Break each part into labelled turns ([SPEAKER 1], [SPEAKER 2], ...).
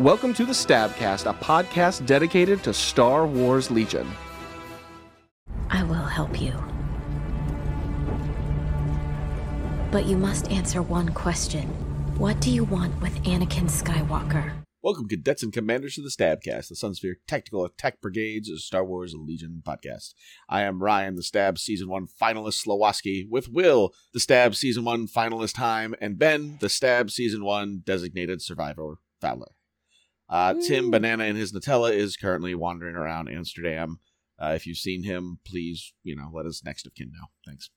[SPEAKER 1] Welcome to the Stabcast, a podcast dedicated to Star Wars Legion.
[SPEAKER 2] I will help you. But you must answer one question. What do you want with Anakin Skywalker?
[SPEAKER 3] Welcome, cadets and commanders, to the Stabcast, the Sunsphere Tactical Attack Brigade's Star Wars Legion podcast. I am Ryan, the Stab Season 1 finalist Slowoski, with Will, the Stab Season 1 finalist Time, and Ben, the Stab Season 1 designated survivor Valor. Uh, Tim Banana and his Nutella is currently wandering around Amsterdam. Uh, if you've seen him, please, you know, let us next of kin know. Thanks.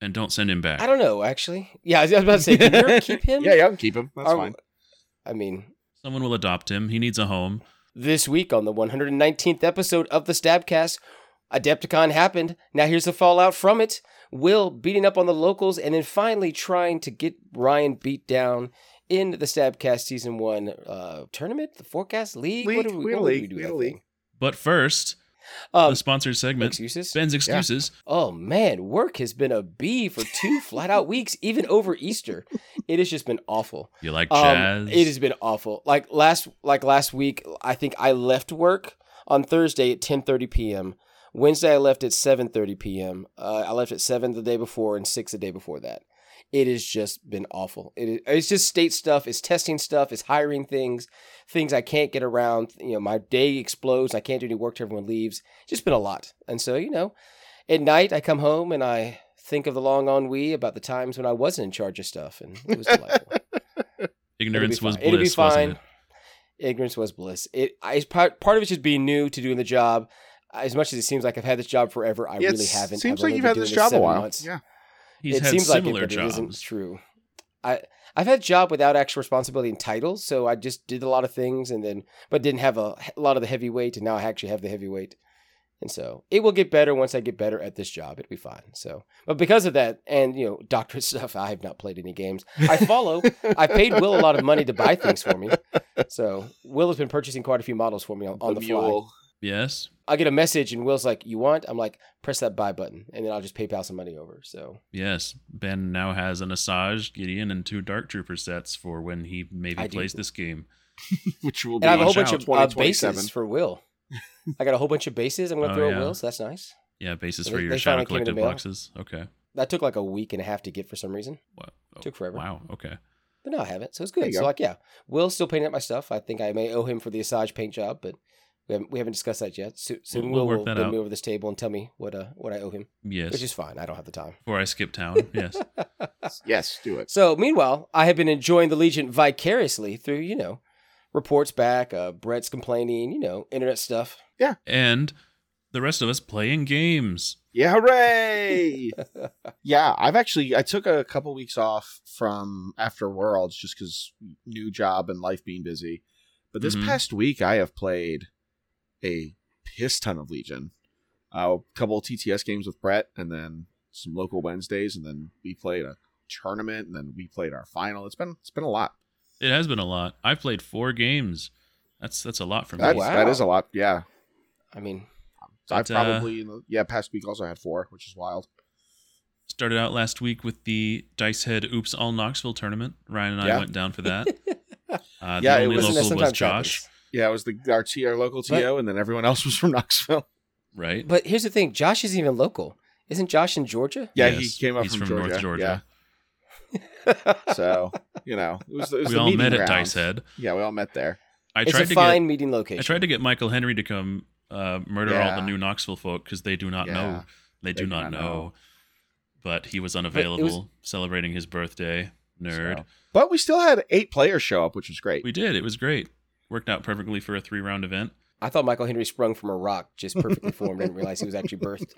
[SPEAKER 4] and don't send him back.
[SPEAKER 5] I don't know, actually. Yeah, I was I was about to say, can Europe keep him?
[SPEAKER 3] Yeah, yeah, keep him. That's
[SPEAKER 5] Are-
[SPEAKER 3] fine.
[SPEAKER 5] I mean,
[SPEAKER 4] Someone will adopt him. He needs a home.
[SPEAKER 5] this week on the 119th episode of the Stabcast, Adepticon happened. Now here's the fallout from it. Will beating up on the locals and then finally trying to get Ryan beat down in the Stabcast Season 1 uh, tournament? The Forecast League?
[SPEAKER 3] League.
[SPEAKER 5] What do we,
[SPEAKER 3] We had a
[SPEAKER 5] what do
[SPEAKER 3] league.
[SPEAKER 5] do
[SPEAKER 3] We
[SPEAKER 5] with
[SPEAKER 3] had a
[SPEAKER 5] that thing?
[SPEAKER 3] league.
[SPEAKER 4] But first,
[SPEAKER 5] Um,
[SPEAKER 4] the sponsored segment,
[SPEAKER 5] excuses?
[SPEAKER 4] Ben's excuses.
[SPEAKER 5] Oh man, work has been a B for two flat out weeks, even over Easter. It has just been awful.
[SPEAKER 4] You like
[SPEAKER 5] Um,
[SPEAKER 4] jazz?
[SPEAKER 5] it has been awful. Like last, like last week, I think I left work on Thursday at ten thirty p.m. Wednesday, I left at seven thirty p.m. Uh, I left at seven the day before and six the day before that. It has just been awful. It is, it's just state stuff. It's testing stuff. It's hiring things, things I can't get around. You know, my day explodes. I can't do any work till everyone leaves. It's just been a lot. And so, you know, at night I come home and I think of the long ennui about the times when I wasn't in charge of stuff, and it was delightful.
[SPEAKER 4] Ignorance
[SPEAKER 5] It'll be
[SPEAKER 4] was
[SPEAKER 5] fine. It'll be
[SPEAKER 4] bliss, wasn't it?
[SPEAKER 5] fine. ignorance was bliss. It I it's part part of it's just being new to doing the job. As much as it seems like I've had this job forever, I
[SPEAKER 3] Yeah,
[SPEAKER 5] really
[SPEAKER 3] it
[SPEAKER 5] haven't.
[SPEAKER 3] Seems
[SPEAKER 5] I've
[SPEAKER 3] like
[SPEAKER 5] only
[SPEAKER 3] you've
[SPEAKER 5] been
[SPEAKER 3] had
[SPEAKER 5] doing
[SPEAKER 3] this
[SPEAKER 5] this
[SPEAKER 3] job a
[SPEAKER 5] seven
[SPEAKER 3] while.
[SPEAKER 5] months.
[SPEAKER 3] Yeah.
[SPEAKER 4] He's
[SPEAKER 5] it
[SPEAKER 4] had
[SPEAKER 5] seems
[SPEAKER 4] similar
[SPEAKER 5] like it, but
[SPEAKER 4] jobs.
[SPEAKER 5] it isn't true. I I've had job without actual responsibility and title, so I just did a lot of things and then but didn't have a, a lot of the heavy weight, and now I actually have the heavy weight. And so it will get better once I get better at this job. It'll be fine. So, but because of that, and you know, doctorate stuff, I have not played any games. I follow. I paid Will a lot of money to buy things for me. So Will has been purchasing quite a few models for me on, on the fly.
[SPEAKER 3] mule.
[SPEAKER 4] Yes.
[SPEAKER 5] I get a message and Will's like, "You want?" I'm like, "Press that buy button," and then I'll just PayPal some money over. So
[SPEAKER 4] Yes. Ben now has an Asajj, Gideon, and two Dark Trooper sets for when he maybe
[SPEAKER 5] I do.
[SPEAKER 4] plays this game.
[SPEAKER 3] Which will be
[SPEAKER 5] and I have a whole
[SPEAKER 3] out
[SPEAKER 5] bunch of uh,
[SPEAKER 3] 2027.
[SPEAKER 5] bases for Will. I got a whole bunch of bases I'm going to
[SPEAKER 4] Oh,
[SPEAKER 5] throw
[SPEAKER 4] yeah.
[SPEAKER 5] at Will, so that's nice.
[SPEAKER 4] Yeah, basis
[SPEAKER 5] They-
[SPEAKER 4] for your
[SPEAKER 5] they
[SPEAKER 4] Shadow
[SPEAKER 5] finally came in the
[SPEAKER 4] Collective
[SPEAKER 5] mail.
[SPEAKER 4] boxes. Okay.
[SPEAKER 5] That took like a week and a half to get for some reason,
[SPEAKER 4] What? oh,
[SPEAKER 5] Took forever.
[SPEAKER 4] Wow. Okay.
[SPEAKER 5] but now I have it, so it's
[SPEAKER 3] There
[SPEAKER 5] good.
[SPEAKER 3] you
[SPEAKER 5] So
[SPEAKER 3] go.
[SPEAKER 5] like, yeah, Will's still painting up my stuff. I think I may owe him for the Asajj paint job, but we haven't we haven't discussed that yet. So, soon
[SPEAKER 4] We'll- we'll
[SPEAKER 5] Will
[SPEAKER 4] work
[SPEAKER 5] will
[SPEAKER 4] that
[SPEAKER 5] bend
[SPEAKER 4] out.
[SPEAKER 5] me over this table and tell me what uh what I owe him,
[SPEAKER 4] Yes.
[SPEAKER 5] which is fine. I don't have the time.
[SPEAKER 4] Before I skip town. Yes.
[SPEAKER 3] Yes, do it.
[SPEAKER 5] So, meanwhile, I have been enjoying the Legion vicariously through, you know, reports back, uh, Brett's complaining, you know, internet stuff.
[SPEAKER 4] and the rest of us playing games.
[SPEAKER 3] Yeah, hooray! yeah, I've actually I took a couple weeks off from after Worlds just because new job and life being busy. But this
[SPEAKER 4] Mhm.
[SPEAKER 3] past week, I have played a piss ton of Legion. Uh, a couple TTS games with Brett, and then some local Wednesdays, and then we played a tournament, and then we played our final. It's been it's been a lot.
[SPEAKER 4] It has been a lot. I've played four games. That's that's a lot for me.
[SPEAKER 3] That's,
[SPEAKER 5] Wow.
[SPEAKER 3] That is a lot. Yeah,
[SPEAKER 5] I mean,
[SPEAKER 3] so I
[SPEAKER 4] Oh, But, uh,
[SPEAKER 3] probably in the, yeah past week also had four, which is wild.
[SPEAKER 4] started out last week with the Dice Head Oops All Knoxville tournament. Ryan and I
[SPEAKER 3] Yeah.
[SPEAKER 4] went down for that. Uh,
[SPEAKER 3] Yeah, it
[SPEAKER 4] the only
[SPEAKER 3] wasn't
[SPEAKER 5] isn't that
[SPEAKER 4] local was
[SPEAKER 5] sometimes
[SPEAKER 4] Josh,
[SPEAKER 5] happens?
[SPEAKER 3] Yeah, it was the our, T, our local TO,
[SPEAKER 5] But-
[SPEAKER 3] and then everyone else was from Knoxville.
[SPEAKER 4] right?
[SPEAKER 5] But here's the thing Josh isn't even local. Isn't Josh in Georgia?
[SPEAKER 3] Yeah,
[SPEAKER 4] Yes,
[SPEAKER 3] he came up
[SPEAKER 4] he's
[SPEAKER 3] from,
[SPEAKER 4] from
[SPEAKER 3] Georgia.
[SPEAKER 4] North Georgia.
[SPEAKER 3] Yeah, so you know, it was, it was
[SPEAKER 4] we
[SPEAKER 3] the
[SPEAKER 4] all
[SPEAKER 3] meeting
[SPEAKER 4] met at
[SPEAKER 3] ground.
[SPEAKER 4] Dice Head.
[SPEAKER 3] Yeah, we all met there.
[SPEAKER 4] I
[SPEAKER 5] it's
[SPEAKER 4] tried
[SPEAKER 5] a
[SPEAKER 4] to
[SPEAKER 5] fine
[SPEAKER 4] get
[SPEAKER 5] meeting
[SPEAKER 4] I
[SPEAKER 5] location.
[SPEAKER 4] tried to get Michael Henry to come uh, murder all
[SPEAKER 3] Yeah.
[SPEAKER 4] the new Knoxville folk because they do not
[SPEAKER 3] Yeah,
[SPEAKER 4] know. They, do not know. But he was unavailable, celebrating his birthday. Nerd.
[SPEAKER 3] So- But we still had eight players show up, which was great.
[SPEAKER 4] We did. It was great. Worked out perfectly for a three round event.
[SPEAKER 5] I thought Michael Henry sprung from a rock, just perfectly formed, didn't realize he was actually birthed.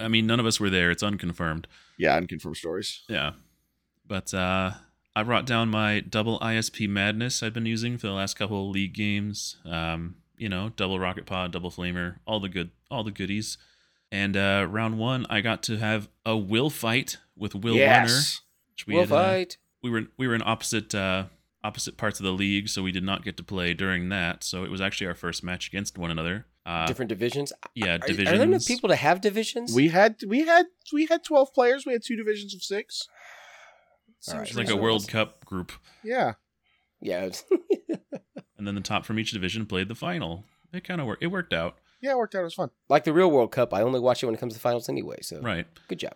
[SPEAKER 4] I mean, none of us were there. It's unconfirmed.
[SPEAKER 3] yeah, unconfirmed stories.
[SPEAKER 4] Yeah. But uh, I brought down my double ISP madness I've been using for the last couple of league games. Um, you know, double rocket pod, double flamer, all the good, all the goodies. And uh, round one, I got to have a will fight with Will Runner.
[SPEAKER 3] yes.
[SPEAKER 4] Which
[SPEAKER 5] we'll
[SPEAKER 4] had, uh,
[SPEAKER 5] fight.
[SPEAKER 4] we were we were in opposite uh, opposite parts of the league, so we did not get to play during that. So it was actually our first match against one another. Uh,
[SPEAKER 5] Different divisions.
[SPEAKER 4] yeah,
[SPEAKER 5] Are,
[SPEAKER 4] divisions.
[SPEAKER 5] are there enough people to have divisions?
[SPEAKER 3] We had we had we had twelve players. We had two divisions of six.
[SPEAKER 5] Seems
[SPEAKER 3] All right.
[SPEAKER 4] It's like a
[SPEAKER 5] reasonable.
[SPEAKER 4] World Cup group.
[SPEAKER 3] Yeah,
[SPEAKER 5] Yeah. it's-
[SPEAKER 4] and then the top from each division played the final. It kind of worked. It worked out,
[SPEAKER 3] Yeah, it worked out. It was fun.
[SPEAKER 5] like the real World Cup, I only watch it when it comes to finals anyway. So
[SPEAKER 4] right?
[SPEAKER 5] good job.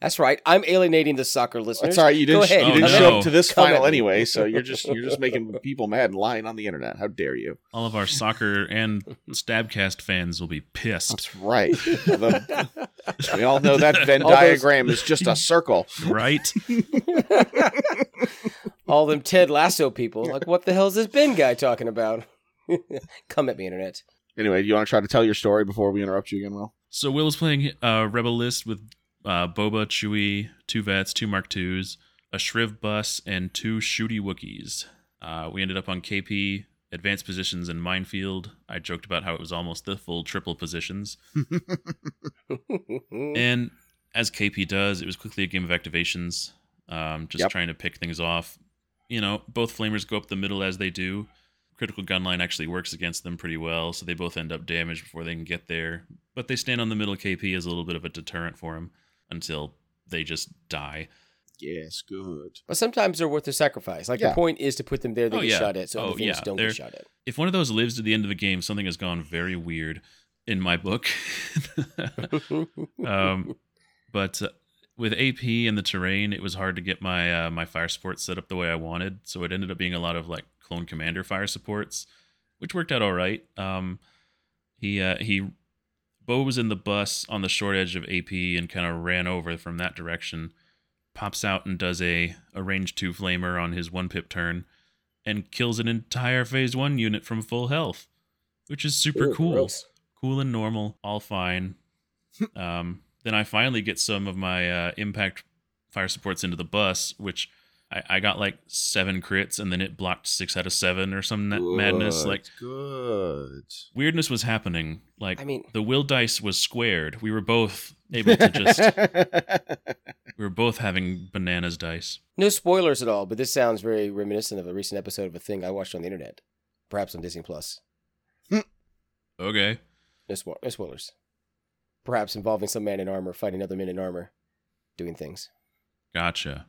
[SPEAKER 5] That's right. I'm alienating the soccer listeners.
[SPEAKER 3] That's all right. You didn't.
[SPEAKER 5] Go ahead.
[SPEAKER 3] you didn't
[SPEAKER 4] Oh,
[SPEAKER 3] show
[SPEAKER 4] no.
[SPEAKER 3] up to this
[SPEAKER 5] Come
[SPEAKER 3] final
[SPEAKER 5] at me.
[SPEAKER 3] anyway, so you're just you're just making people mad and lying on the internet. How dare you?
[SPEAKER 4] All of our soccer and Stabcast fans will be pissed,
[SPEAKER 3] That's right. The- we all know that Venn
[SPEAKER 5] All those-
[SPEAKER 3] diagram is just a circle.
[SPEAKER 4] right?
[SPEAKER 5] All them Ted Lasso people. Like, what the hell is this Ben guy talking about? Come at me, internet.
[SPEAKER 3] Anyway, do you want to try to tell your story before we interrupt you again, Will?
[SPEAKER 4] So Will was playing uh, Rebel List with uh, Boba, Chewie, two vets, two Mark Twos, a Shriv bus, and two Shooty Wookiees. Uh, we ended up on KP, advanced positions, and minefield. I joked about how it was almost the full triple positions. And as KP does, it was quickly a game of activations, um, just
[SPEAKER 3] Yep.
[SPEAKER 4] trying to pick things off. You know, both flamers go up the middle as they do. Critical gun line actually works against them pretty well, so they both end up damaged before they can get there. But they stand on the middle KP as a little bit of a deterrent for them until they just die.
[SPEAKER 3] Yes, good.
[SPEAKER 5] but sometimes they're worth the sacrifice. Like
[SPEAKER 3] Yeah.
[SPEAKER 5] the point is to put them there. They
[SPEAKER 4] Oh,
[SPEAKER 5] get
[SPEAKER 4] yeah.
[SPEAKER 5] shot at, so
[SPEAKER 4] Oh,
[SPEAKER 5] the things
[SPEAKER 4] yeah.
[SPEAKER 5] don't
[SPEAKER 4] They're-
[SPEAKER 5] get shot at.
[SPEAKER 4] If one of those lives to the end of the game, something has gone very weird in my book. um, but uh, with AP and the terrain, it was hard to get my uh, my fire support set up the way I wanted. So it ended up being a lot of like clone commander fire supports, which worked out all right. Um, he uh, he, Bo was in the bus on the short edge of AP and kind of ran over from that direction. Pops out and does a, a range two flamer on his one pip turn, and kills an entire phase one unit from full health, which is super
[SPEAKER 5] Ooh,
[SPEAKER 4] cool
[SPEAKER 5] gross.
[SPEAKER 4] cool and normal, all fine. um, then I finally get some of my uh, impact fire supports into the bus, which I, I got like seven crits, and then it blocked six out of seven or some na- madness.
[SPEAKER 3] Good,
[SPEAKER 4] Like
[SPEAKER 3] good.
[SPEAKER 4] weirdness was happening. Like
[SPEAKER 5] I mean-
[SPEAKER 4] the will dice was squared. We were both able to just we were both having bananas dice.
[SPEAKER 5] No spoilers at all, but this sounds very reminiscent of a recent episode of a thing I watched on the internet, perhaps on Disney Plus.
[SPEAKER 4] Okay.
[SPEAKER 5] No, spo- no spoilers. Perhaps involving some man in armor fighting other men in armor, doing things
[SPEAKER 4] Gotcha.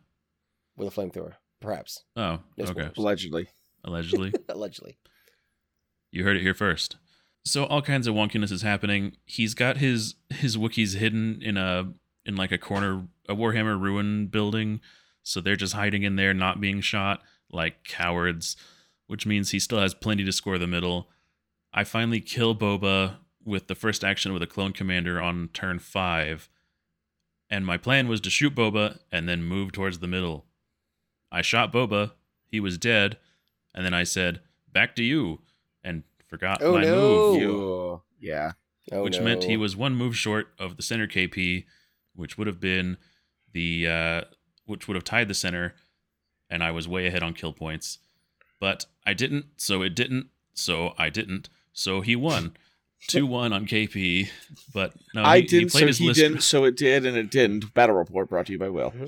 [SPEAKER 5] with a flamethrower. Perhaps
[SPEAKER 4] Oh,
[SPEAKER 5] No
[SPEAKER 4] okay.
[SPEAKER 5] spoilers.
[SPEAKER 3] Allegedly.
[SPEAKER 4] Allegedly.
[SPEAKER 5] allegedly.
[SPEAKER 4] You heard it here first. So all kinds of wonkiness is happening. He's got his his Wookiees hidden in a in like a corner a Warhammer ruin building. So they're just hiding in there, not being shot like cowards, which means he still has plenty to score the middle. I finally kill Boba with the first action with a clone commander on turn 5. And my plan was to shoot Boba and then move towards the middle. I shot Boba, he was dead, and then I said, "Back to you." And forgot
[SPEAKER 5] Oh,
[SPEAKER 4] my
[SPEAKER 5] no.
[SPEAKER 4] move
[SPEAKER 3] You- Yeah.
[SPEAKER 5] Oh,
[SPEAKER 4] which meant he
[SPEAKER 5] no.
[SPEAKER 4] was one move short of the center KP, which would have been the uh, which would have tied the center, and I was way ahead on kill points, but I didn't, so it didn't, so I didn't, so he won. Two one on KP, but no, he,
[SPEAKER 3] I
[SPEAKER 4] he
[SPEAKER 3] didn't,
[SPEAKER 4] Uh, played
[SPEAKER 3] so
[SPEAKER 4] his
[SPEAKER 3] he
[SPEAKER 4] list.
[SPEAKER 3] didn't, so it did, and it didn't. Battle report brought to you by Will.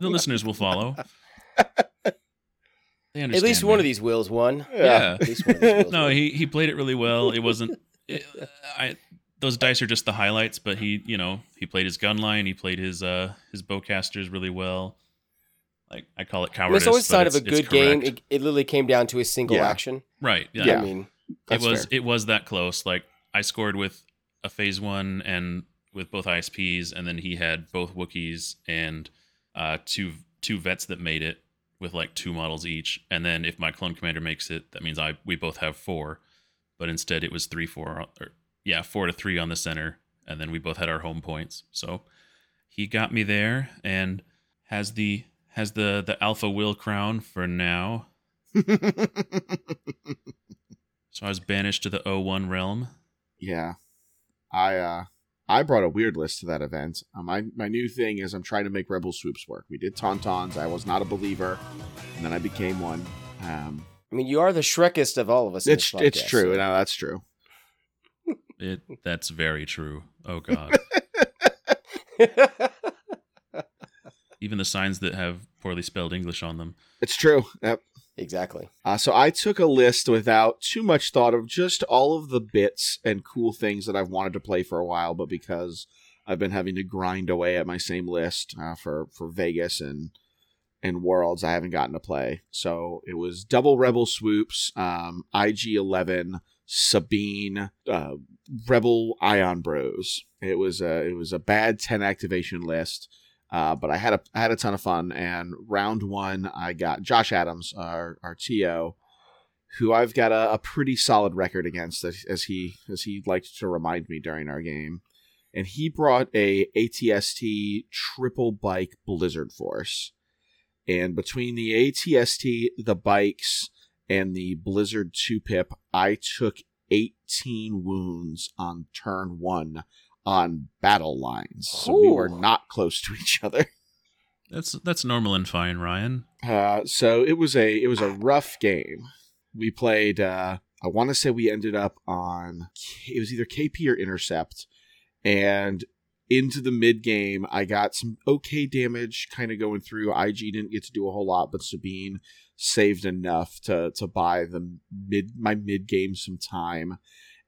[SPEAKER 4] The listeners will follow. They
[SPEAKER 5] At
[SPEAKER 4] understand
[SPEAKER 5] least one
[SPEAKER 4] me.
[SPEAKER 5] of these wills won.
[SPEAKER 4] Yeah.
[SPEAKER 5] At least one of these wills
[SPEAKER 4] no,
[SPEAKER 5] won.
[SPEAKER 4] he he played it really well. It wasn't. It, I those dice are just the highlights, but he you know he played his gun line. He played his uh his bowcasters really well. Like I call it
[SPEAKER 5] I mean,
[SPEAKER 4] cowardice.
[SPEAKER 5] it's always a
[SPEAKER 4] but
[SPEAKER 5] sign of a
[SPEAKER 4] it's- it's
[SPEAKER 5] good game.
[SPEAKER 4] correct.
[SPEAKER 5] It, it literally came down to a single
[SPEAKER 3] Yeah.
[SPEAKER 5] action.
[SPEAKER 4] right? Yeah.
[SPEAKER 3] Yeah.
[SPEAKER 5] I mean,
[SPEAKER 4] It
[SPEAKER 3] That's
[SPEAKER 4] was
[SPEAKER 3] fair.
[SPEAKER 4] it was that close. Like I scored with a phase one and with both ISPs, and then he had both Wookiees and uh two two vets that made it with like two models each. And then if my clone commander makes it, that means I we both have four. But instead, it was three four or yeah four to three on the center, and then we both had our home points. So he got me there and has the has the the alpha will crown for now. So I was banished to the O1 realm.
[SPEAKER 3] yeah. I uh I brought a weird list to that event. Uh, my my new thing is I'm trying to make rebel swoops work. We did tauntauns. I was not a believer, and then I became one. Um,
[SPEAKER 5] I mean, you are the Shrekest of all of us. in
[SPEAKER 3] it's
[SPEAKER 5] this
[SPEAKER 3] it's
[SPEAKER 5] podcast.
[SPEAKER 3] true. No, that's true.
[SPEAKER 4] It that's very true. Oh god. Even the signs that have poorly spelled English on them.
[SPEAKER 3] It's true. Yep.
[SPEAKER 5] exactly.
[SPEAKER 3] Uh, so I took a list without too much thought of just all of the bits and cool things that I've wanted to play for a while, but because I've been having to grind away at my same list uh, for for Vegas and and Worlds I haven't gotten to play. So it was Double Rebel Swoops, um, IG Eleven, Sabine, uh, Rebel Ion Bros. It was a it was a bad ten activation list. Uh, but I had a I had a ton of fun, and round one I got Josh Adams, our our TO, who I've got a, a pretty solid record against, as as he as he liked to remind me during our game, and he brought a ATST triple bike Blizzard Force, and between the ATST, the bikes, and the Blizzard two pip, I took eighteen wounds on turn one on battle lines, so we were
[SPEAKER 5] Ooh.
[SPEAKER 3] not close to each other.
[SPEAKER 4] That's that's normal and fine, Ryan.
[SPEAKER 3] Uh, so it was a it was a rough game. We played. Uh, I want to say we ended up on K- it was either KP or intercept, and into the mid game I got some okay damage kind of going through. IG didn't get to do a whole lot, but Sabine saved enough to to buy the mid my mid game some time.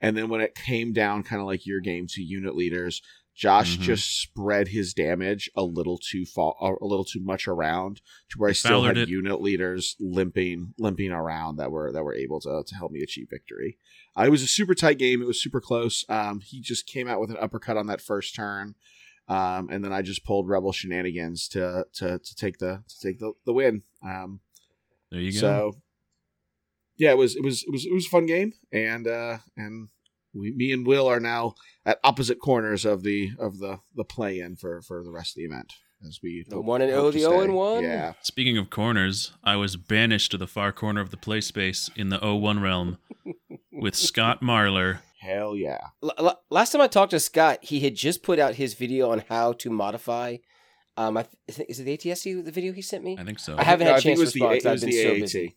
[SPEAKER 3] And then when it came down, kind of like your game to unit leaders, Josh
[SPEAKER 4] Mhm.
[SPEAKER 3] just spread his damage a little too far, a little too much around to where I
[SPEAKER 4] They
[SPEAKER 3] still had
[SPEAKER 4] foulered it.
[SPEAKER 3] unit leaders limping limping around that were that were able to, to help me achieve victory. Uh, it was a super tight game. It was super close. Um, he just came out with an uppercut on that first turn, um, and then I just pulled Rebel shenanigans to to, to take the to take the, the win. Um,
[SPEAKER 4] There you go.
[SPEAKER 3] so yeah, it was it was it was it was a fun game, and uh, and we, me and Will are now at opposite corners of the of the the play in for for the rest of the event. As we
[SPEAKER 5] The
[SPEAKER 3] hope-
[SPEAKER 5] one and-
[SPEAKER 3] hope
[SPEAKER 5] oh,
[SPEAKER 3] to
[SPEAKER 5] the oh and
[SPEAKER 3] stay.
[SPEAKER 5] one?
[SPEAKER 3] yeah.
[SPEAKER 4] Speaking of corners, I was banished to the far corner of the play space in the 01 realm with Scott Marlar.
[SPEAKER 3] Hell yeah.
[SPEAKER 5] L- l- last time I talked to Scott, he had just put out his video on how to modify. Um, I th- I think is it the ATSC the video he sent me?
[SPEAKER 4] I think so.
[SPEAKER 5] I haven't had
[SPEAKER 3] No,
[SPEAKER 5] a chance to respond
[SPEAKER 3] it
[SPEAKER 5] 'cause I've
[SPEAKER 3] was
[SPEAKER 5] been
[SPEAKER 3] the
[SPEAKER 5] so
[SPEAKER 3] AAT.
[SPEAKER 5] busy.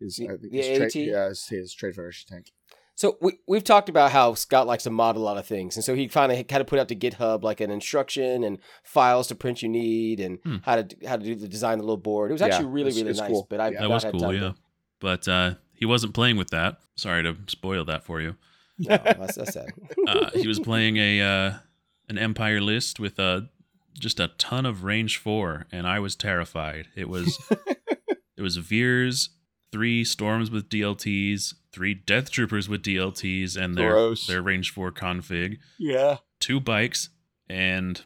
[SPEAKER 3] His,
[SPEAKER 5] The-
[SPEAKER 3] I think
[SPEAKER 5] the
[SPEAKER 3] his
[SPEAKER 5] AAT?
[SPEAKER 3] Trade, yeah, his, his trade federation tank.
[SPEAKER 5] So we we've talked about how Scott likes to mod a lot of things, and so he kind of kind of put out to GitHub like an instruction and files to print you need, and
[SPEAKER 4] Hmm.
[SPEAKER 5] how to d- how to do the design of the little board. It was
[SPEAKER 3] Yeah,
[SPEAKER 5] actually really
[SPEAKER 3] it's-
[SPEAKER 5] really
[SPEAKER 3] it's
[SPEAKER 5] nice,
[SPEAKER 3] cool.
[SPEAKER 5] but I've
[SPEAKER 3] Yeah.
[SPEAKER 4] that
[SPEAKER 5] not
[SPEAKER 4] was
[SPEAKER 5] had
[SPEAKER 4] cool,
[SPEAKER 5] time
[SPEAKER 4] yeah.
[SPEAKER 5] to-
[SPEAKER 4] But uh, he wasn't playing with that. Sorry to spoil that for you.
[SPEAKER 5] No, that's, that's sad.
[SPEAKER 4] Uh, he was playing a uh, an Empire list with uh, just a ton of range four, and I was terrified. It was it was Veers, three storms with DLTs, three Death Troopers with DLTs, and their
[SPEAKER 3] Gross.
[SPEAKER 4] their range four config.
[SPEAKER 3] Yeah.
[SPEAKER 4] two bikes and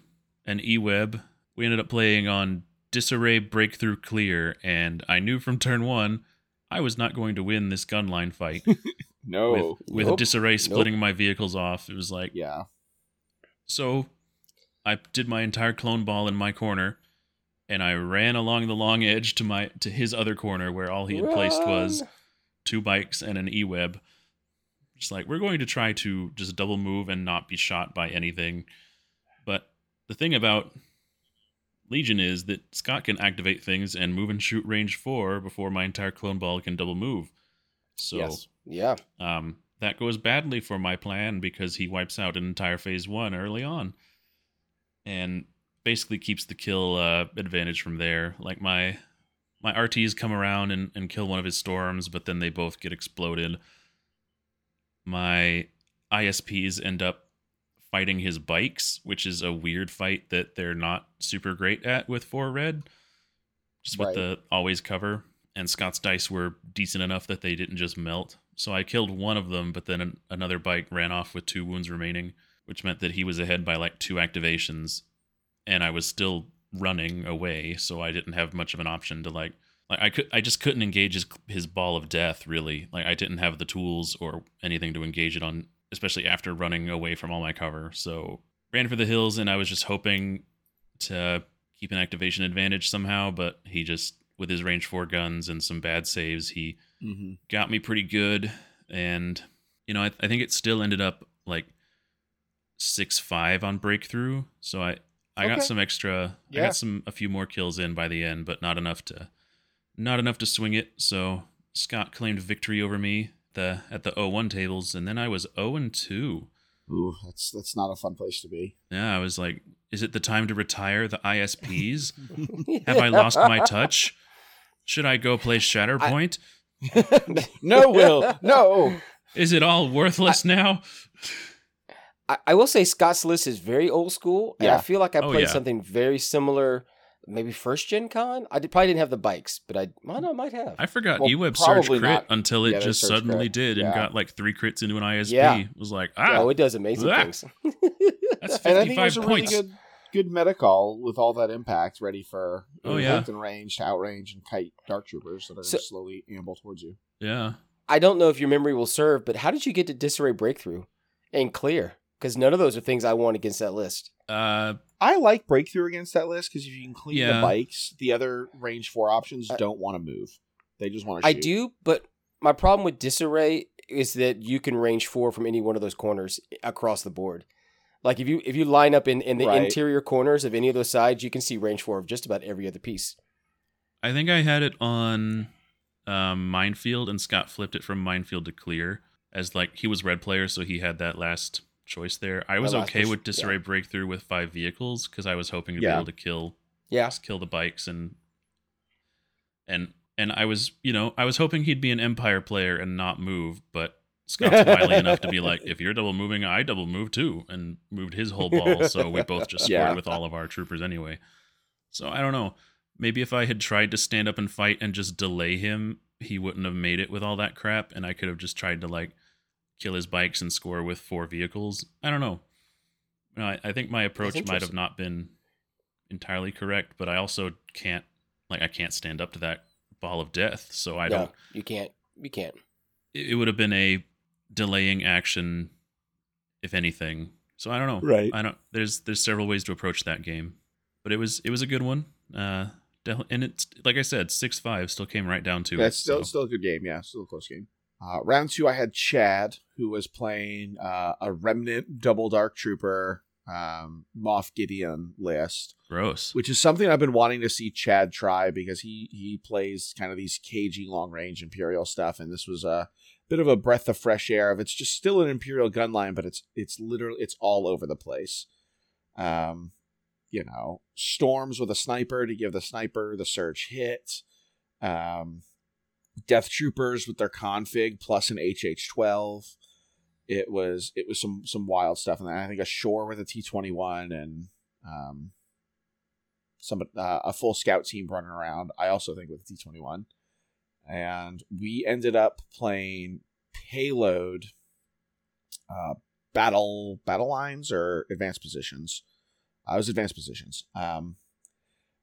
[SPEAKER 4] an e-web. We ended up playing on disarray breakthrough clear, and I knew from turn one I was not going to win this gunline fight
[SPEAKER 3] No.
[SPEAKER 4] with, with
[SPEAKER 5] Oh, Nope.
[SPEAKER 4] disarray
[SPEAKER 5] Nope.
[SPEAKER 4] splitting my vehicles off. It was like
[SPEAKER 3] yeah.
[SPEAKER 4] so. I did my entire clone ball in my corner, and I ran along the long edge to my to his other corner where all he had placed was
[SPEAKER 5] Run.
[SPEAKER 4] two bikes and an e-web. Just like we're going to try to just double move and not be shot by anything. But the thing about Legion is that Scott can activate things and move and shoot range four before my entire clone ball can double move. So
[SPEAKER 3] Yes.
[SPEAKER 5] yeah.
[SPEAKER 4] um, that goes badly for my plan because he wipes out an entire phase one early on, and basically keeps the kill uh, advantage from there. Like my my RTs come around and, and kill one of his storms, but then they both get exploded. My ISPs end up fighting his bikes, which is a weird fight that they're not super great at with four red, just with
[SPEAKER 3] Right.
[SPEAKER 4] the always cover. And Scott's dice were decent enough that they didn't just melt. So I killed one of them, but then an- another bike ran off with two wounds remaining, which meant that he was ahead by like two activations, and I was still running away, so I didn't have much of an option to like like I could I just couldn't engage his his ball of death really. Like I didn't have the tools or anything to engage it on, especially after running away from all my cover. So ran for the hills and I was just hoping to keep an activation advantage somehow, but he just with his range 4 guns and some bad saves, he
[SPEAKER 3] Mm-hmm.
[SPEAKER 4] got me pretty good and you know I, I think it still ended up like six five on breakthrough so i i
[SPEAKER 5] Okay.
[SPEAKER 4] got some extra i
[SPEAKER 5] Yeah.
[SPEAKER 4] got some a few more kills in by the end but not enough to not enough to swing it so scott claimed victory over me the at the 01 tables and then i was 0 and 2
[SPEAKER 3] Ooh, that's that's not a fun place to be.
[SPEAKER 4] yeah i was like is it the time to retire the isps have i lost my touch should i go play shatterpoint
[SPEAKER 3] No, Will. no.
[SPEAKER 4] is it all worthless now
[SPEAKER 5] I, I will say Scott's list is very old school, and
[SPEAKER 3] Yeah.
[SPEAKER 5] I feel like I
[SPEAKER 4] Oh,
[SPEAKER 5] played
[SPEAKER 4] yeah.
[SPEAKER 5] something very similar maybe first gen con. I did, probably didn't have the bikes, but I, well, no, I might have.
[SPEAKER 4] I forgot
[SPEAKER 5] Well,
[SPEAKER 4] EWeb surge
[SPEAKER 5] probably
[SPEAKER 4] crit
[SPEAKER 5] not.
[SPEAKER 4] until it
[SPEAKER 5] Yeah, they
[SPEAKER 4] just
[SPEAKER 5] surge
[SPEAKER 4] suddenly
[SPEAKER 5] crit.
[SPEAKER 4] did and
[SPEAKER 5] Yeah.
[SPEAKER 4] got like three crits into an ISP.
[SPEAKER 5] Yeah.
[SPEAKER 4] was like, ah,
[SPEAKER 5] oh, it does amazing
[SPEAKER 4] Ah.
[SPEAKER 5] things.
[SPEAKER 4] that's
[SPEAKER 3] And I think it
[SPEAKER 4] 55
[SPEAKER 3] was a really
[SPEAKER 4] points.
[SPEAKER 3] good, good meta call with all that impact ready for you
[SPEAKER 4] Oh,
[SPEAKER 3] know,
[SPEAKER 4] yeah.
[SPEAKER 3] both in range to outrange and kite dark troopers that are
[SPEAKER 5] So-
[SPEAKER 3] gonna slowly amble towards you.
[SPEAKER 4] yeah.
[SPEAKER 5] I don't know if your memory will serve, but how did you get to disarray breakthrough and clear? Because none of those are things I want against that list.
[SPEAKER 4] Uh,
[SPEAKER 3] I like breakthrough against that list because if you can clean
[SPEAKER 4] Yeah.
[SPEAKER 3] the bikes, the other range four options
[SPEAKER 5] I-
[SPEAKER 3] don't want to move. They just want to.
[SPEAKER 5] I do, but my problem with disarray is that you can range four from any one of those corners across the board. Like if you if you line up in, in the
[SPEAKER 3] Right.
[SPEAKER 5] interior corners of any of those sides, you can see range four of just about every other piece.
[SPEAKER 4] I think I had it on um, minefield, and Scott flipped it from minefield to clear as like he was red player, so he had that last choice there. I was
[SPEAKER 5] last
[SPEAKER 4] okay
[SPEAKER 5] push-
[SPEAKER 4] with disarray
[SPEAKER 5] yeah.
[SPEAKER 4] breakthrough with five vehicles because I was hoping to be
[SPEAKER 3] Yeah.
[SPEAKER 4] able to kill
[SPEAKER 5] Yeah.
[SPEAKER 4] just kill the bikes and and and I was you know I was hoping he'd be an empire player and not move, but Scott's wily enough to be like, if you're double moving, I double move too, and moved his whole ball, so we both just scored
[SPEAKER 3] Yeah.
[SPEAKER 4] with all of our troopers anyway. So I don't know. Maybe if I had tried to stand up and fight and just delay him, he wouldn't have made it with all that crap, and I could have just tried to like kill his bikes and score with four vehicles. I don't know. No, I, I think my approach might have
[SPEAKER 5] interesting.
[SPEAKER 4] not been entirely correct, but I also can't like I can't stand up to that ball of death, so I
[SPEAKER 5] No,
[SPEAKER 4] don't.
[SPEAKER 5] you can't. You can't.
[SPEAKER 4] It, it would have been a delaying action, if anything. So I don't know.
[SPEAKER 3] Right.
[SPEAKER 4] I don't. There's there's several ways to approach that game, but it was it was a good one. Uh, def- and it's like I said, six five still came right down to
[SPEAKER 3] That's
[SPEAKER 4] it.
[SPEAKER 3] still
[SPEAKER 4] so.
[SPEAKER 3] still a good game. Yeah, still a close game. Uh, round two, I had Chad, who was playing uh, a remnant double dark trooper um, Moff Gideon list,
[SPEAKER 4] gross.
[SPEAKER 3] which is something I've been wanting to see Chad try because he he plays kind of these cagey long range imperial stuff, and this was a bit of a breath of fresh air. Of it's just still an imperial gun line, but it's it's literally it's all over the place. Um, you know, storms with a sniper to give the sniper the surge hit. Um, death troopers with their config plus an HH12. It was it was some some wild stuff, and then I think a shore with a T21 and um, some uh, a full scout team running around. I also think with D twenty one, and we ended up playing payload, uh, battle battle lines or advanced positions. I was advanced positions, um,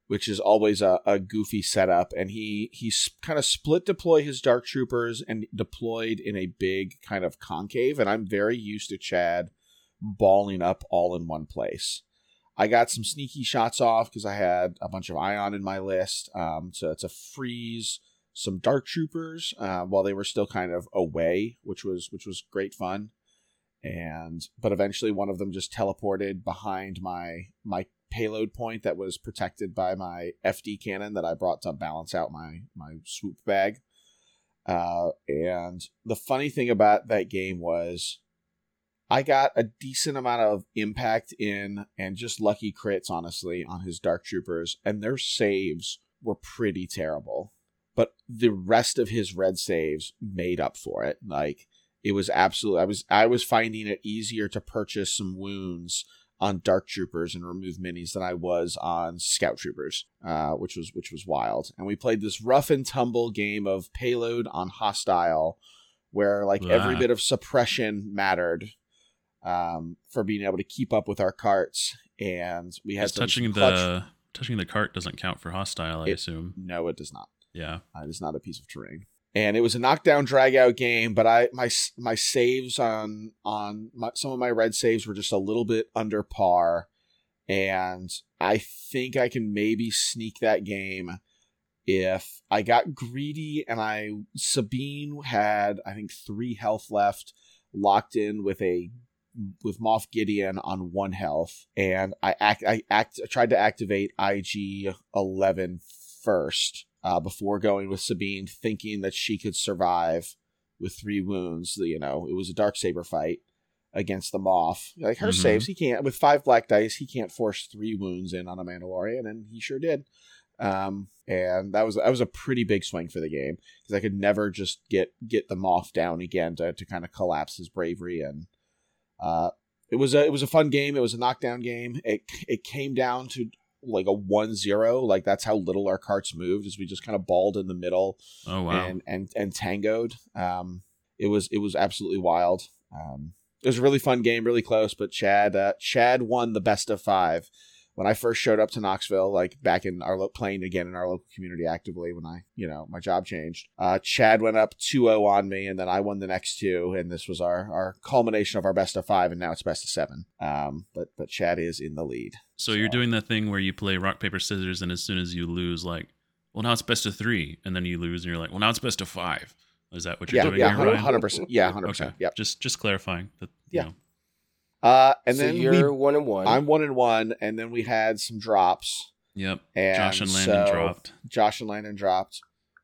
[SPEAKER 3] which is always a, a goofy setup. And he he kind of split deploy his dark troopers and deployed in a big kind of concave. And I'm very used to Chad balling up all in one place. I got some sneaky shots off because I had a bunch of ion in my list um, to to freeze some dark troopers uh, while they were still kind of away, which was which was great fun. And but eventually one of them just teleported behind my my payload point that was protected by my FD cannon that I brought to balance out my my swoop bag. Uh, and the funny thing about that game was I got a decent amount of impact in and just lucky crits, honestly, on his Dark Troopers, and their saves were pretty terrible. But the rest of his red saves made up for it. Like it was absolutely I was I was finding it easier to purchase some wounds on Dark Troopers and remove minis than I was on Scout Troopers, uh, which was which was wild. And we played this rough and tumble game of payload on hostile, where like every
[SPEAKER 4] Ah.
[SPEAKER 3] bit of suppression mattered um, for being able to keep up with our carts. And we had
[SPEAKER 4] Just
[SPEAKER 3] some
[SPEAKER 4] touching
[SPEAKER 3] clutch-
[SPEAKER 4] the touching the cart doesn't count for hostile, I
[SPEAKER 3] It-
[SPEAKER 4] assume.
[SPEAKER 3] No, it does not.
[SPEAKER 4] Yeah.
[SPEAKER 3] Uh, it is not a piece of terrain. And it was a knockdown dragout game, but I my s- my saves on on my, some of my red saves were just a little bit under par, and I think I can maybe sneak that game if I got greedy and I Sabine had I think three health left, locked in with a with Moff Gideon on one health, and I act I act I tried to activate IG 11 first uh, before going with Sabine, thinking that she could survive with three wounds. You know, it was a dark saber fight against the Moff. Like her
[SPEAKER 4] Mhm.
[SPEAKER 3] saves, he can't with five black dice, he can't force three wounds in on a Mandalorian, and he sure did. Um, and that was that was a pretty big swing for the game because I could never just get get the Moff down again to to kind of collapse his bravery and uh, it was a it was a fun game. It was a knockdown game. It it came down to like a one zero. Like that's how little our carts moved. Is we just kind of balled in the middle
[SPEAKER 4] Oh wow.
[SPEAKER 3] and and and tangoed. Um, it was it was absolutely wild. Um, it was a really fun game, really close. But Chad uh, Chad won the best of five. When I first showed up to Knoxville, like back in our lo- playing again in our local community actively, when I you know my job changed, uh, Chad went up 2-0 on me, and then I won the next two, and this was our our culmination of our best of five, and now it's best of seven. Um, but but Chad is in the lead.
[SPEAKER 4] So you're
[SPEAKER 3] so-
[SPEAKER 4] doing that thing where you play rock paper scissors, and as soon as you lose, like, well now it's best of three, and then you lose, and you're like, well now it's best of five. Is that what you're
[SPEAKER 3] Yeah,
[SPEAKER 4] doing?
[SPEAKER 3] yeah,
[SPEAKER 4] there, Ryan?
[SPEAKER 3] hundred percent. Yeah, hundred
[SPEAKER 4] Okay.
[SPEAKER 3] percent. Yep.
[SPEAKER 4] Just just clarifying that.
[SPEAKER 3] Yeah.
[SPEAKER 4] You know.
[SPEAKER 3] Uh, and
[SPEAKER 5] so
[SPEAKER 3] then we-
[SPEAKER 5] you're one and one.
[SPEAKER 3] I'm one and one, and then we had some drops.
[SPEAKER 4] Yep.
[SPEAKER 3] And
[SPEAKER 4] Josh and Landon
[SPEAKER 3] so-
[SPEAKER 4] dropped,
[SPEAKER 3] Josh and Landon dropped.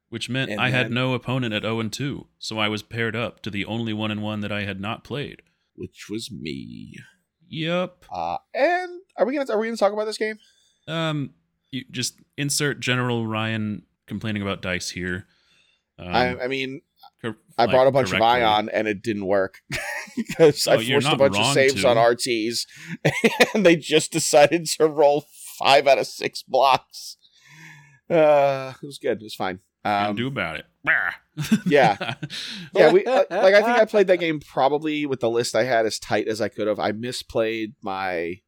[SPEAKER 4] which meant
[SPEAKER 3] and
[SPEAKER 4] I had
[SPEAKER 3] then-
[SPEAKER 4] no opponent at 0 and 2, so I was paired up to the only one and one that I had not played.
[SPEAKER 3] which was me.
[SPEAKER 4] Yep.
[SPEAKER 3] Uh, and are we gonna are we gonna talk about this game?
[SPEAKER 4] Um, you just insert General Ryan complaining about dice here. Um,
[SPEAKER 3] I, I mean,
[SPEAKER 4] cor-
[SPEAKER 3] I
[SPEAKER 4] like,
[SPEAKER 3] brought a bunch
[SPEAKER 4] correctly.
[SPEAKER 3] of Ion and it didn't work because
[SPEAKER 4] Oh,
[SPEAKER 3] I
[SPEAKER 4] you're
[SPEAKER 3] forced a
[SPEAKER 4] not
[SPEAKER 3] bunch of
[SPEAKER 4] wrong
[SPEAKER 3] saves
[SPEAKER 4] to.
[SPEAKER 3] on RTs, and they just decided to roll five out of six blocks. Uh, it was good. It was fine.
[SPEAKER 4] What you
[SPEAKER 3] Um,
[SPEAKER 4] gonna do about it.
[SPEAKER 3] Yeah. yeah, we uh, like I think I played that game probably with the list I had as tight as I could have. I misplayed my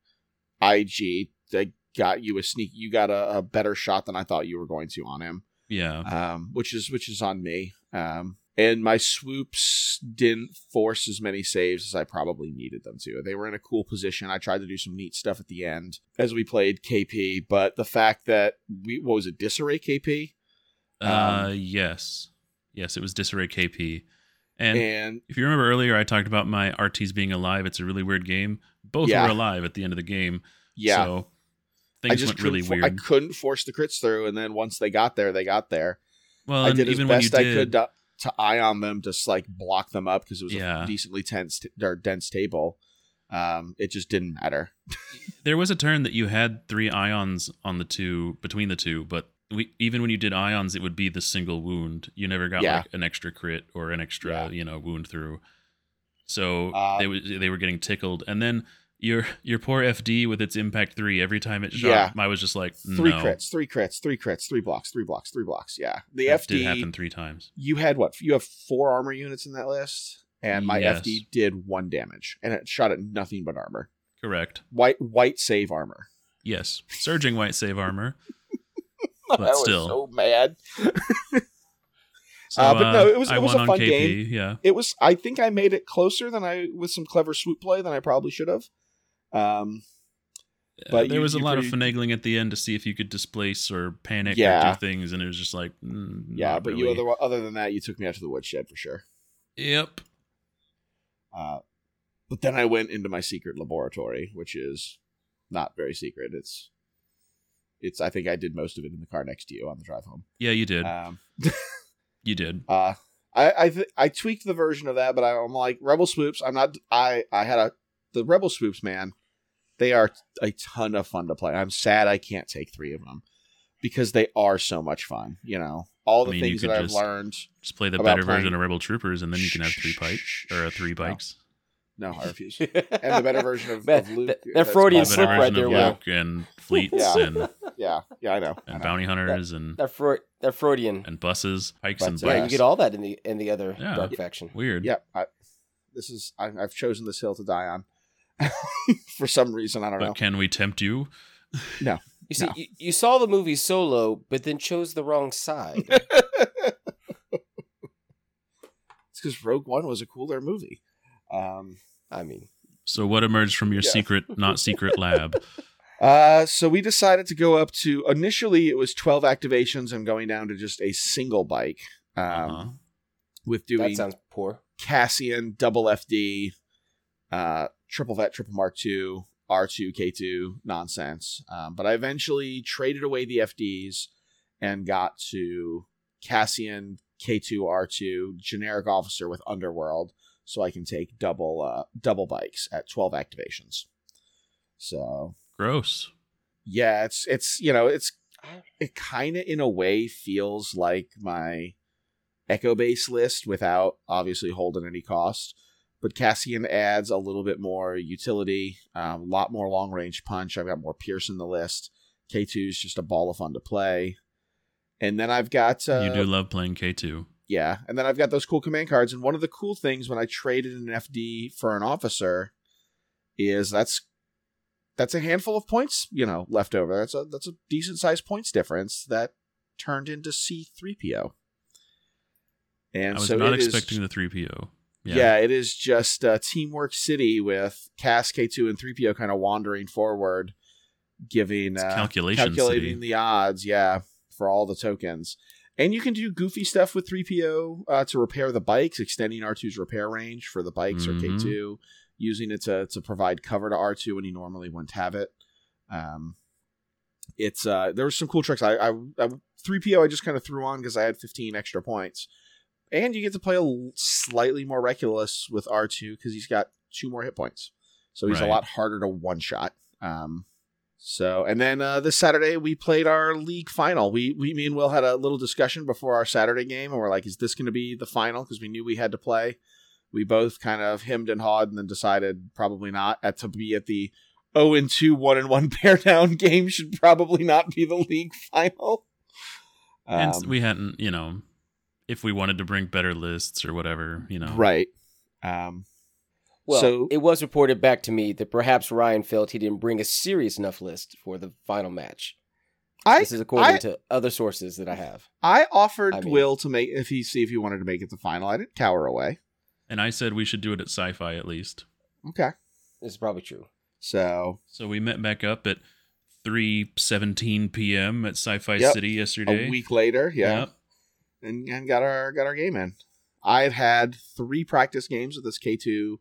[SPEAKER 3] IG. I got you a sneak. You got a, a better shot than I thought you were going to on him.
[SPEAKER 4] yeah.
[SPEAKER 3] um, which is which is on me. Um, and my swoops didn't force as many saves as I probably needed them to. They were in a cool position. I tried to do some neat stuff at the end as we played KP, but the fact that we what was it disarray KP
[SPEAKER 4] Uh,
[SPEAKER 3] um,
[SPEAKER 4] yes. Yes, it was Disarray KP. And,
[SPEAKER 3] and
[SPEAKER 4] if you remember earlier, I talked about my RTs being alive. It's a really weird game. Both
[SPEAKER 3] Yeah.
[SPEAKER 4] were alive at the end of the game.
[SPEAKER 3] yeah,
[SPEAKER 4] So
[SPEAKER 3] I
[SPEAKER 4] things
[SPEAKER 3] just
[SPEAKER 4] went really
[SPEAKER 3] couldn't for-
[SPEAKER 4] weird.
[SPEAKER 3] I couldn't force the crits through, and then once they got there, they got there.
[SPEAKER 4] well,
[SPEAKER 3] I
[SPEAKER 4] and
[SPEAKER 3] did as
[SPEAKER 4] even when you
[SPEAKER 3] best I
[SPEAKER 4] did,
[SPEAKER 3] could to, to eye on them, just like block them up because it was
[SPEAKER 4] Yeah.
[SPEAKER 3] a decently tense t- or dense table. Um, it just didn't matter.
[SPEAKER 4] there was a turn that you had three ions on the two between the two, but we, even when you did ions, it would be the single wound. You never got
[SPEAKER 3] Yeah.
[SPEAKER 4] like an extra crit or an extra
[SPEAKER 3] Yeah.
[SPEAKER 4] you know wound through. So
[SPEAKER 3] Uh,
[SPEAKER 4] they w- they were getting tickled, and then your your poor FD with its impact three every time it shot,
[SPEAKER 3] Yeah.
[SPEAKER 4] I was just like
[SPEAKER 3] Three
[SPEAKER 4] no,
[SPEAKER 3] crits, three crits, three crits, three blocks, three blocks, three blocks. Yeah. The
[SPEAKER 4] that did happen
[SPEAKER 3] FD,
[SPEAKER 4] three times.
[SPEAKER 3] you had what? You have four armor units in that list, and my
[SPEAKER 4] Yes.
[SPEAKER 3] FD did one damage, and it shot at nothing but armor.
[SPEAKER 4] Correct.
[SPEAKER 3] White, white save armor.
[SPEAKER 4] Yes, surging white save armor.
[SPEAKER 3] I
[SPEAKER 4] But
[SPEAKER 3] was
[SPEAKER 4] still.
[SPEAKER 3] so mad.
[SPEAKER 4] So,
[SPEAKER 3] Uh, but no, it was-
[SPEAKER 4] I
[SPEAKER 3] it was
[SPEAKER 4] won
[SPEAKER 3] a
[SPEAKER 4] on
[SPEAKER 3] fun
[SPEAKER 4] KP.
[SPEAKER 3] game.
[SPEAKER 4] Yeah,
[SPEAKER 3] It was. I think I made it closer than I with some clever swoop play than I probably should have. Um,
[SPEAKER 4] but
[SPEAKER 3] But
[SPEAKER 4] there
[SPEAKER 3] you-
[SPEAKER 4] was a
[SPEAKER 3] you
[SPEAKER 4] lot
[SPEAKER 3] pretty-
[SPEAKER 4] of finagling at the end to see if you could displace or panic or
[SPEAKER 3] Yeah.
[SPEAKER 4] do things, and it was just like, mm,
[SPEAKER 3] yeah,
[SPEAKER 4] not
[SPEAKER 3] but
[SPEAKER 4] really.
[SPEAKER 3] you other other than that, you took me out to the woodshed for sure.
[SPEAKER 4] Yep.
[SPEAKER 3] Uh, but then I went into my secret laboratory, which is not very secret. It's it's I think I did most of it in the car next to you on the drive home.
[SPEAKER 4] Yeah, you did.
[SPEAKER 3] Um,
[SPEAKER 4] you did.
[SPEAKER 3] uh, I I, th- I tweaked the version of that, but I, I'm like Rebel Swoops. I'm not. I I had a the Rebel Swoops man. They are a ton of fun to play. I'm sad I can't take three of them because they are so much fun. You know all
[SPEAKER 4] I
[SPEAKER 3] the
[SPEAKER 4] mean, you
[SPEAKER 3] things that
[SPEAKER 4] could
[SPEAKER 3] I've
[SPEAKER 4] just-
[SPEAKER 3] learned.
[SPEAKER 4] Just play the
[SPEAKER 3] about
[SPEAKER 4] better version
[SPEAKER 3] playing-
[SPEAKER 4] of Rebel Troopers, and then you can have three pikes or uh, three
[SPEAKER 3] No.
[SPEAKER 4] bikes.
[SPEAKER 3] No, I refuse.
[SPEAKER 5] and
[SPEAKER 3] and the better version of,
[SPEAKER 5] Man,
[SPEAKER 3] of Luke.
[SPEAKER 5] th- they're
[SPEAKER 3] that's
[SPEAKER 5] Freudian
[SPEAKER 4] The
[SPEAKER 3] possible.
[SPEAKER 4] better
[SPEAKER 5] slip
[SPEAKER 4] version
[SPEAKER 5] right there,
[SPEAKER 4] of
[SPEAKER 5] Will.
[SPEAKER 4] Luke and fleets
[SPEAKER 3] Yeah.
[SPEAKER 4] and,
[SPEAKER 3] Yeah, yeah, I know. I
[SPEAKER 4] and
[SPEAKER 3] know.
[SPEAKER 4] bounty hunters and
[SPEAKER 5] That Freud, that Freudian.
[SPEAKER 4] and buses, pikes
[SPEAKER 3] But,
[SPEAKER 4] and
[SPEAKER 3] uh,
[SPEAKER 5] Yeah,
[SPEAKER 4] bikes.
[SPEAKER 5] you get all that in the in the other
[SPEAKER 4] Yeah.
[SPEAKER 5] dark faction.
[SPEAKER 4] Weird.
[SPEAKER 3] Yeah, I, this is I, I've chosen this hill to die on for some reason. I don't
[SPEAKER 4] But
[SPEAKER 3] know.
[SPEAKER 4] can we tempt you?
[SPEAKER 5] You see,
[SPEAKER 3] No.
[SPEAKER 5] you, you saw the movie Solo, but then chose the wrong side.
[SPEAKER 3] It's because Rogue One was a cooler movie. Um,
[SPEAKER 5] I mean,
[SPEAKER 4] So what emerged from your
[SPEAKER 3] Yeah.
[SPEAKER 4] secret, not secret lab?
[SPEAKER 3] uh, so we decided to go up to initially it was twelve activations and going down to just a single bike um,
[SPEAKER 4] Uh-huh.
[SPEAKER 3] with
[SPEAKER 5] that
[SPEAKER 3] doing
[SPEAKER 5] sounds poor.
[SPEAKER 3] Cassian, double FD, uh, triple vet, triple mark two, R2, K2, nonsense. Um, but I eventually traded away the FDs and got to Cassian, K2, R2, generic officer with Underworld, so I can take double uh, double bikes at 12 activations. So
[SPEAKER 4] Gross.
[SPEAKER 3] yeah, it's it's you know it's it kind of in a way feels like my Echo Base list without obviously holding any cost. But Cassian adds a little bit more utility, um, a lot more long range punch. I've got more Pierce in the list. K2 is just a ball of fun to play. And then I've got uh,
[SPEAKER 4] you do love playing K2.
[SPEAKER 3] yeah, and then I've got those cool command cards. And one of the cool things when I traded an FD for an officer is that's that's a handful of points, you know, left over. That's a that's a decent sized points difference that turned into C three PO.
[SPEAKER 4] I
[SPEAKER 3] And
[SPEAKER 4] was
[SPEAKER 3] so
[SPEAKER 4] not
[SPEAKER 3] it is-
[SPEAKER 4] expecting the 3PO.
[SPEAKER 3] yeah. it is just uh, teamwork city with Cass K two and three PO kind of wandering forward, giving
[SPEAKER 4] It's
[SPEAKER 3] uh,
[SPEAKER 4] calculation
[SPEAKER 3] calculating
[SPEAKER 4] city.
[SPEAKER 3] the odds, yeah, for all the tokens. And you can do goofy stuff with 3PO uh, to repair the bikes, extending R2's repair range for the bikes
[SPEAKER 4] Mhm.
[SPEAKER 3] or K2, using it to, to provide cover to R2 when he normally wouldn't have it. Um, it's uh, there were some cool tricks. I, I, I 3PO I just kind of threw on because I had 15 extra points, and you get to play a l- slightly more reckless with R2 because he's got two more hit points, so he's a
[SPEAKER 4] Right.
[SPEAKER 3] lot harder to one shot. Um, so, and then uh, this Saturday we played our league final. We we me and Will had a little discussion before our Saturday game, and we're like, "Is this going to be the final?" Because we knew we had to play. We both kind of hemmed and hawed, and then decided probably not. At to be at the zero and two, one and one pair down game should probably not be the league final.
[SPEAKER 4] and
[SPEAKER 3] Um,
[SPEAKER 4] we hadn't, you know, if we wanted to bring better lists or whatever, you know.
[SPEAKER 3] right. Um,
[SPEAKER 5] Well,
[SPEAKER 3] So-
[SPEAKER 5] it was reported back to me that perhaps Ryan felt he didn't bring a serious enough list for the final match.
[SPEAKER 3] I
[SPEAKER 5] this is according
[SPEAKER 3] I-
[SPEAKER 5] to other sources that I have.
[SPEAKER 3] I offered
[SPEAKER 5] I mean-
[SPEAKER 3] Will to make if he see if he wanted to make it the final. I didn't cower away.
[SPEAKER 4] And I said we should do it at sci fi at least.
[SPEAKER 3] Okay,
[SPEAKER 5] This is probably true.
[SPEAKER 3] so
[SPEAKER 4] So we met back up at 3.17 p.m. at Sci Fi
[SPEAKER 3] Yep.
[SPEAKER 4] City yesterday.
[SPEAKER 3] a week later, yeah.
[SPEAKER 4] Yep.
[SPEAKER 3] and, and got our got our game in. I had had three practice games with this K two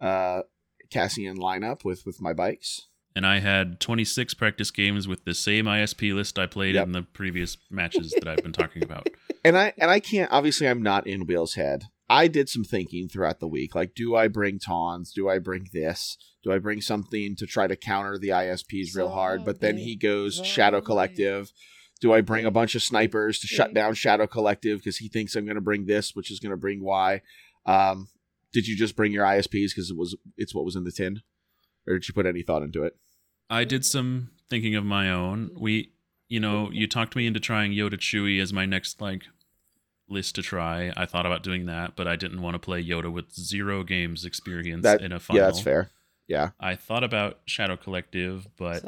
[SPEAKER 3] uh, Cassian lineup with with my bikes.
[SPEAKER 4] And I had 26 practice games with the same ISP list I played
[SPEAKER 3] Yep.
[SPEAKER 4] in the previous matches that I've been talking about.
[SPEAKER 3] And I and I can't obviously I'm not in Will's head. I did some thinking throughout the week, like do I bring tawns? Do I bring this? Do I bring something to try to counter the ISPs real hard? But then he goes Shadow Collective. Do I bring a bunch of snipers to shut down Shadow Collective because he thinks I'm going to bring this, which is going to bring Y? Um, did you just bring your ISPs because it was it's what was in the tin, or did you put any thought into it?
[SPEAKER 4] I did some thinking of my own. We, you know, you talked me into trying Yoda Chewy as my next like list to try. I thought about doing that, but I didn't want to play Yoda with zero games experience
[SPEAKER 3] That-
[SPEAKER 4] in a final.
[SPEAKER 3] Yeah, that's fair. Yeah,
[SPEAKER 4] I thought about Shadow Collective, but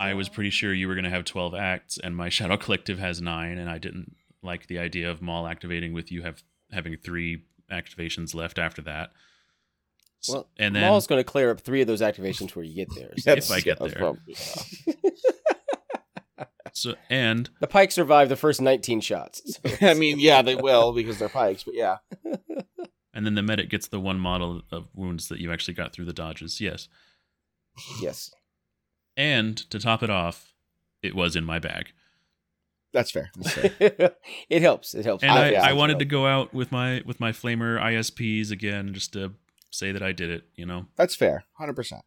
[SPEAKER 4] I was pretty sure you were going to have 12 acts and my Shadow Collective has 9 and I didn't like the idea of Maul activating with you have having 3 activations left after that. S-
[SPEAKER 5] Well,
[SPEAKER 4] and then
[SPEAKER 5] Maul's going to clear up three of those activations where you get there. So
[SPEAKER 3] That's-
[SPEAKER 4] if I get
[SPEAKER 3] yeah,
[SPEAKER 4] there.
[SPEAKER 3] probably-
[SPEAKER 4] so and
[SPEAKER 5] The Pike survived the first 19 shots. So
[SPEAKER 3] I mean, yeah, they will because they're pikes, but yeah.
[SPEAKER 4] And then the medic gets the one model of wounds that you actually got through the dodges. Yes.
[SPEAKER 5] yes.
[SPEAKER 4] And to top it off, it was in my bag.
[SPEAKER 3] That's fair. That's fair.
[SPEAKER 5] it helps. It helps.
[SPEAKER 4] And
[SPEAKER 3] I-
[SPEAKER 4] I,
[SPEAKER 3] yeah,
[SPEAKER 4] I
[SPEAKER 3] that's
[SPEAKER 4] wanted to go out with my with my flamer ISPs again just to say that I did it, you know.
[SPEAKER 3] That's fair. Hundred percent.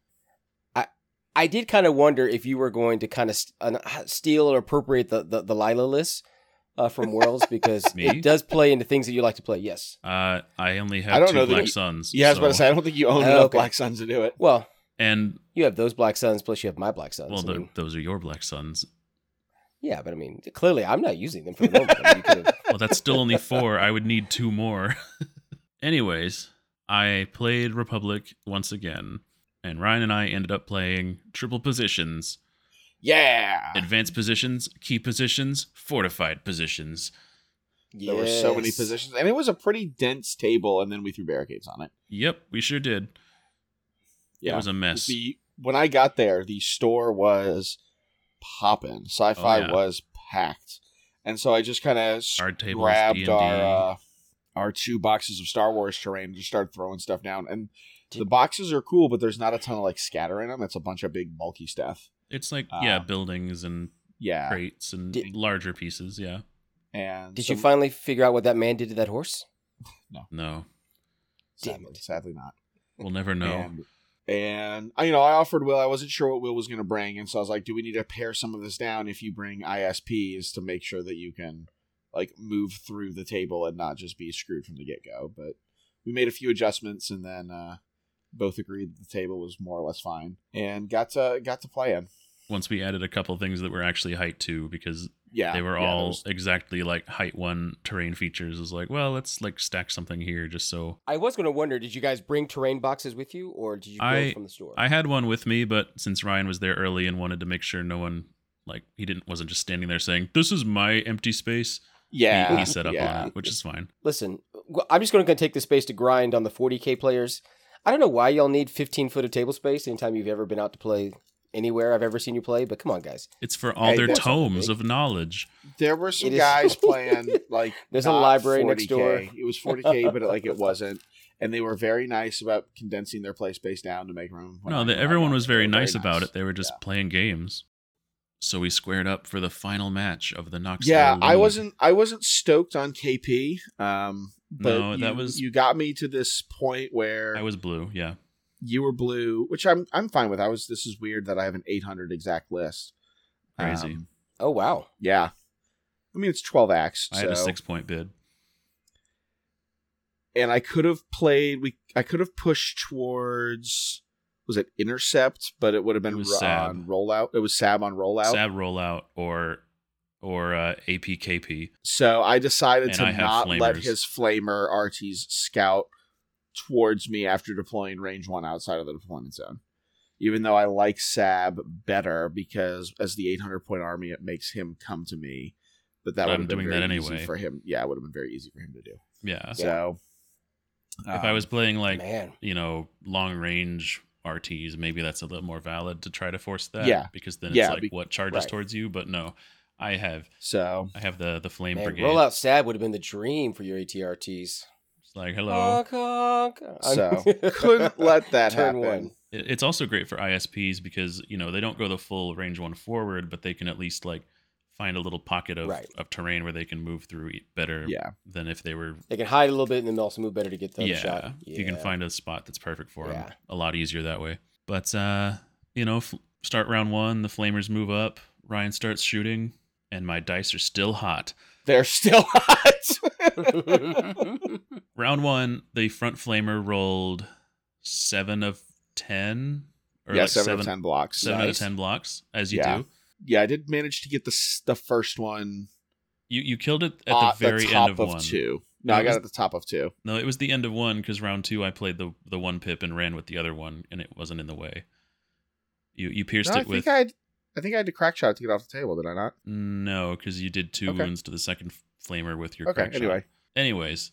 [SPEAKER 5] I did kind of wonder if you were going to kind of st- uh, steal or appropriate the the, the Lila list uh, from Worlds because
[SPEAKER 4] Me?
[SPEAKER 5] it does play into things that you like to play. Yes.
[SPEAKER 4] Uh I only have
[SPEAKER 3] I don't
[SPEAKER 4] two
[SPEAKER 3] know that
[SPEAKER 4] black
[SPEAKER 3] you-
[SPEAKER 4] suns.
[SPEAKER 3] Yeah, I was about to
[SPEAKER 4] so-
[SPEAKER 3] say. I don't think you own
[SPEAKER 5] Oh,
[SPEAKER 3] enough
[SPEAKER 5] okay.
[SPEAKER 3] Black Suns to do it.
[SPEAKER 5] Well,
[SPEAKER 4] And
[SPEAKER 5] you have those Black Suns, plus you have my Black Suns.
[SPEAKER 4] well
[SPEAKER 5] I
[SPEAKER 4] tho-
[SPEAKER 5] mean,
[SPEAKER 4] those are your black suns.
[SPEAKER 5] yeah, but I mean, clearly I'm not using them for the moment. I mean, you could've-
[SPEAKER 4] Well, that's still only 4. I would need two more. Anyways, I played Republic once again, and Ryan and I ended up playing triple positions.
[SPEAKER 3] Yeah.
[SPEAKER 4] advanced positions, key positions, fortified positions.
[SPEAKER 3] There were so many
[SPEAKER 5] Yes.
[SPEAKER 3] positions, and it was a pretty dense table. And then we threw barricades on it.
[SPEAKER 4] Yep, we sure did.
[SPEAKER 3] Yeah,
[SPEAKER 4] It was a mess.
[SPEAKER 3] the when I got there, the store was popping. Sci-fi
[SPEAKER 4] Oh, yeah.
[SPEAKER 3] was packed, and so I just kind of
[SPEAKER 4] Card tables,
[SPEAKER 3] grabbed
[SPEAKER 4] D&D.
[SPEAKER 3] our uh, our two boxes of Star Wars terrain and just started throwing stuff down. And the
[SPEAKER 5] Did-
[SPEAKER 3] boxes are cool, but there's not a ton of like scatter in them. It's a bunch of big bulky stuff.
[SPEAKER 4] it's like
[SPEAKER 3] uh,
[SPEAKER 4] yeah, buildings and
[SPEAKER 3] Yeah,
[SPEAKER 4] crates and
[SPEAKER 5] Did-
[SPEAKER 4] larger pieces. Yeah,
[SPEAKER 3] and
[SPEAKER 5] Did
[SPEAKER 3] some-
[SPEAKER 5] you finally figure out what that man did to that horse?
[SPEAKER 4] no,
[SPEAKER 5] Damn
[SPEAKER 3] sadly,
[SPEAKER 5] it.
[SPEAKER 3] sadly not.
[SPEAKER 4] we'll never know.
[SPEAKER 3] And, and I- you know, I offered Will. I wasn't sure what Will was going to bring, and so I was like, "Do we need to pare some of this down if you bring ISPs to make sure that you can like move through the table and not just be screwed from the get go?" But we made a few adjustments, and then uh, both agreed that the table was more or less fine, and got to got to play in.
[SPEAKER 4] once we added a couple things that were actually height two because
[SPEAKER 3] Yeah,
[SPEAKER 4] they were
[SPEAKER 3] yeah,
[SPEAKER 4] all
[SPEAKER 3] there's-
[SPEAKER 4] exactly like height one terrain features. It was like, well, let's like stack something here just so
[SPEAKER 5] I was going to wonder, did you guys bring terrain boxes with you, or did you go
[SPEAKER 4] I-
[SPEAKER 5] from the store?
[SPEAKER 4] I had one with me, but since Ryan was there early and wanted to make sure no one like he didn't wasn't just standing there saying, This is my empty space. he-
[SPEAKER 3] yeah,
[SPEAKER 4] He, set up
[SPEAKER 3] yeah.
[SPEAKER 4] on it, which is fine.
[SPEAKER 5] Listen, w- I'm just going to take the space to grind on the 40k players. I don't know why y'all need 15 foot of table space anytime you've ever been out to play anywhere I've ever seen you play. But come on, guys,
[SPEAKER 4] It's for all
[SPEAKER 3] Hey,
[SPEAKER 4] their
[SPEAKER 3] that's
[SPEAKER 4] tomes
[SPEAKER 5] big.
[SPEAKER 4] of knowledge.
[SPEAKER 3] There were some
[SPEAKER 5] It is-
[SPEAKER 3] guys playing like
[SPEAKER 5] There's a
[SPEAKER 3] not
[SPEAKER 5] library next
[SPEAKER 3] 40K.
[SPEAKER 5] door.
[SPEAKER 3] It was 40k, but like it wasn't. And they were very nice about condensing their play space down to make room.
[SPEAKER 4] no,
[SPEAKER 3] that
[SPEAKER 4] the, everyone was very nice about it. They were just playing games. So we squared up for the final match of the Knoxville.
[SPEAKER 3] yeah, I
[SPEAKER 4] League.
[SPEAKER 3] wasn't. I wasn't stoked on KP. Um, but
[SPEAKER 4] No,
[SPEAKER 3] you,
[SPEAKER 4] that was-
[SPEAKER 3] you got me to this point where
[SPEAKER 4] I was blue. Yeah,
[SPEAKER 3] you were blue, which I'm I'm fine with. I was. This is weird that I have an 800 exact list.
[SPEAKER 4] Crazy.
[SPEAKER 3] Um,
[SPEAKER 5] oh wow,
[SPEAKER 3] yeah, I mean it's 12 acts.
[SPEAKER 4] I had a
[SPEAKER 3] so-
[SPEAKER 4] six point bid.
[SPEAKER 3] and I could have played. We I could have pushed towards was it intercept, but it would have
[SPEAKER 4] It
[SPEAKER 3] been
[SPEAKER 4] was
[SPEAKER 3] ro-
[SPEAKER 4] Sab.
[SPEAKER 3] on rollout. It was Sab on rollout.
[SPEAKER 4] Sab rollout or or uh, APKP.
[SPEAKER 3] So I decided
[SPEAKER 4] And
[SPEAKER 3] to
[SPEAKER 4] I have
[SPEAKER 3] not let
[SPEAKER 4] flamers.
[SPEAKER 3] his flamer Artie's scout towards me after deploying range one outside of the deployment zone. Even though I like Sab better because as the 800 point army, it makes him come to me. But that
[SPEAKER 4] But
[SPEAKER 3] would
[SPEAKER 4] I'm
[SPEAKER 3] have been
[SPEAKER 4] doing
[SPEAKER 3] very
[SPEAKER 4] that
[SPEAKER 3] easy
[SPEAKER 4] anyway.
[SPEAKER 3] for him. Yeah, it would have been very easy for him to do.
[SPEAKER 4] Yeah.
[SPEAKER 3] So
[SPEAKER 4] if I
[SPEAKER 3] um,
[SPEAKER 4] was playing like
[SPEAKER 5] man,
[SPEAKER 4] you know long range RTs, maybe that's a little more valid to try to force that.
[SPEAKER 3] Yeah.
[SPEAKER 4] Because then
[SPEAKER 3] Yeah,
[SPEAKER 4] it's like
[SPEAKER 3] be-
[SPEAKER 4] what charges
[SPEAKER 5] right.
[SPEAKER 4] towards you. But no, I have
[SPEAKER 3] so
[SPEAKER 4] I have the the flame
[SPEAKER 5] man,
[SPEAKER 4] brigade.
[SPEAKER 5] rollout stab would have been the dream for your ATRTs.
[SPEAKER 4] It's like hello.
[SPEAKER 5] Honk, honk.
[SPEAKER 3] So couldn't let that
[SPEAKER 5] Turn
[SPEAKER 3] happen.
[SPEAKER 5] one.
[SPEAKER 4] It- It's also great for ISPs because you know they don't go the full range one forward, but they can at least like find a little pocket of,
[SPEAKER 5] Right.
[SPEAKER 4] of terrain where they can move through e- better
[SPEAKER 3] Yeah,
[SPEAKER 4] than if they were
[SPEAKER 5] They can hide a little bit and then also move better to get the other
[SPEAKER 4] yeah,
[SPEAKER 5] shot.
[SPEAKER 4] You can
[SPEAKER 5] Yeah.
[SPEAKER 4] find a spot that's perfect for them.
[SPEAKER 5] Yeah.
[SPEAKER 4] A lot easier that way. But uh, you know, f- start round one, the flamers move up. Ryan starts shooting, and my dice are still hot.
[SPEAKER 3] they're still hot.
[SPEAKER 4] Round one, the front flamer rolled seven of ten, or
[SPEAKER 3] yeah,
[SPEAKER 4] like
[SPEAKER 3] seven, out of ten blocks.
[SPEAKER 4] seven out of
[SPEAKER 3] Nice.
[SPEAKER 4] ten blocks, as you
[SPEAKER 3] Yeah.
[SPEAKER 4] do.
[SPEAKER 3] Yeah, I did manage to get the s- the first one
[SPEAKER 4] You you killed it at
[SPEAKER 3] at
[SPEAKER 4] the very
[SPEAKER 3] top
[SPEAKER 4] end of,
[SPEAKER 3] of,
[SPEAKER 4] one.
[SPEAKER 3] two. No,
[SPEAKER 4] It
[SPEAKER 3] I got
[SPEAKER 4] was-
[SPEAKER 3] it at the top of two.
[SPEAKER 4] No, it was the end of one because round two I played the the one pip and ran with the other one, and it wasn't in the way. You you pierced
[SPEAKER 3] No, I
[SPEAKER 4] it
[SPEAKER 3] think
[SPEAKER 4] with
[SPEAKER 3] I had, I think I had to crack shot to get off the table. Did I not?
[SPEAKER 4] No, because you did two
[SPEAKER 3] Okay.
[SPEAKER 4] wounds to the second f- flamer with your
[SPEAKER 3] okay.
[SPEAKER 4] crack shot.
[SPEAKER 3] Anyway,
[SPEAKER 4] Anyways,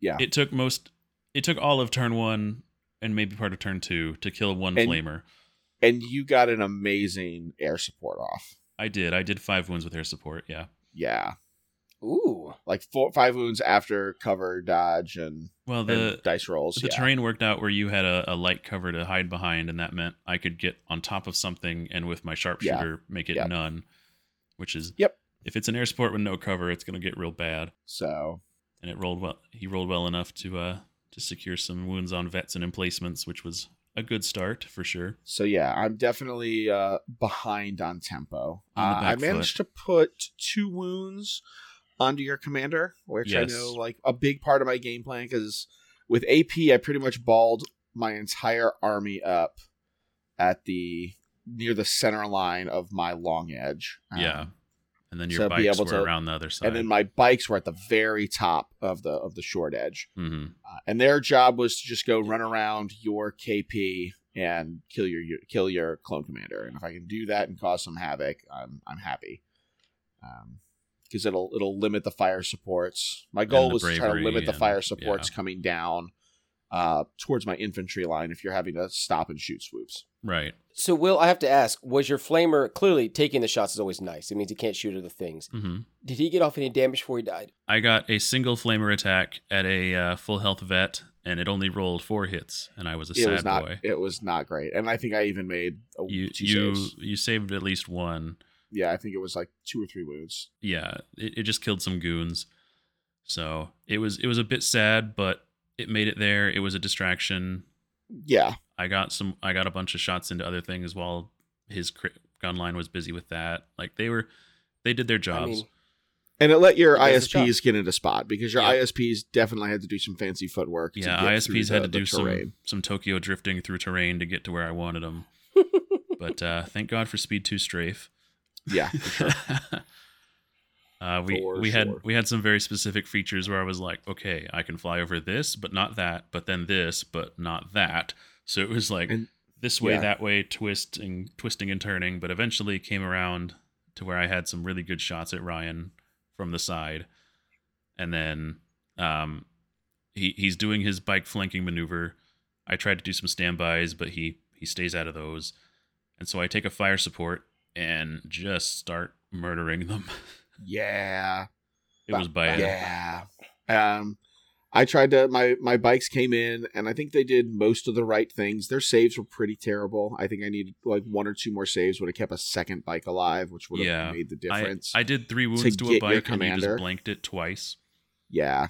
[SPEAKER 3] Yeah.
[SPEAKER 4] it took most, it took all of turn one and maybe part of turn two to kill one
[SPEAKER 3] And-
[SPEAKER 4] flamer.
[SPEAKER 3] and you got an amazing air support off.
[SPEAKER 4] I did. I did five wounds with air support. Yeah.
[SPEAKER 3] Yeah,
[SPEAKER 5] Ooh,
[SPEAKER 3] like four five wounds after cover dodge and,
[SPEAKER 4] Well,
[SPEAKER 3] and
[SPEAKER 4] the
[SPEAKER 3] dice rolls.
[SPEAKER 4] the
[SPEAKER 3] yeah.
[SPEAKER 4] terrain worked out where you had a, a light cover to hide behind, and that meant I could get on top of something and with my sharpshooter make it
[SPEAKER 3] Yep.
[SPEAKER 4] none, which is
[SPEAKER 3] Yep.
[SPEAKER 4] If it's an air support with no cover, it's gonna get real bad.
[SPEAKER 3] so
[SPEAKER 4] and it rolled well. He rolled well enough to uh to secure some wounds on vets and emplacements, which was a good start for sure.
[SPEAKER 3] So yeah, I'm definitely uh, behind on tempo.
[SPEAKER 4] On the
[SPEAKER 3] Uh, I
[SPEAKER 4] back
[SPEAKER 3] managed to put two wounds onto your commander, which
[SPEAKER 4] Yes.
[SPEAKER 3] I know like a big part of my game plan because with AP I pretty much balled my entire army up at the near the center line of my long edge. Um,
[SPEAKER 4] yeah, and then your
[SPEAKER 3] so be
[SPEAKER 4] bikes
[SPEAKER 3] able
[SPEAKER 4] were
[SPEAKER 3] to-
[SPEAKER 4] around the other side.
[SPEAKER 3] And then my bikes were at the very top of the of the short edge.
[SPEAKER 4] hmm
[SPEAKER 3] Uh, and their job was to just go run around your KP and kill your, your kill your clone commander. And if I can do that and cause some havoc, I'm I'm happy. Um, because it'll it'll limit the fire supports. My goal
[SPEAKER 4] the
[SPEAKER 3] was to try to
[SPEAKER 4] bravery
[SPEAKER 3] limit the
[SPEAKER 4] and-
[SPEAKER 3] fire supports coming down uh, towards my infantry line if you're having to stop and shoot swoops.
[SPEAKER 4] right.
[SPEAKER 5] So, Will, I have to ask: Was your flamer clearly taking the shots is always nice? It means he can't shoot other things.
[SPEAKER 4] hmm
[SPEAKER 5] Did he get off any damage before he died?
[SPEAKER 4] I got a single flamer attack at a uh, full health vet, and it only rolled four hits, and I was a
[SPEAKER 3] It
[SPEAKER 4] sad
[SPEAKER 3] was not
[SPEAKER 4] boy.
[SPEAKER 3] it was not great, and I think I even made a,
[SPEAKER 4] You
[SPEAKER 3] two
[SPEAKER 4] you
[SPEAKER 3] saves.
[SPEAKER 4] you saved at least one.
[SPEAKER 3] Yeah, I think it was like two or three wounds.
[SPEAKER 4] yeah, it, it just killed some goons. So it was it was a bit sad, but it made it there. It was a distraction.
[SPEAKER 3] Yeah,
[SPEAKER 4] I got some. I got a bunch of shots into other things while his cri- gun line was busy with that. Like they were, they did their jobs.
[SPEAKER 5] I mean,
[SPEAKER 3] And it let your
[SPEAKER 5] It does the
[SPEAKER 3] ISPs get into spot because your
[SPEAKER 4] Yeah.
[SPEAKER 3] ISPs definitely had to do some fancy footwork. to
[SPEAKER 4] yeah,
[SPEAKER 3] get through
[SPEAKER 4] ISPs had
[SPEAKER 3] the-
[SPEAKER 4] to do
[SPEAKER 3] the terrain.
[SPEAKER 4] some some Tokyo drifting through terrain to get to where I wanted them. But uh, thank God for Speed Two Strafe.
[SPEAKER 3] Yeah, for sure.
[SPEAKER 4] Uh, we
[SPEAKER 3] For
[SPEAKER 4] we
[SPEAKER 3] sure.
[SPEAKER 4] had we had some very specific features where I was like, okay, I can fly over this, but not that, but then this, but not that. So it was like
[SPEAKER 3] And-
[SPEAKER 4] this way,
[SPEAKER 3] yeah.
[SPEAKER 4] that way, twist and twisting and turning. But eventually came around to where I had some really good shots at Ryan from the side, and then um, he he's doing his bike flanking maneuver. I tried to do some standbys, but he he stays out of those, and so I take a fire support and just start murdering them.
[SPEAKER 3] yeah.
[SPEAKER 4] It was bad.
[SPEAKER 3] Yeah. Um, I tried to my my bikes came in, and I think they did most of the right things. Their saves were pretty terrible. I think I needed like one or two more saves would have kept a second bike alive, which would have
[SPEAKER 4] Yeah.
[SPEAKER 3] made the
[SPEAKER 4] I,
[SPEAKER 3] difference.
[SPEAKER 4] I did three
[SPEAKER 3] to
[SPEAKER 4] wounds to,
[SPEAKER 3] get
[SPEAKER 4] a
[SPEAKER 3] your
[SPEAKER 4] bike and you
[SPEAKER 3] commander.
[SPEAKER 4] just blanked it twice,
[SPEAKER 3] yeah.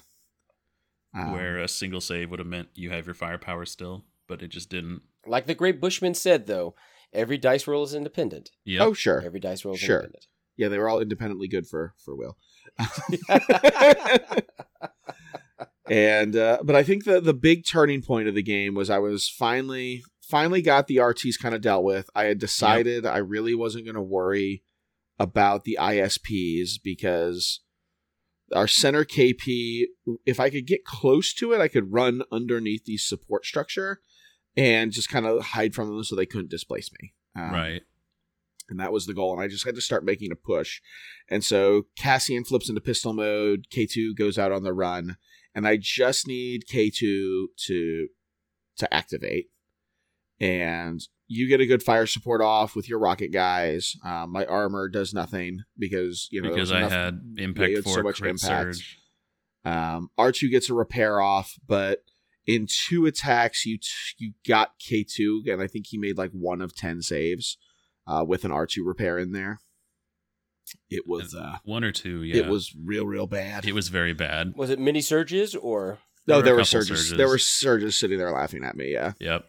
[SPEAKER 3] Um,
[SPEAKER 4] where a single save would have meant you have your firepower still, but it just didn't.
[SPEAKER 5] Like the great Bushman said, though, every dice roll is independent.
[SPEAKER 4] Yep.
[SPEAKER 3] Oh sure.
[SPEAKER 5] Every dice roll is
[SPEAKER 3] Sure.
[SPEAKER 5] independent.
[SPEAKER 3] Yeah, they were all independently good for for Will. and uh, but I think the the big turning point of the game was I was finally finally got the RTs kind of dealt with. I had decided I really wasn't going to worry about the ISPs because our center KP, if I could get close to it, I could run underneath the support structure and just kind of hide from them so they couldn't displace me. Um,
[SPEAKER 4] right.
[SPEAKER 3] and that was the goal. And I just had to start making a push. And so Cassian flips into pistol mode. K2 goes out on the run, and I just need K2 to to activate. And you get a good fire support off with your rocket guys. Um, my armor does nothing because you know there
[SPEAKER 4] because
[SPEAKER 3] was
[SPEAKER 4] I
[SPEAKER 3] enough-
[SPEAKER 4] had
[SPEAKER 3] they
[SPEAKER 4] impact
[SPEAKER 3] had so
[SPEAKER 4] four
[SPEAKER 3] much
[SPEAKER 4] crit
[SPEAKER 3] impact.
[SPEAKER 4] surge.
[SPEAKER 3] Um, R2 gets a repair off, but in two attacks, you t- you got K2, and I think he made like one of ten saves uh, with an R2 repair in there. It was uh,
[SPEAKER 4] One or two, yeah.
[SPEAKER 3] it was real real bad.
[SPEAKER 4] it was very bad.
[SPEAKER 5] Was it mini surges or
[SPEAKER 3] no,
[SPEAKER 4] there
[SPEAKER 3] there
[SPEAKER 4] were a
[SPEAKER 3] were
[SPEAKER 4] couple
[SPEAKER 3] surges.
[SPEAKER 4] surges.
[SPEAKER 3] There were surges sitting there laughing at me. Yeah,
[SPEAKER 4] Yep.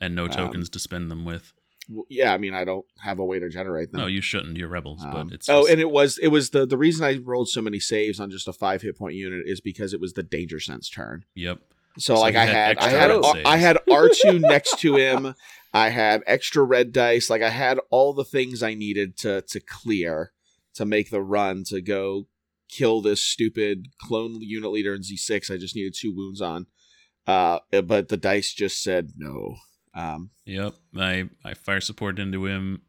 [SPEAKER 4] And no
[SPEAKER 3] Um,
[SPEAKER 4] tokens to spend them with.
[SPEAKER 3] W- yeah. I mean, I don't have a way to generate them.
[SPEAKER 4] No, you shouldn't. You're rebels,
[SPEAKER 3] Um,
[SPEAKER 4] but it's
[SPEAKER 3] oh,
[SPEAKER 4] just-
[SPEAKER 3] and it was it was the the reason I rolled so many saves on just a five hit point unit is because it was the danger sense turn.
[SPEAKER 4] yep.
[SPEAKER 3] So,
[SPEAKER 4] So
[SPEAKER 3] like
[SPEAKER 4] you
[SPEAKER 3] I
[SPEAKER 4] had
[SPEAKER 3] had, I
[SPEAKER 4] extra
[SPEAKER 3] had
[SPEAKER 5] red
[SPEAKER 3] R-
[SPEAKER 4] saves.
[SPEAKER 3] I had R two next to him. I had extra red dice. Like I had all the things I needed to to clear to make the run to go kill this stupid clone unit leader in Z six. I just needed two wounds on, uh, but the dice just said no. Um,
[SPEAKER 4] Yep. I, I fire support into him.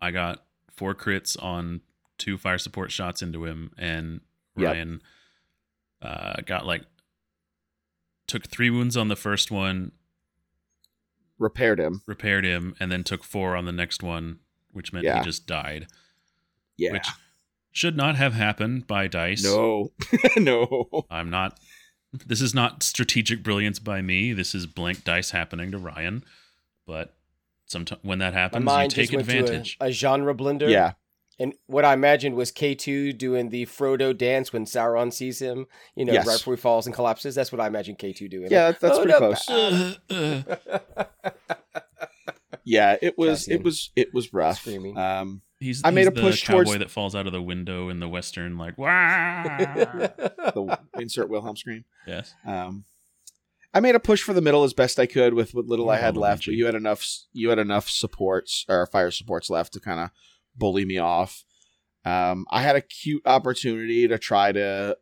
[SPEAKER 4] I got four crits on two fire support shots into him, and
[SPEAKER 3] Yep.
[SPEAKER 4] Ryan uh, got like took three wounds on the first one,
[SPEAKER 3] repaired him.
[SPEAKER 4] repaired him, and then took four on the next one, which meant
[SPEAKER 3] Yeah.
[SPEAKER 4] he just died.
[SPEAKER 3] Yeah.
[SPEAKER 4] Which should not have happened by dice.
[SPEAKER 3] no. no.
[SPEAKER 4] I'm not. This is not strategic brilliance by me. This is blank dice happening to Ryan. But sometimes when that
[SPEAKER 5] my
[SPEAKER 4] happens, you
[SPEAKER 5] mind
[SPEAKER 4] take
[SPEAKER 5] just went
[SPEAKER 4] advantage.
[SPEAKER 5] to a, a genre blender?
[SPEAKER 3] Yeah.
[SPEAKER 5] And what I imagined was K2 doing the Frodo dance when Sauron sees him, you know,
[SPEAKER 3] Yes.
[SPEAKER 5] right before he falls and collapses. That's what I imagined K2 doing.
[SPEAKER 3] Yeah. That's, that's
[SPEAKER 5] Oh,
[SPEAKER 3] pretty
[SPEAKER 5] no,
[SPEAKER 3] close. Yeah. It was.
[SPEAKER 5] Cassian.
[SPEAKER 3] It was. It was rough.
[SPEAKER 5] Screaming.
[SPEAKER 3] Um,
[SPEAKER 4] He's,
[SPEAKER 3] I made
[SPEAKER 4] he's
[SPEAKER 3] a push
[SPEAKER 4] the cowboy
[SPEAKER 3] towards-
[SPEAKER 4] that falls out of the window in the western, like wow.
[SPEAKER 3] the insert Wilhelm scream.
[SPEAKER 4] yes,
[SPEAKER 3] Um, I made a push for the middle as best I could with what little I
[SPEAKER 4] Yeah,
[SPEAKER 3] had left.
[SPEAKER 4] Luigi.
[SPEAKER 3] But you had enough you had enough supports or fire supports left to kind of bully me off. Um, I had a cute opportunity to try to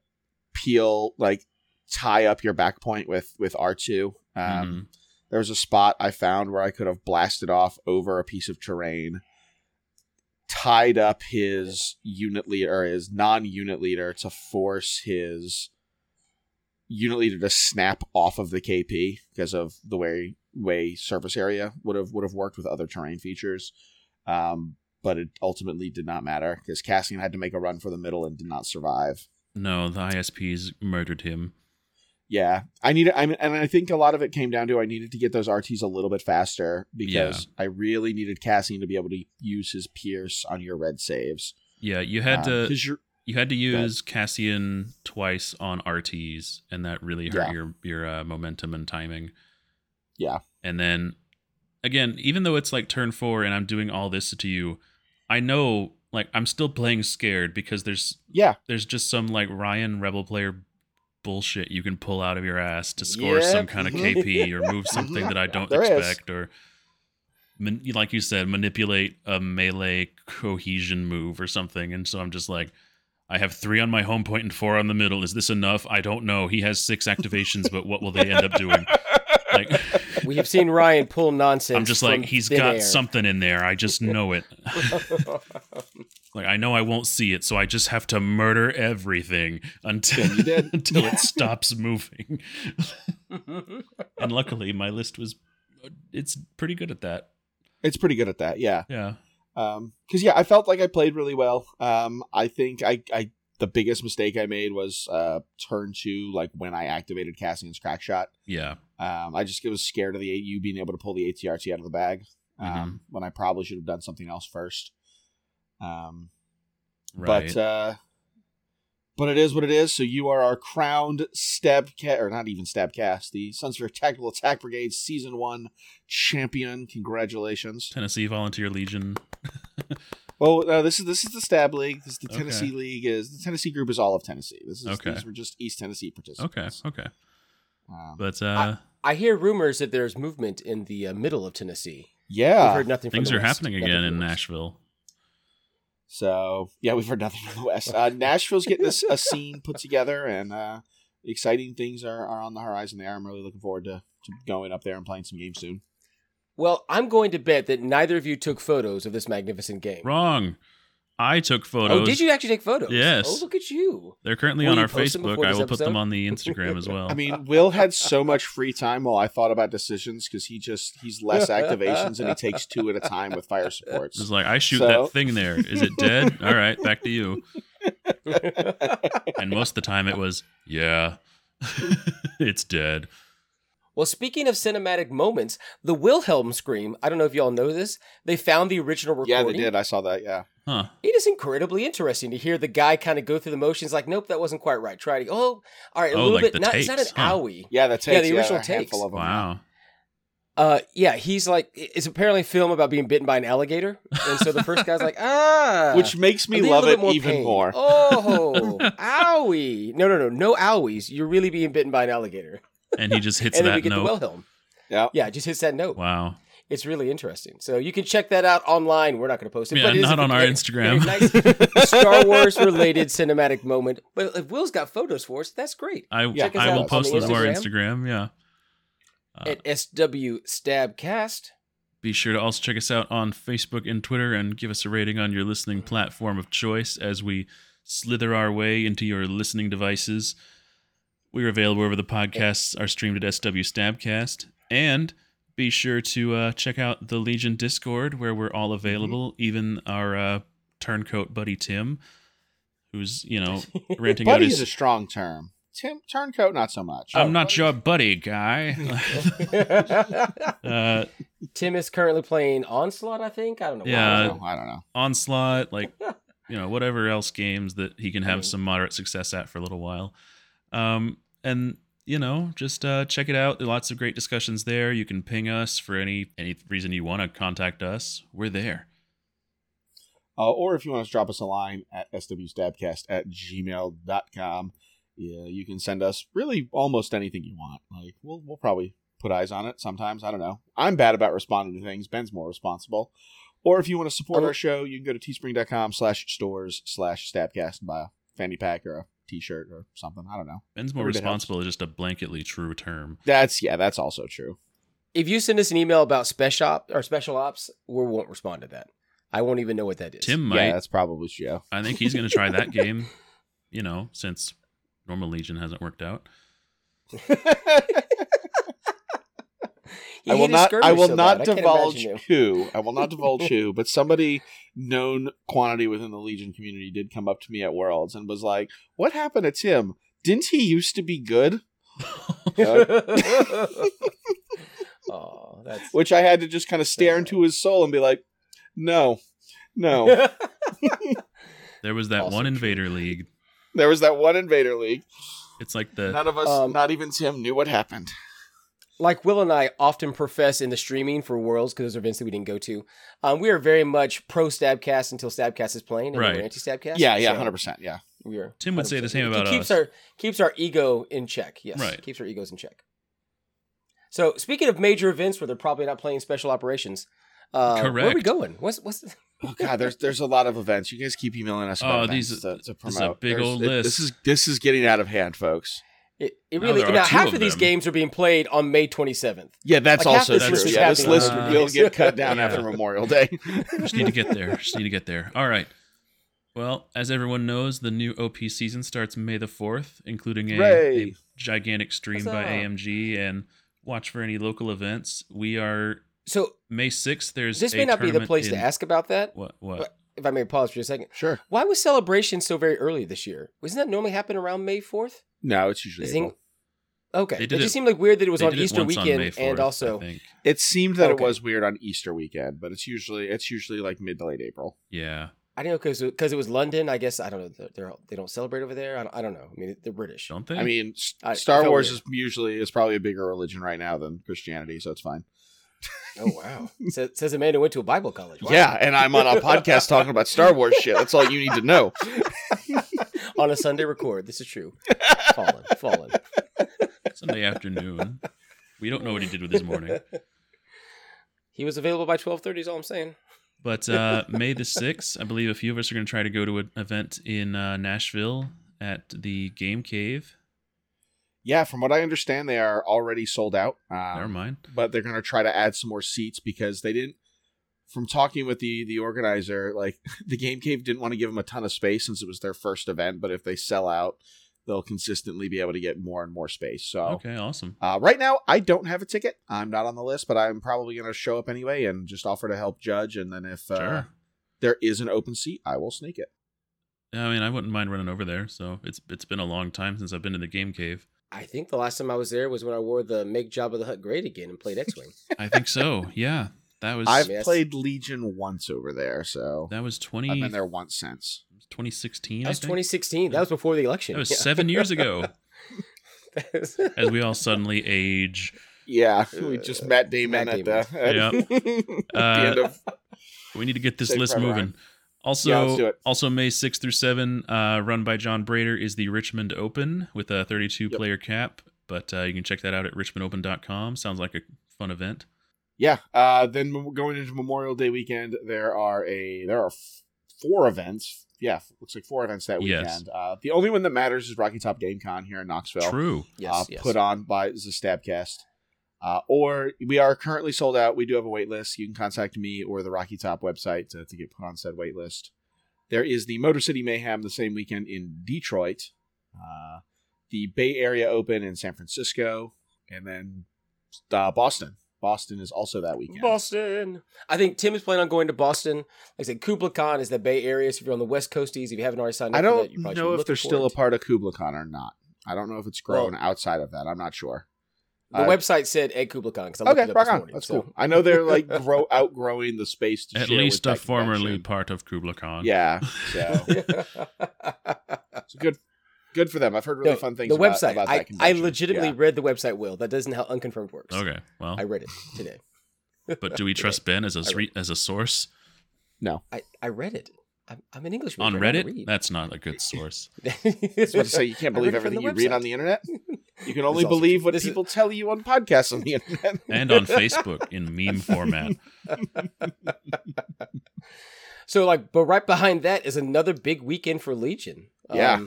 [SPEAKER 3] peel like tie up your back point with with R two. Um,
[SPEAKER 4] Mhm.
[SPEAKER 3] There was a spot I found where I could have blasted off over a piece of terrain, tied up his unit leader or his non-unit leader to force his unit leader to snap off of the KP because of the way way surface area would have would have worked with other terrain features. Um, but it ultimately did not matter because Cassian had to make a run for the middle and did not survive.
[SPEAKER 4] no, the ISPs murdered him.
[SPEAKER 3] Yeah, I need. I mean, and I think a lot of it came down to I needed to get those RTs a little bit faster because I really needed Cassian to be able to use his Pierce on your red saves.
[SPEAKER 4] Yeah, you had
[SPEAKER 3] Um,
[SPEAKER 4] to
[SPEAKER 3] 'cause you're-
[SPEAKER 4] you had to
[SPEAKER 3] ahead.
[SPEAKER 4] use Cassian twice on RTs, and that really hurt
[SPEAKER 3] Yeah.
[SPEAKER 4] your your uh, momentum and timing.
[SPEAKER 3] Yeah.
[SPEAKER 4] And then again, even though it's like turn four, and I'm doing all this to you, I know like I'm still playing scared because there's
[SPEAKER 3] yeah,
[SPEAKER 4] there's just some like Ryan Rebel player bullshit you can pull out of your ass to score some
[SPEAKER 5] Yep.
[SPEAKER 4] kind of KP or move something that I don't
[SPEAKER 3] There is.
[SPEAKER 4] expect or man, like you said, manipulate a melee cohesion move or something. And so I'm just like, I have three on my home point and four on the middle. Is this enough? I don't know. He has six activations, but what will they end up doing? Like,
[SPEAKER 5] We have seen Ryan pull nonsense.
[SPEAKER 4] I'm just like,
[SPEAKER 5] from
[SPEAKER 4] he's
[SPEAKER 5] thin
[SPEAKER 4] got
[SPEAKER 5] air.
[SPEAKER 4] something in there. I just know it. like, I know I won't see it, so I just have to murder everything until
[SPEAKER 3] Then you did.
[SPEAKER 4] until it stops moving. and luckily, my list was it's pretty good at that.
[SPEAKER 3] It's pretty good at that, yeah.
[SPEAKER 4] Yeah.
[SPEAKER 3] Um, because yeah, I felt like I played really well. Um, I think I, I the biggest mistake I made was uh turn two, like when I activated Cassian's crack shot.
[SPEAKER 4] Yeah.
[SPEAKER 3] Um, I just was scared of the AU being able to pull the ATRT out of the bag. Um,
[SPEAKER 4] Mm-hmm.
[SPEAKER 3] when I probably should have done something else first. Um,
[SPEAKER 4] Right.
[SPEAKER 3] but uh, but it is what it is. So you are our crowned stab cat, or not even stab cast, the Sunsphere Tactical Attack Brigade Season One champion. Congratulations!
[SPEAKER 4] Tennessee Volunteer Legion.
[SPEAKER 3] Oh, no, this is this is the Stab League. This is the
[SPEAKER 4] Okay.
[SPEAKER 3] Tennessee League. Is the Tennessee group is all of Tennessee. This is
[SPEAKER 4] Okay.
[SPEAKER 3] these were just East Tennessee
[SPEAKER 4] Okay.
[SPEAKER 3] participants.
[SPEAKER 4] Okay.
[SPEAKER 3] Um,
[SPEAKER 4] But uh,
[SPEAKER 5] I hear rumors that there's movement in the uh, middle of Tennessee. We've
[SPEAKER 3] yeah.
[SPEAKER 5] heard nothing.
[SPEAKER 4] things
[SPEAKER 5] from
[SPEAKER 4] are
[SPEAKER 5] the West,
[SPEAKER 4] happening
[SPEAKER 5] nothing
[SPEAKER 4] again
[SPEAKER 5] from
[SPEAKER 4] in
[SPEAKER 5] the West.
[SPEAKER 4] Nashville.
[SPEAKER 3] So yeah, we've heard nothing from the West. Uh, Nashville's getting this a scene put together, and uh, exciting things are, are on the horizon there. I'm really looking forward to, to going up there and playing some games soon.
[SPEAKER 5] Well, I'm going to bet that neither of you took photos of this magnificent game.
[SPEAKER 4] Wrong. I took photos.
[SPEAKER 5] Oh, did you actually take photos?
[SPEAKER 4] Yes.
[SPEAKER 5] Oh, look at you.
[SPEAKER 4] They're currently
[SPEAKER 5] Will
[SPEAKER 4] on
[SPEAKER 5] you
[SPEAKER 4] our
[SPEAKER 5] post them
[SPEAKER 4] Facebook.
[SPEAKER 5] before
[SPEAKER 4] I
[SPEAKER 5] this
[SPEAKER 4] will put them
[SPEAKER 5] episode?
[SPEAKER 4] on the Instagram as well.
[SPEAKER 3] I mean, Will had so much free time while I thought about decisions because he just he's less activations and he takes two at a time with fire
[SPEAKER 4] it's
[SPEAKER 3] supports.
[SPEAKER 4] like I shoot
[SPEAKER 3] So-
[SPEAKER 4] that thing there. Is it dead? All right, back to you. And most of the time it was, yeah, it's dead.
[SPEAKER 5] Well, speaking of cinematic moments, the Wilhelm scream, I don't know if y'all know this, they found the original recording.
[SPEAKER 3] Yeah, they did. I saw that. Yeah,
[SPEAKER 4] Huh.
[SPEAKER 5] It is incredibly interesting to hear the guy kind of go through the motions like, nope, that wasn't quite right. Try it. Oh, all right, a
[SPEAKER 4] Oh,
[SPEAKER 5] little
[SPEAKER 4] like
[SPEAKER 5] bit.
[SPEAKER 4] the
[SPEAKER 5] Not, it's not an
[SPEAKER 4] takes, huh?
[SPEAKER 5] owie.
[SPEAKER 3] yeah, that
[SPEAKER 5] Yeah,
[SPEAKER 3] takes
[SPEAKER 5] the original
[SPEAKER 3] a handful
[SPEAKER 5] takes.
[SPEAKER 3] Of them.
[SPEAKER 4] Wow.
[SPEAKER 5] Uh, yeah, he's like, it's apparently a film about being bitten by an alligator. And so the first guy's like, ah.
[SPEAKER 3] Which makes me
[SPEAKER 5] Leave a
[SPEAKER 3] love
[SPEAKER 5] little
[SPEAKER 3] it
[SPEAKER 5] bit more
[SPEAKER 3] even
[SPEAKER 5] pain.
[SPEAKER 3] more.
[SPEAKER 5] Oh, owie. No, no, no, no owies. You're really being bitten by an alligator.
[SPEAKER 4] And he just hits
[SPEAKER 5] and then we
[SPEAKER 4] that
[SPEAKER 5] get the
[SPEAKER 4] note.
[SPEAKER 5] Wilhelm.
[SPEAKER 3] Yeah,
[SPEAKER 5] Yeah, it just hits that note.
[SPEAKER 4] Wow.
[SPEAKER 5] It's really interesting. So you can check that out online. We're not going to post it.
[SPEAKER 4] Yeah,
[SPEAKER 5] but it is
[SPEAKER 4] not
[SPEAKER 5] a-
[SPEAKER 4] on our
[SPEAKER 5] a-
[SPEAKER 4] Instagram.
[SPEAKER 5] a nice Star Wars related cinematic moment. But if Will's got photos for us, that's great.
[SPEAKER 4] I
[SPEAKER 3] Yeah,
[SPEAKER 4] I
[SPEAKER 3] us
[SPEAKER 4] will
[SPEAKER 3] out
[SPEAKER 4] post
[SPEAKER 3] on
[SPEAKER 4] those to our Instagram. Yeah. Uh,
[SPEAKER 5] At SW Stabcast.
[SPEAKER 4] Be sure to also check us out on Facebook and Twitter and give us a rating on your listening platform of choice as we slither our way into your listening devices. We're available wherever the podcasts are streamed at SW Stabcast. And be sure to uh, check out the Legion Discord where we're all available, even our uh, turncoat buddy Tim, who's, you know, ranting out
[SPEAKER 3] buddy's a
[SPEAKER 4] his.
[SPEAKER 3] strong term. Tim Turncoat, not so much.
[SPEAKER 4] I'm not your buddy, guy. uh,
[SPEAKER 5] Tim is currently playing Onslaught, I think. I don't know.
[SPEAKER 4] Yeah.
[SPEAKER 3] I don't know. I don't know.
[SPEAKER 4] onslaught like you know whatever else games that he can have
[SPEAKER 5] Mm.
[SPEAKER 4] some moderate success at for a little while um and you know just uh check it out there are lots of great discussions there you can ping us for any any reason you want to contact us we're there
[SPEAKER 3] Uh, or if you want to drop us a line at swstabcast at gmail.com, yeah, you can send us really almost anything you want. Like we'll we'll probably put eyes on it sometimes. I don't know. I'm bad about responding to things. Ben's more responsible. Or if you want to support
[SPEAKER 5] Oh.
[SPEAKER 3] our show, you can go to teespring.com slash stores slash stabcast and buy a fanny pack or a t shirt or something. I don't know.
[SPEAKER 4] ben's more
[SPEAKER 3] Every bit
[SPEAKER 4] responsible is just a blanketly true term
[SPEAKER 3] That's yeah, that's also true.
[SPEAKER 5] If you send us an email about special op or special ops, we won't respond to that. I won't even know what that is.
[SPEAKER 4] tim might
[SPEAKER 3] Yeah, that's probably true.
[SPEAKER 4] i think he's gonna try that game you know since normal legion hasn't worked out
[SPEAKER 5] He
[SPEAKER 3] I will
[SPEAKER 5] hated
[SPEAKER 3] not.
[SPEAKER 5] Skirmish
[SPEAKER 3] I will
[SPEAKER 5] so
[SPEAKER 3] not
[SPEAKER 5] bad, I can't
[SPEAKER 3] divulge
[SPEAKER 5] imagine him.
[SPEAKER 3] who. I will not divulge who. But somebody known quantity within the Legion community did come up to me at Worlds and was like, "What happened to Tim? Didn't he used to be good?"
[SPEAKER 5] oh, that's
[SPEAKER 3] Which I had to just kind of stare into his soul and be like, "No, no."
[SPEAKER 4] there was that
[SPEAKER 5] Also
[SPEAKER 4] one
[SPEAKER 5] true.
[SPEAKER 4] invader league
[SPEAKER 3] there was that one Invader League.
[SPEAKER 4] it's like the
[SPEAKER 3] None of us,
[SPEAKER 5] Um,
[SPEAKER 3] not even Tim, knew what happened.
[SPEAKER 5] like Will and I often profess in the streaming for Worlds because those are events that we didn't go to. Um, we are very much pro Stabcast until Stabcast is playing, and
[SPEAKER 4] Right.
[SPEAKER 5] anti Stabcast.
[SPEAKER 3] Yeah, yeah, hundred percent. Yeah,
[SPEAKER 5] We are.
[SPEAKER 4] Tim would say the
[SPEAKER 5] 100%.
[SPEAKER 4] same
[SPEAKER 5] It
[SPEAKER 4] about us.
[SPEAKER 5] keeps our keeps our ego in check. Yes,
[SPEAKER 4] Right.
[SPEAKER 5] keeps our egos in check. So speaking of major events where they're probably not playing special operations, Uh, Where are we
[SPEAKER 4] Correct.
[SPEAKER 5] going? What's what's
[SPEAKER 3] Oh God, there's there's a lot of events. You guys keep emailing us. About
[SPEAKER 4] Oh,
[SPEAKER 3] events
[SPEAKER 4] these-
[SPEAKER 3] to, to
[SPEAKER 4] this is a
[SPEAKER 3] promote.
[SPEAKER 4] big
[SPEAKER 3] There's-
[SPEAKER 4] old
[SPEAKER 3] it-
[SPEAKER 4] list.
[SPEAKER 3] This is this is getting out of hand, folks.
[SPEAKER 5] it? It
[SPEAKER 4] Now
[SPEAKER 5] really
[SPEAKER 4] there are
[SPEAKER 5] now
[SPEAKER 4] two
[SPEAKER 5] half
[SPEAKER 4] of
[SPEAKER 5] of these
[SPEAKER 4] them.
[SPEAKER 5] games are being played on May 27th.
[SPEAKER 3] Yeah, that's
[SPEAKER 5] Like, half
[SPEAKER 3] also
[SPEAKER 5] this
[SPEAKER 3] true.
[SPEAKER 4] list is
[SPEAKER 3] Yeah, this
[SPEAKER 4] happening
[SPEAKER 3] list
[SPEAKER 4] on
[SPEAKER 3] will
[SPEAKER 5] Mondays.
[SPEAKER 3] get cut down
[SPEAKER 4] Yeah.
[SPEAKER 3] after Memorial Day.
[SPEAKER 4] Just need to get there. Just need to get there. All right. Well, as everyone knows, the new OP season starts May the 4th, including a,
[SPEAKER 3] Hooray.
[SPEAKER 4] a gigantic stream by
[SPEAKER 5] Huzzah.
[SPEAKER 4] AMG and watch for any local events. We are
[SPEAKER 5] So
[SPEAKER 4] May 6th. There's
[SPEAKER 5] this
[SPEAKER 4] a
[SPEAKER 5] may not be the
[SPEAKER 4] tournament
[SPEAKER 5] place
[SPEAKER 4] in-
[SPEAKER 5] to ask about that.
[SPEAKER 4] What? What?
[SPEAKER 5] but If I may pause for a second,
[SPEAKER 3] sure.
[SPEAKER 5] why was celebration so very early this year? Wasn't that normally happen around May 4th?
[SPEAKER 3] No, it's usually.
[SPEAKER 5] Is
[SPEAKER 3] April.
[SPEAKER 5] Eng- Okay,
[SPEAKER 4] They
[SPEAKER 5] it
[SPEAKER 4] did
[SPEAKER 5] just
[SPEAKER 4] it-
[SPEAKER 5] seemed like weird that it was
[SPEAKER 4] They
[SPEAKER 5] on
[SPEAKER 4] did it
[SPEAKER 5] Easter
[SPEAKER 4] once on
[SPEAKER 5] weekend
[SPEAKER 4] May 4th,
[SPEAKER 5] and also
[SPEAKER 4] I think.
[SPEAKER 3] It seemed that
[SPEAKER 5] Okay.
[SPEAKER 3] it was weird on Easter weekend, but it's usually it's usually like mid to late April.
[SPEAKER 4] Yeah.
[SPEAKER 5] I don't know because because it was London. I guess I don't know. They're, they're they don't celebrate over there. I don't, I don't know. I mean, they're British.
[SPEAKER 4] Don't they?
[SPEAKER 3] I mean, S-
[SPEAKER 5] I- it
[SPEAKER 3] Star
[SPEAKER 5] felt
[SPEAKER 3] Wars
[SPEAKER 5] weird.
[SPEAKER 3] is usually is probably a bigger religion right now than Christianity, so it's fine.
[SPEAKER 5] Oh wow! says, says a man who went to a Bible college. Wow.
[SPEAKER 3] Yeah, and I'm on a podcast talking about Star Wars shit. That's all you need to know.
[SPEAKER 5] on a Sunday record. This is true. Fallen, fallen.
[SPEAKER 4] Sunday afternoon. We don't know what he did with his morning.
[SPEAKER 5] He was available by twelve thirty. Is all I'm saying.
[SPEAKER 4] But uh, May the 6th, I believe a few of us are going to try to go to an event in uh, Nashville at the Game Cave.
[SPEAKER 3] Yeah, from what I understand, they are already sold out. Um,
[SPEAKER 4] Never mind.
[SPEAKER 3] but they're going to try to add some more seats because they didn't from talking with the the organizer like the game cave didn't want to give them a ton of space since it was their first event but if they sell out they'll consistently be able to get more and more space so
[SPEAKER 4] Okay, awesome.
[SPEAKER 3] uh, right now i don't have a ticket i'm not on the list but i'm probably going to show up anyway and just offer to help judge and then if uh,
[SPEAKER 4] Sure.
[SPEAKER 3] there is an open seat i will sneak it
[SPEAKER 4] I mean, I wouldn't mind running over there. So it's it's been a long time since I've been to the game cave.
[SPEAKER 5] I think the last time I was there was when I wore the make Job of the Hut great again and played X Wing.
[SPEAKER 4] I think so. Yeah, that was
[SPEAKER 3] i've
[SPEAKER 5] Yes.
[SPEAKER 3] played legion once over there so
[SPEAKER 4] that was
[SPEAKER 3] i've
[SPEAKER 4] 20,
[SPEAKER 3] been there once since
[SPEAKER 4] 2016.
[SPEAKER 5] That
[SPEAKER 4] I
[SPEAKER 5] was
[SPEAKER 4] think.
[SPEAKER 5] 2016. That was before the election.
[SPEAKER 4] That was
[SPEAKER 5] Yeah.
[SPEAKER 4] seven years ago.
[SPEAKER 5] That was-
[SPEAKER 4] As we all suddenly age,
[SPEAKER 3] yeah we just matt damon,
[SPEAKER 5] Matt
[SPEAKER 3] at the,
[SPEAKER 4] Uh, Damon.
[SPEAKER 3] at
[SPEAKER 4] Uh,
[SPEAKER 3] the end of
[SPEAKER 4] we need to get this
[SPEAKER 3] Save
[SPEAKER 4] list
[SPEAKER 3] Private
[SPEAKER 4] moving.
[SPEAKER 3] Ryan. Yeah,
[SPEAKER 4] Also,
[SPEAKER 3] let's do it.
[SPEAKER 4] also May six through seven, uh, run by John Brader, is the Richmond Open with a 32
[SPEAKER 3] Yep.
[SPEAKER 4] player cap. But uh, you can check that out at richmondopen.com. Sounds like a fun event.
[SPEAKER 3] yeah uh then mem- going into memorial day weekend there are a there are f- four events yeah f- looks like four events that
[SPEAKER 4] Yes.
[SPEAKER 3] weekend uh the only one that matters is rocky top game con here in knoxville
[SPEAKER 4] True.
[SPEAKER 5] yes,
[SPEAKER 3] uh,
[SPEAKER 5] yes.
[SPEAKER 3] put on by the stabcast uh, or we are currently sold out we do have a wait list you can contact me or the rocky top website to, to get put on said wait list there is the motor city mayhem the same weekend in detroit uh, the bay area open in san francisco and then uh, boston boston is also that weekend
[SPEAKER 5] Boston. I think Tim is planning on going to Boston. Like I said, Kubla Khan is the Bay Area. So if you're on the West Coasties, if you haven't already signed up,
[SPEAKER 3] I
[SPEAKER 5] for
[SPEAKER 3] don't
[SPEAKER 5] that, you probably should
[SPEAKER 3] know
[SPEAKER 5] be
[SPEAKER 3] if they're
[SPEAKER 5] looking
[SPEAKER 3] still
[SPEAKER 5] for
[SPEAKER 3] a
[SPEAKER 5] it.
[SPEAKER 3] part of Kubla Khan or not. I don't know if it's grown
[SPEAKER 5] Well-
[SPEAKER 3] outside of that. I'm not sure.
[SPEAKER 5] The
[SPEAKER 3] uh,
[SPEAKER 5] website said Ed Kubla Khan. 'cause I looked
[SPEAKER 3] Okay,
[SPEAKER 5] it up
[SPEAKER 3] rock
[SPEAKER 5] this
[SPEAKER 3] on.
[SPEAKER 5] morning,
[SPEAKER 3] That's
[SPEAKER 5] so-
[SPEAKER 3] cool. I know they're like grow outgrowing the space. To
[SPEAKER 4] At
[SPEAKER 3] share
[SPEAKER 4] least
[SPEAKER 3] with
[SPEAKER 4] a
[SPEAKER 3] that
[SPEAKER 4] formerly
[SPEAKER 3] convention.
[SPEAKER 4] part of Kubla Khan.
[SPEAKER 3] Yeah, so it's good. Good for them. I've heard really
[SPEAKER 5] No,
[SPEAKER 3] fun things.
[SPEAKER 5] the
[SPEAKER 3] about-
[SPEAKER 5] website.
[SPEAKER 3] About,
[SPEAKER 5] I,
[SPEAKER 3] that
[SPEAKER 5] I
[SPEAKER 3] convention.
[SPEAKER 5] legitimately
[SPEAKER 3] Yeah.
[SPEAKER 5] read the website. Will that doesn't how unconfirmed works.
[SPEAKER 4] Okay. Well,
[SPEAKER 5] I read it today.
[SPEAKER 4] but do we trust Ben as a
[SPEAKER 5] I
[SPEAKER 4] re- as a source
[SPEAKER 3] No,
[SPEAKER 5] I, I read it. I'm, I'm an English
[SPEAKER 4] on
[SPEAKER 5] major. I know how to
[SPEAKER 4] Reddit?
[SPEAKER 5] read.
[SPEAKER 4] That's not a good source.
[SPEAKER 3] I was about to say you can't
[SPEAKER 5] I read
[SPEAKER 3] believe
[SPEAKER 5] it from
[SPEAKER 3] everything
[SPEAKER 5] the
[SPEAKER 3] you read
[SPEAKER 5] website.
[SPEAKER 3] on the internet. You can only
[SPEAKER 5] also
[SPEAKER 3] believe
[SPEAKER 5] true.
[SPEAKER 3] what
[SPEAKER 5] This is-
[SPEAKER 3] people tell you on podcasts on the internet.
[SPEAKER 4] and on Facebook in meme format.
[SPEAKER 5] So like, but right behind that is another big weekend for Legion. Um,
[SPEAKER 3] Yeah.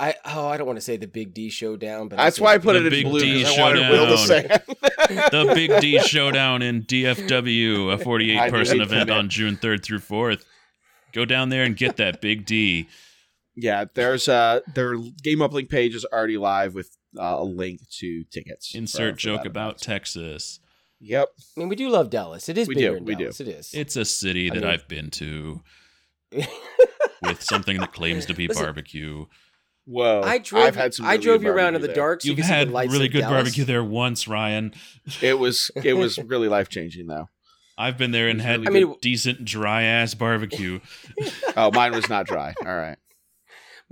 [SPEAKER 5] I oh I don't want to say the Big D showdown, but I'll
[SPEAKER 3] That's
[SPEAKER 5] say
[SPEAKER 3] why I
[SPEAKER 5] the
[SPEAKER 3] put
[SPEAKER 4] The
[SPEAKER 3] it in
[SPEAKER 4] Big
[SPEAKER 3] blue
[SPEAKER 4] D
[SPEAKER 3] because I wanted Will to
[SPEAKER 4] showdown.
[SPEAKER 3] say.
[SPEAKER 4] The Big D Showdown in DFW, a 48
[SPEAKER 3] I
[SPEAKER 4] person
[SPEAKER 3] believe
[SPEAKER 4] event
[SPEAKER 3] in it.
[SPEAKER 4] on June 3rd through 4th. Go down there and get that Big D.
[SPEAKER 3] Yeah, there's uh their game uplink page is already live with uh, a link to tickets.
[SPEAKER 4] Insert
[SPEAKER 3] for- for
[SPEAKER 4] joke
[SPEAKER 3] that
[SPEAKER 4] about
[SPEAKER 3] event.
[SPEAKER 4] Texas.
[SPEAKER 3] Yep.
[SPEAKER 5] I mean, we do love Dallas. It is
[SPEAKER 3] We
[SPEAKER 5] bigger
[SPEAKER 3] do,
[SPEAKER 5] in
[SPEAKER 3] we do.
[SPEAKER 5] Dallas. It is.
[SPEAKER 4] It's a city
[SPEAKER 5] I
[SPEAKER 4] that
[SPEAKER 5] mean-
[SPEAKER 4] I've been to with something that claims to be
[SPEAKER 5] Listen,
[SPEAKER 4] barbecue.
[SPEAKER 3] Whoa.
[SPEAKER 5] I drove.
[SPEAKER 3] I've had some.
[SPEAKER 5] I
[SPEAKER 3] really
[SPEAKER 5] drove
[SPEAKER 3] good
[SPEAKER 5] you around in the
[SPEAKER 3] barbecue
[SPEAKER 5] dark. So you
[SPEAKER 4] You've
[SPEAKER 5] could see
[SPEAKER 4] had
[SPEAKER 5] the lights
[SPEAKER 4] really
[SPEAKER 5] of
[SPEAKER 4] good
[SPEAKER 5] Dallas.
[SPEAKER 4] barbecue there once, Ryan.
[SPEAKER 3] there. It was it was really life changing though.
[SPEAKER 4] I've been there and had
[SPEAKER 5] I mean-
[SPEAKER 4] good, decent dry ass barbecue.
[SPEAKER 3] Oh, mine was not dry. All right.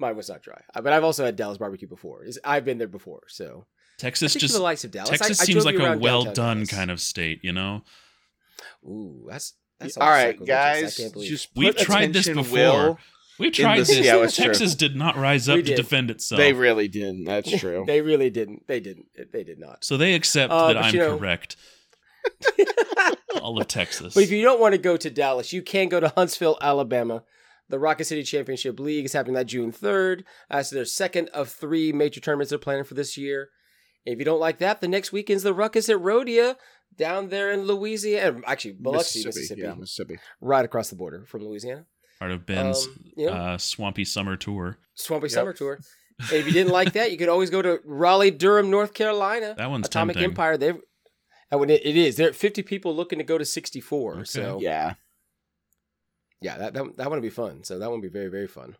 [SPEAKER 5] Mine was not dry, Uh, but I've also had Dallas barbecue before. It's- I've been there before, so
[SPEAKER 4] Texas
[SPEAKER 5] I picture
[SPEAKER 4] just
[SPEAKER 5] the lights of Dallas.
[SPEAKER 4] Texas
[SPEAKER 5] I, I
[SPEAKER 4] seems
[SPEAKER 5] drove
[SPEAKER 4] like
[SPEAKER 5] you
[SPEAKER 4] a
[SPEAKER 5] around
[SPEAKER 4] well
[SPEAKER 5] downtown
[SPEAKER 4] done
[SPEAKER 5] Dallas.
[SPEAKER 4] kind of state, you know?
[SPEAKER 5] Ooh, that's that's
[SPEAKER 3] All right, guys.
[SPEAKER 5] I can't believe.
[SPEAKER 3] Just
[SPEAKER 4] We've
[SPEAKER 3] put
[SPEAKER 4] tried this
[SPEAKER 3] attention,
[SPEAKER 4] before.
[SPEAKER 3] Will.
[SPEAKER 4] We tried
[SPEAKER 3] the-
[SPEAKER 4] this.
[SPEAKER 3] yeah, it's true.
[SPEAKER 4] Texas did not rise
[SPEAKER 5] We
[SPEAKER 4] up to
[SPEAKER 5] did.
[SPEAKER 4] defend itself.
[SPEAKER 3] They really didn't. That's true.
[SPEAKER 5] they really didn't. They didn't. They did not.
[SPEAKER 4] so they accept that
[SPEAKER 5] Uh, but
[SPEAKER 4] I'm
[SPEAKER 5] you know-
[SPEAKER 4] correct. all of Texas.
[SPEAKER 5] But if you don't want to go to Dallas, you can go to Huntsville, Alabama. The Rocket City Championship League is happening that June 3rd. That's their second of three major tournaments they're planning for this year. If you don't like that, the next weekend's the Ruckus at Rhodia down there in Louisiana. Actually, Biloxi, Mississippi.
[SPEAKER 3] Yeah, Mississippi.
[SPEAKER 5] Right across the border from Louisiana.
[SPEAKER 4] Part of Ben's
[SPEAKER 5] Um, yeah.
[SPEAKER 4] uh, swampy summer tour.
[SPEAKER 5] Swampy
[SPEAKER 3] Yep.
[SPEAKER 5] Summer Tour. And if you didn't like that, you could always go to Raleigh, Durham, North Carolina.
[SPEAKER 4] That one's
[SPEAKER 5] Atomic
[SPEAKER 4] tempting.
[SPEAKER 5] Empire. They've, I mean, it it is. There are 50 people looking to go to 64.
[SPEAKER 4] Okay.
[SPEAKER 5] So
[SPEAKER 3] Yeah.
[SPEAKER 5] yeah, that, that that one would be fun. So that one would be very very fun.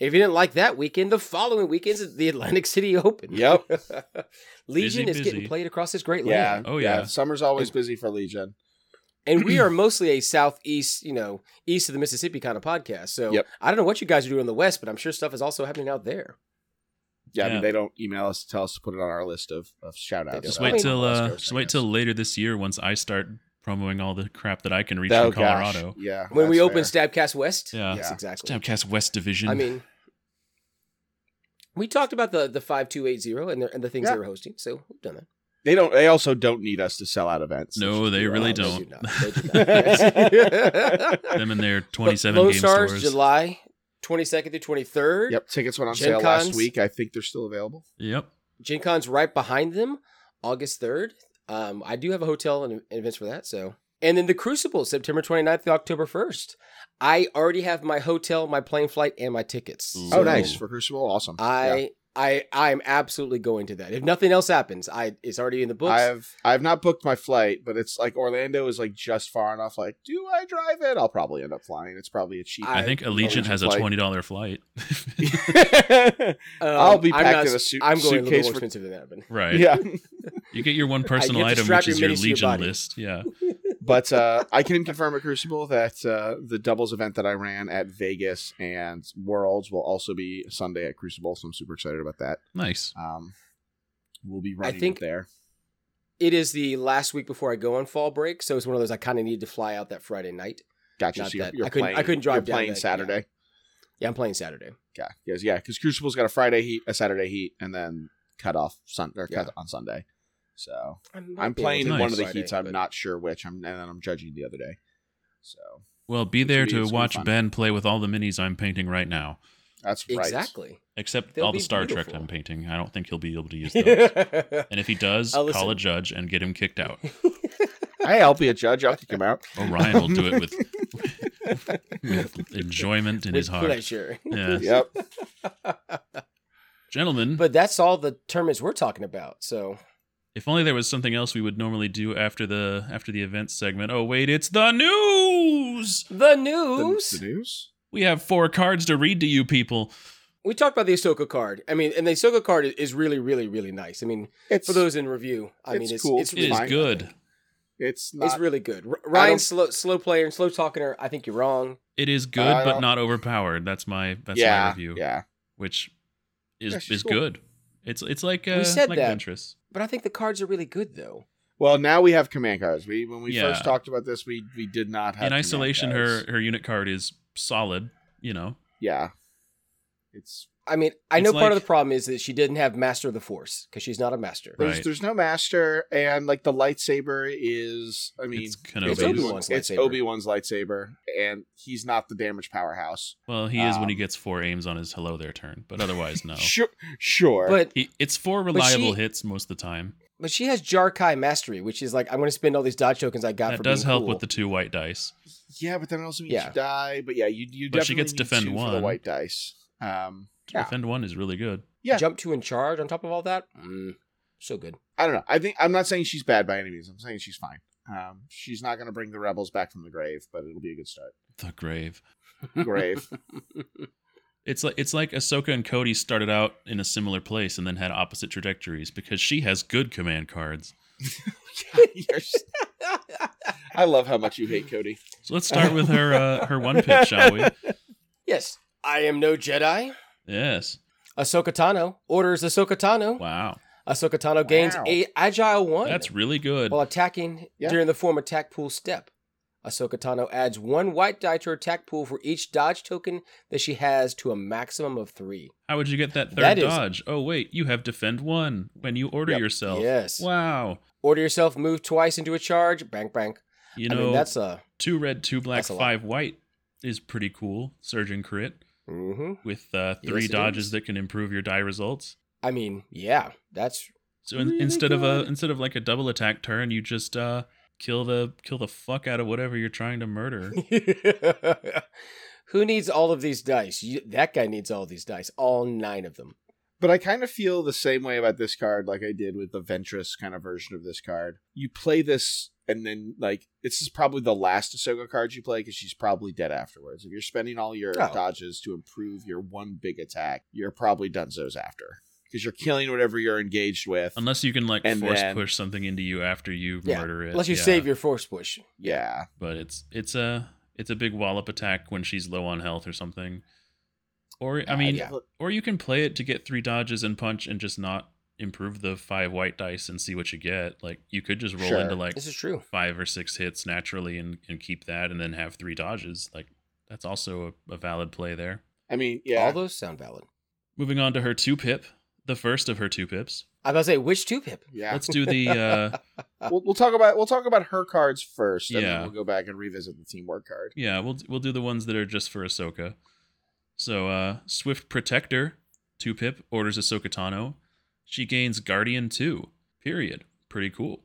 [SPEAKER 5] If you didn't like that weekend, the following weekend's is the Atlantic City Open.
[SPEAKER 3] Yep.
[SPEAKER 5] Legion
[SPEAKER 4] Busy,
[SPEAKER 5] is
[SPEAKER 4] busy.
[SPEAKER 5] getting played across this great
[SPEAKER 3] Yeah.
[SPEAKER 5] land,
[SPEAKER 4] Oh, yeah.
[SPEAKER 3] Summer's always busy for Legion.
[SPEAKER 5] and we are mostly a southeast, you know, east of the Mississippi kind of podcast. So
[SPEAKER 3] Yep.
[SPEAKER 5] I don't know what you guys are doing in the west, but I'm sure stuff is also happening out there.
[SPEAKER 3] Yeah, I
[SPEAKER 4] Yeah.
[SPEAKER 3] mean, they don't email us to tell us to put it on our list of, of shout outs.
[SPEAKER 5] just
[SPEAKER 4] Just
[SPEAKER 5] Yeah.
[SPEAKER 4] wait
[SPEAKER 5] I
[SPEAKER 4] till
[SPEAKER 3] West
[SPEAKER 4] uh,
[SPEAKER 3] Coast,
[SPEAKER 4] just
[SPEAKER 3] I
[SPEAKER 4] wait
[SPEAKER 3] guess.
[SPEAKER 4] till later this year once I start promoting all the crap that I can reach
[SPEAKER 3] Oh,
[SPEAKER 4] from
[SPEAKER 3] gosh.
[SPEAKER 4] Colorado.
[SPEAKER 3] Yeah.
[SPEAKER 5] When we
[SPEAKER 3] that's
[SPEAKER 5] open
[SPEAKER 3] fair.
[SPEAKER 5] Stabcast West,
[SPEAKER 4] Yeah.
[SPEAKER 5] yes,
[SPEAKER 3] Yeah.
[SPEAKER 5] exactly.
[SPEAKER 4] Stabcast West Division.
[SPEAKER 5] I mean, we talked about the the five two eight zero and the and the things
[SPEAKER 3] Yeah.
[SPEAKER 5] they were hosting, so we've done that.
[SPEAKER 3] they don't. They also don't need us to sell out events.
[SPEAKER 4] no, they
[SPEAKER 5] Well,
[SPEAKER 4] really
[SPEAKER 5] Uh, they do
[SPEAKER 4] don't.
[SPEAKER 5] not. They do not. Yes.
[SPEAKER 4] Them and their
[SPEAKER 5] Lone
[SPEAKER 4] 27 game
[SPEAKER 5] Stars,
[SPEAKER 4] stores.
[SPEAKER 5] July twenty second through twenty third.
[SPEAKER 3] Yep, tickets went on
[SPEAKER 5] Gen
[SPEAKER 3] sale last
[SPEAKER 5] Cons.
[SPEAKER 3] week. I think they're still available.
[SPEAKER 4] Yep.
[SPEAKER 5] Gen Con's right behind them, August third. Um, I do have a hotel and and events for that, so. And then the Crucible, September 29th through October 1st. I already have my hotel, my plane flight, and my tickets.
[SPEAKER 4] Ooh.
[SPEAKER 3] Oh,
[SPEAKER 5] So-
[SPEAKER 3] nice for Crucible, awesome.
[SPEAKER 5] I
[SPEAKER 3] Yeah.
[SPEAKER 5] I I am absolutely going to that. If nothing else happens, I it's already in the books.
[SPEAKER 3] I have I have not booked my flight, but it's like Orlando is like just far enough. Like, do I drive it? I'll probably end up flying. It's probably a cheap.
[SPEAKER 4] I,
[SPEAKER 5] I-
[SPEAKER 4] think Allegiant
[SPEAKER 3] Allegiant
[SPEAKER 4] has a
[SPEAKER 3] flight.
[SPEAKER 4] $20 flight.
[SPEAKER 5] Um,
[SPEAKER 3] I'll be
[SPEAKER 5] I'm
[SPEAKER 3] packed
[SPEAKER 5] not-
[SPEAKER 3] in a suit-
[SPEAKER 5] I'm
[SPEAKER 3] suitcase
[SPEAKER 5] going a little more
[SPEAKER 3] for-
[SPEAKER 5] expensive than that, but
[SPEAKER 4] right.
[SPEAKER 3] yeah,
[SPEAKER 4] You get your one personal
[SPEAKER 5] have to
[SPEAKER 4] item,
[SPEAKER 5] strap
[SPEAKER 4] which
[SPEAKER 5] your
[SPEAKER 4] is your
[SPEAKER 5] minis to
[SPEAKER 4] Legion
[SPEAKER 5] your body.
[SPEAKER 4] list. Yeah.
[SPEAKER 3] but uh, I can confirm at Crucible that uh, the doubles event that I ran at Vegas and Worlds will also be Sunday at Crucible. So I'm super excited about that.
[SPEAKER 4] Nice.
[SPEAKER 3] Um, we'll be running
[SPEAKER 5] think-
[SPEAKER 3] it there.
[SPEAKER 5] it is the last week before I go on fall break, so it's one of those I kind of need to fly out that Friday night.
[SPEAKER 3] Gotcha.
[SPEAKER 5] Not
[SPEAKER 3] So you're,
[SPEAKER 5] that-
[SPEAKER 3] you're
[SPEAKER 5] I couldn't- I
[SPEAKER 3] playing,
[SPEAKER 5] couldn't drive
[SPEAKER 3] you're
[SPEAKER 5] down
[SPEAKER 3] playing
[SPEAKER 5] that- yeah.
[SPEAKER 3] Saturday.
[SPEAKER 5] Yeah, I'm playing Saturday.
[SPEAKER 3] Yeah, because yeah, because Crucible's got a Friday heat, a Saturday heat, and then cut off sun or cut on Sunday. So
[SPEAKER 5] I might
[SPEAKER 3] I'm
[SPEAKER 5] be able
[SPEAKER 3] playing
[SPEAKER 5] to
[SPEAKER 3] in
[SPEAKER 5] do
[SPEAKER 3] one of the
[SPEAKER 5] Friday,
[SPEAKER 3] heats. I'm
[SPEAKER 5] but-
[SPEAKER 3] not sure which. I'm and then I'm judging the other day. So
[SPEAKER 4] Well, be
[SPEAKER 3] It's
[SPEAKER 4] there
[SPEAKER 3] gonna be-
[SPEAKER 4] to
[SPEAKER 3] it's gonna be
[SPEAKER 4] watch
[SPEAKER 3] fun.
[SPEAKER 4] Ben play with all the minis I'm painting right now,
[SPEAKER 3] that's right.
[SPEAKER 5] exactly.
[SPEAKER 4] except
[SPEAKER 5] They'll
[SPEAKER 4] all the
[SPEAKER 5] be
[SPEAKER 4] Star Trek
[SPEAKER 5] beautiful.
[SPEAKER 4] I'm painting. I don't think he'll be able to use those.
[SPEAKER 5] I'll
[SPEAKER 4] and if he does,
[SPEAKER 5] I'll
[SPEAKER 4] call
[SPEAKER 5] listen.
[SPEAKER 4] a judge and get him kicked out.
[SPEAKER 3] Hey, I'll be a judge. I'll kick him out.
[SPEAKER 4] Orion will do it with, with enjoyment in
[SPEAKER 5] With
[SPEAKER 4] his heart.
[SPEAKER 5] pleasure.
[SPEAKER 4] Yeah.
[SPEAKER 3] Yep.
[SPEAKER 4] Gentlemen,
[SPEAKER 5] But that's all the tournaments we're talking about. So
[SPEAKER 4] if only there was something else we would normally do after the after the event segment. Oh wait, it's the news.
[SPEAKER 5] the
[SPEAKER 3] The,
[SPEAKER 5] news.
[SPEAKER 3] the news.
[SPEAKER 4] We have four cards to read to you people.
[SPEAKER 5] We talked about the Ahsoka card. I mean, and the Ahsoka card is- is really, really, really nice. I mean,
[SPEAKER 3] It's
[SPEAKER 5] for those in review, I mean,
[SPEAKER 3] it's
[SPEAKER 5] it's
[SPEAKER 3] cool.
[SPEAKER 5] it's,
[SPEAKER 4] It is
[SPEAKER 3] Fine.
[SPEAKER 4] good.
[SPEAKER 3] It's not.
[SPEAKER 5] It's really good. R-
[SPEAKER 3] I don't-
[SPEAKER 5] Ryan's slow, slow player and slow talker. I think you're wrong.
[SPEAKER 4] It is good,
[SPEAKER 3] I
[SPEAKER 4] but
[SPEAKER 3] don't-
[SPEAKER 4] not overpowered. That's my that's my
[SPEAKER 3] yeah.
[SPEAKER 4] review.
[SPEAKER 3] Yeah.
[SPEAKER 4] Which is
[SPEAKER 3] Yeah, she's
[SPEAKER 4] is
[SPEAKER 3] cool.
[SPEAKER 4] good. It's it's like uh,
[SPEAKER 5] said
[SPEAKER 4] like
[SPEAKER 5] that.
[SPEAKER 4] Ventress.
[SPEAKER 5] But I think the cards are really good though.
[SPEAKER 3] Well, now we have command cards. We when we
[SPEAKER 4] Yeah.
[SPEAKER 3] first talked about this, we we did not have
[SPEAKER 4] In isolation,
[SPEAKER 3] command cards.
[SPEAKER 4] her her unit card is solid. You know,
[SPEAKER 3] Yeah. It's
[SPEAKER 5] I mean, I
[SPEAKER 4] It's
[SPEAKER 5] know part of
[SPEAKER 4] like-
[SPEAKER 5] the problem is that she didn't have Master of the Force because she's not a master.
[SPEAKER 4] Right.
[SPEAKER 3] There's, there's no master, and like the lightsaber is. I mean,
[SPEAKER 4] It's
[SPEAKER 3] it's
[SPEAKER 4] Kenobi's.
[SPEAKER 5] Obi-Wan's
[SPEAKER 3] It's
[SPEAKER 5] lightsaber.
[SPEAKER 3] Obi Wan's lightsaber, and he's not the damage powerhouse.
[SPEAKER 4] well, he is when he
[SPEAKER 3] Um,
[SPEAKER 4] gets four aims on his hello there turn, but otherwise no.
[SPEAKER 3] Sure, sure.
[SPEAKER 5] But
[SPEAKER 4] He, it's four reliable
[SPEAKER 5] she-
[SPEAKER 4] hits most of the time.
[SPEAKER 5] but she has Jarkai mastery, which is like I'm going to spend all these dodge tokens I got.
[SPEAKER 4] That
[SPEAKER 5] for
[SPEAKER 4] does
[SPEAKER 5] being
[SPEAKER 4] help
[SPEAKER 5] cool.
[SPEAKER 4] with the two white dice.
[SPEAKER 3] yeah, but then it also means
[SPEAKER 5] Yeah.
[SPEAKER 3] you die. But yeah, you you
[SPEAKER 4] But
[SPEAKER 3] definitely
[SPEAKER 4] she gets
[SPEAKER 3] need
[SPEAKER 4] defend
[SPEAKER 3] two for the
[SPEAKER 4] one.
[SPEAKER 3] white dice. Um, yeah,
[SPEAKER 4] Defend one is really good.
[SPEAKER 3] yeah.
[SPEAKER 5] jump to and charge on top of all that. Mm, so good.
[SPEAKER 3] I don't know. I think I'm not saying she's bad by any means. I'm saying she's fine. Um, she's not going to bring the rebels back from the grave, but it'll be a good start.
[SPEAKER 4] The grave.
[SPEAKER 3] Grave.
[SPEAKER 4] It's like it's like Ahsoka and Cody started out in a similar place and then had opposite trajectories because she has good command cards.
[SPEAKER 3] You're s- I love how much you hate Cody.
[SPEAKER 4] So let's start with her uh, her one pitch, shall we?
[SPEAKER 5] yes, I am no Jedi.
[SPEAKER 4] Yes.
[SPEAKER 5] Ahsoka Tano orders Ahsoka Tano.
[SPEAKER 4] Wow.
[SPEAKER 5] Ahsoka Tano gains
[SPEAKER 3] Wow.
[SPEAKER 5] a agile one
[SPEAKER 4] That's really good.
[SPEAKER 5] while attacking
[SPEAKER 3] Yeah.
[SPEAKER 5] during the form attack pool step. Ahsoka Tano adds one white die to her attack pool for each dodge token that she has to a maximum of three.
[SPEAKER 4] How would you get that third
[SPEAKER 5] That is-
[SPEAKER 4] dodge? Oh wait, you have defend one when you order
[SPEAKER 3] Yep.
[SPEAKER 4] yourself.
[SPEAKER 5] Yes.
[SPEAKER 4] Wow.
[SPEAKER 5] Order yourself move twice into a charge. Bang, bang.
[SPEAKER 4] You
[SPEAKER 5] I
[SPEAKER 4] know,
[SPEAKER 5] mean, that's a.
[SPEAKER 4] two red, two black,
[SPEAKER 5] that's a lot.
[SPEAKER 4] five white is pretty cool. Surgeon crit
[SPEAKER 5] hmm
[SPEAKER 4] with uh, three
[SPEAKER 5] Yes, it
[SPEAKER 4] dodges
[SPEAKER 5] is.
[SPEAKER 4] that can improve your die results.
[SPEAKER 5] I mean, yeah, that's
[SPEAKER 4] So in,
[SPEAKER 5] Really
[SPEAKER 4] instead of a
[SPEAKER 5] good.
[SPEAKER 4] instead of like a double attack turn, you just uh, kill the kill the fuck out of whatever you're trying to murder.
[SPEAKER 5] Who needs all of these dice? You, that guy needs all these dice, all nine of them.
[SPEAKER 3] But I kind of feel the same way about this card, like I did with the Ventress kind of version of this card. You play this, and then like this is probably the last Ahsoka card you play because she's probably dead afterwards. If you're spending all your
[SPEAKER 5] Oh.
[SPEAKER 3] dodges to improve your one big attack, you're probably Dunzo's after because you're killing whatever you're engaged with.
[SPEAKER 4] Unless you can like
[SPEAKER 3] And
[SPEAKER 4] force
[SPEAKER 3] then-
[SPEAKER 4] push something into you after you
[SPEAKER 5] Yeah,
[SPEAKER 4] murder it.
[SPEAKER 5] Unless you
[SPEAKER 4] Yeah.
[SPEAKER 5] save your force push.
[SPEAKER 3] yeah,
[SPEAKER 4] But it's it's a it's a big wallop attack when she's low on health or something. Or I
[SPEAKER 5] Uh,
[SPEAKER 4] mean,
[SPEAKER 5] yeah.
[SPEAKER 4] or you can play it to get three dodges and punch and just not improve the five white dice and see what you get. Like you could just roll
[SPEAKER 3] Sure.
[SPEAKER 4] into like
[SPEAKER 5] This is true.
[SPEAKER 4] five or six hits naturally and, and keep that and then have three dodges. Like that's also a, a valid play there.
[SPEAKER 3] I mean, yeah,
[SPEAKER 5] All those sound valid.
[SPEAKER 4] Moving on to her two pip, the first of her two pips.
[SPEAKER 5] I was about to say, which two pip?
[SPEAKER 3] yeah.
[SPEAKER 4] Let's do the uh
[SPEAKER 3] We'll, we'll talk about we'll talk about her cards first, and
[SPEAKER 4] Yeah.
[SPEAKER 3] then we'll go back and revisit the teamwork card.
[SPEAKER 4] yeah, we'll we'll do the ones that are just for Ahsoka. So uh Swift Protector, two pip, orders Ahsoka Tano. She gains Guardian two. Period. Pretty cool.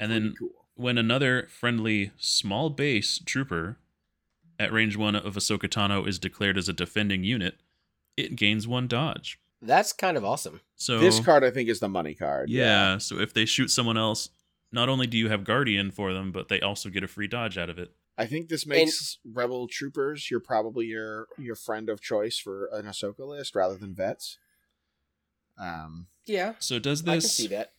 [SPEAKER 4] And then
[SPEAKER 3] Pretty cool.
[SPEAKER 4] when another friendly small base trooper at range one of Ahsoka Tano is declared as a defending unit, it gains one dodge.
[SPEAKER 5] That's kind of awesome.
[SPEAKER 4] So
[SPEAKER 3] This card, I think, is the money card.
[SPEAKER 4] yeah. So if they shoot someone else, not only do you have Guardian for them, but they also get a free dodge out of it.
[SPEAKER 3] I think this makes rebel troopers your probably your your friend of choice for an Ahsoka list rather than vets. Um,
[SPEAKER 5] Yeah,
[SPEAKER 4] So does
[SPEAKER 5] I can
[SPEAKER 4] this?
[SPEAKER 5] see that.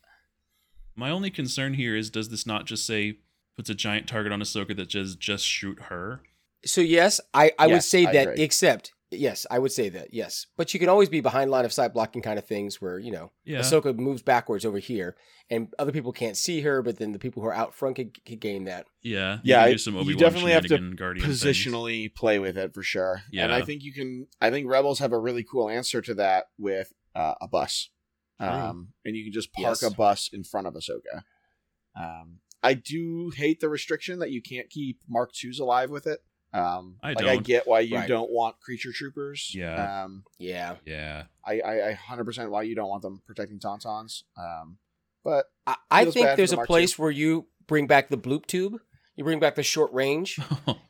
[SPEAKER 4] My only concern here is, does this not just say puts a giant target on Ahsoka that says just shoot her?
[SPEAKER 5] So yes, I, I would
[SPEAKER 3] Yes,
[SPEAKER 5] say
[SPEAKER 3] I
[SPEAKER 5] that.
[SPEAKER 3] agree.
[SPEAKER 5] Except yes, I would say that. Yes, but you can always be behind line of sight blocking kind of things where you know
[SPEAKER 4] Yeah.
[SPEAKER 5] Ahsoka moves backwards over here, and other people can't see her, but then the people who are out front could, could gain that.
[SPEAKER 4] yeah. you
[SPEAKER 3] Yeah,
[SPEAKER 4] can
[SPEAKER 3] I-
[SPEAKER 4] do some
[SPEAKER 3] you
[SPEAKER 4] Obi-Wan
[SPEAKER 3] definitely have to
[SPEAKER 4] shenanigan Guardian things.
[SPEAKER 3] positionally play with it for sure. And I
[SPEAKER 4] Yeah.
[SPEAKER 3] think you can. I think rebels have a really cool answer to that with uh, a bus, um, and you can just park
[SPEAKER 5] Yes.
[SPEAKER 3] a bus in front of Ahsoka. Um, I do hate the restriction that you can't keep Mark Twos alive with it. Um,
[SPEAKER 4] I
[SPEAKER 3] like I
[SPEAKER 4] don't.
[SPEAKER 3] get why you
[SPEAKER 5] Right.
[SPEAKER 3] don't want creature troopers.
[SPEAKER 4] Yeah.
[SPEAKER 3] Um,
[SPEAKER 5] Yeah,
[SPEAKER 4] Yeah.
[SPEAKER 3] I, I, I 100% why you don't want them protecting Tauntauns. Um, but
[SPEAKER 5] I, I
[SPEAKER 3] Feels bad
[SPEAKER 5] think
[SPEAKER 3] for
[SPEAKER 5] there's
[SPEAKER 3] the
[SPEAKER 5] a
[SPEAKER 3] Mark
[SPEAKER 5] place where you bring back the bloop tube, you bring back the short range,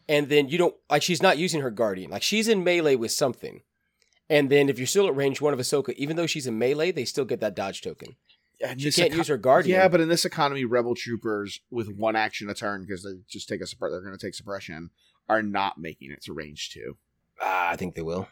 [SPEAKER 5] and then you don't like she's not using her guardian. Like she's in melee with something. And then if you're still at range one of Ahsoka, even though she's in melee, they still get that dodge token.
[SPEAKER 3] and
[SPEAKER 5] She
[SPEAKER 3] this
[SPEAKER 5] can't
[SPEAKER 3] eco-
[SPEAKER 5] use her guardian.
[SPEAKER 3] Yeah, but in this economy, rebel troopers with one action a turn because they just take a support, they're going to take suppression, are not making it to range two.
[SPEAKER 5] Ah, I think they will.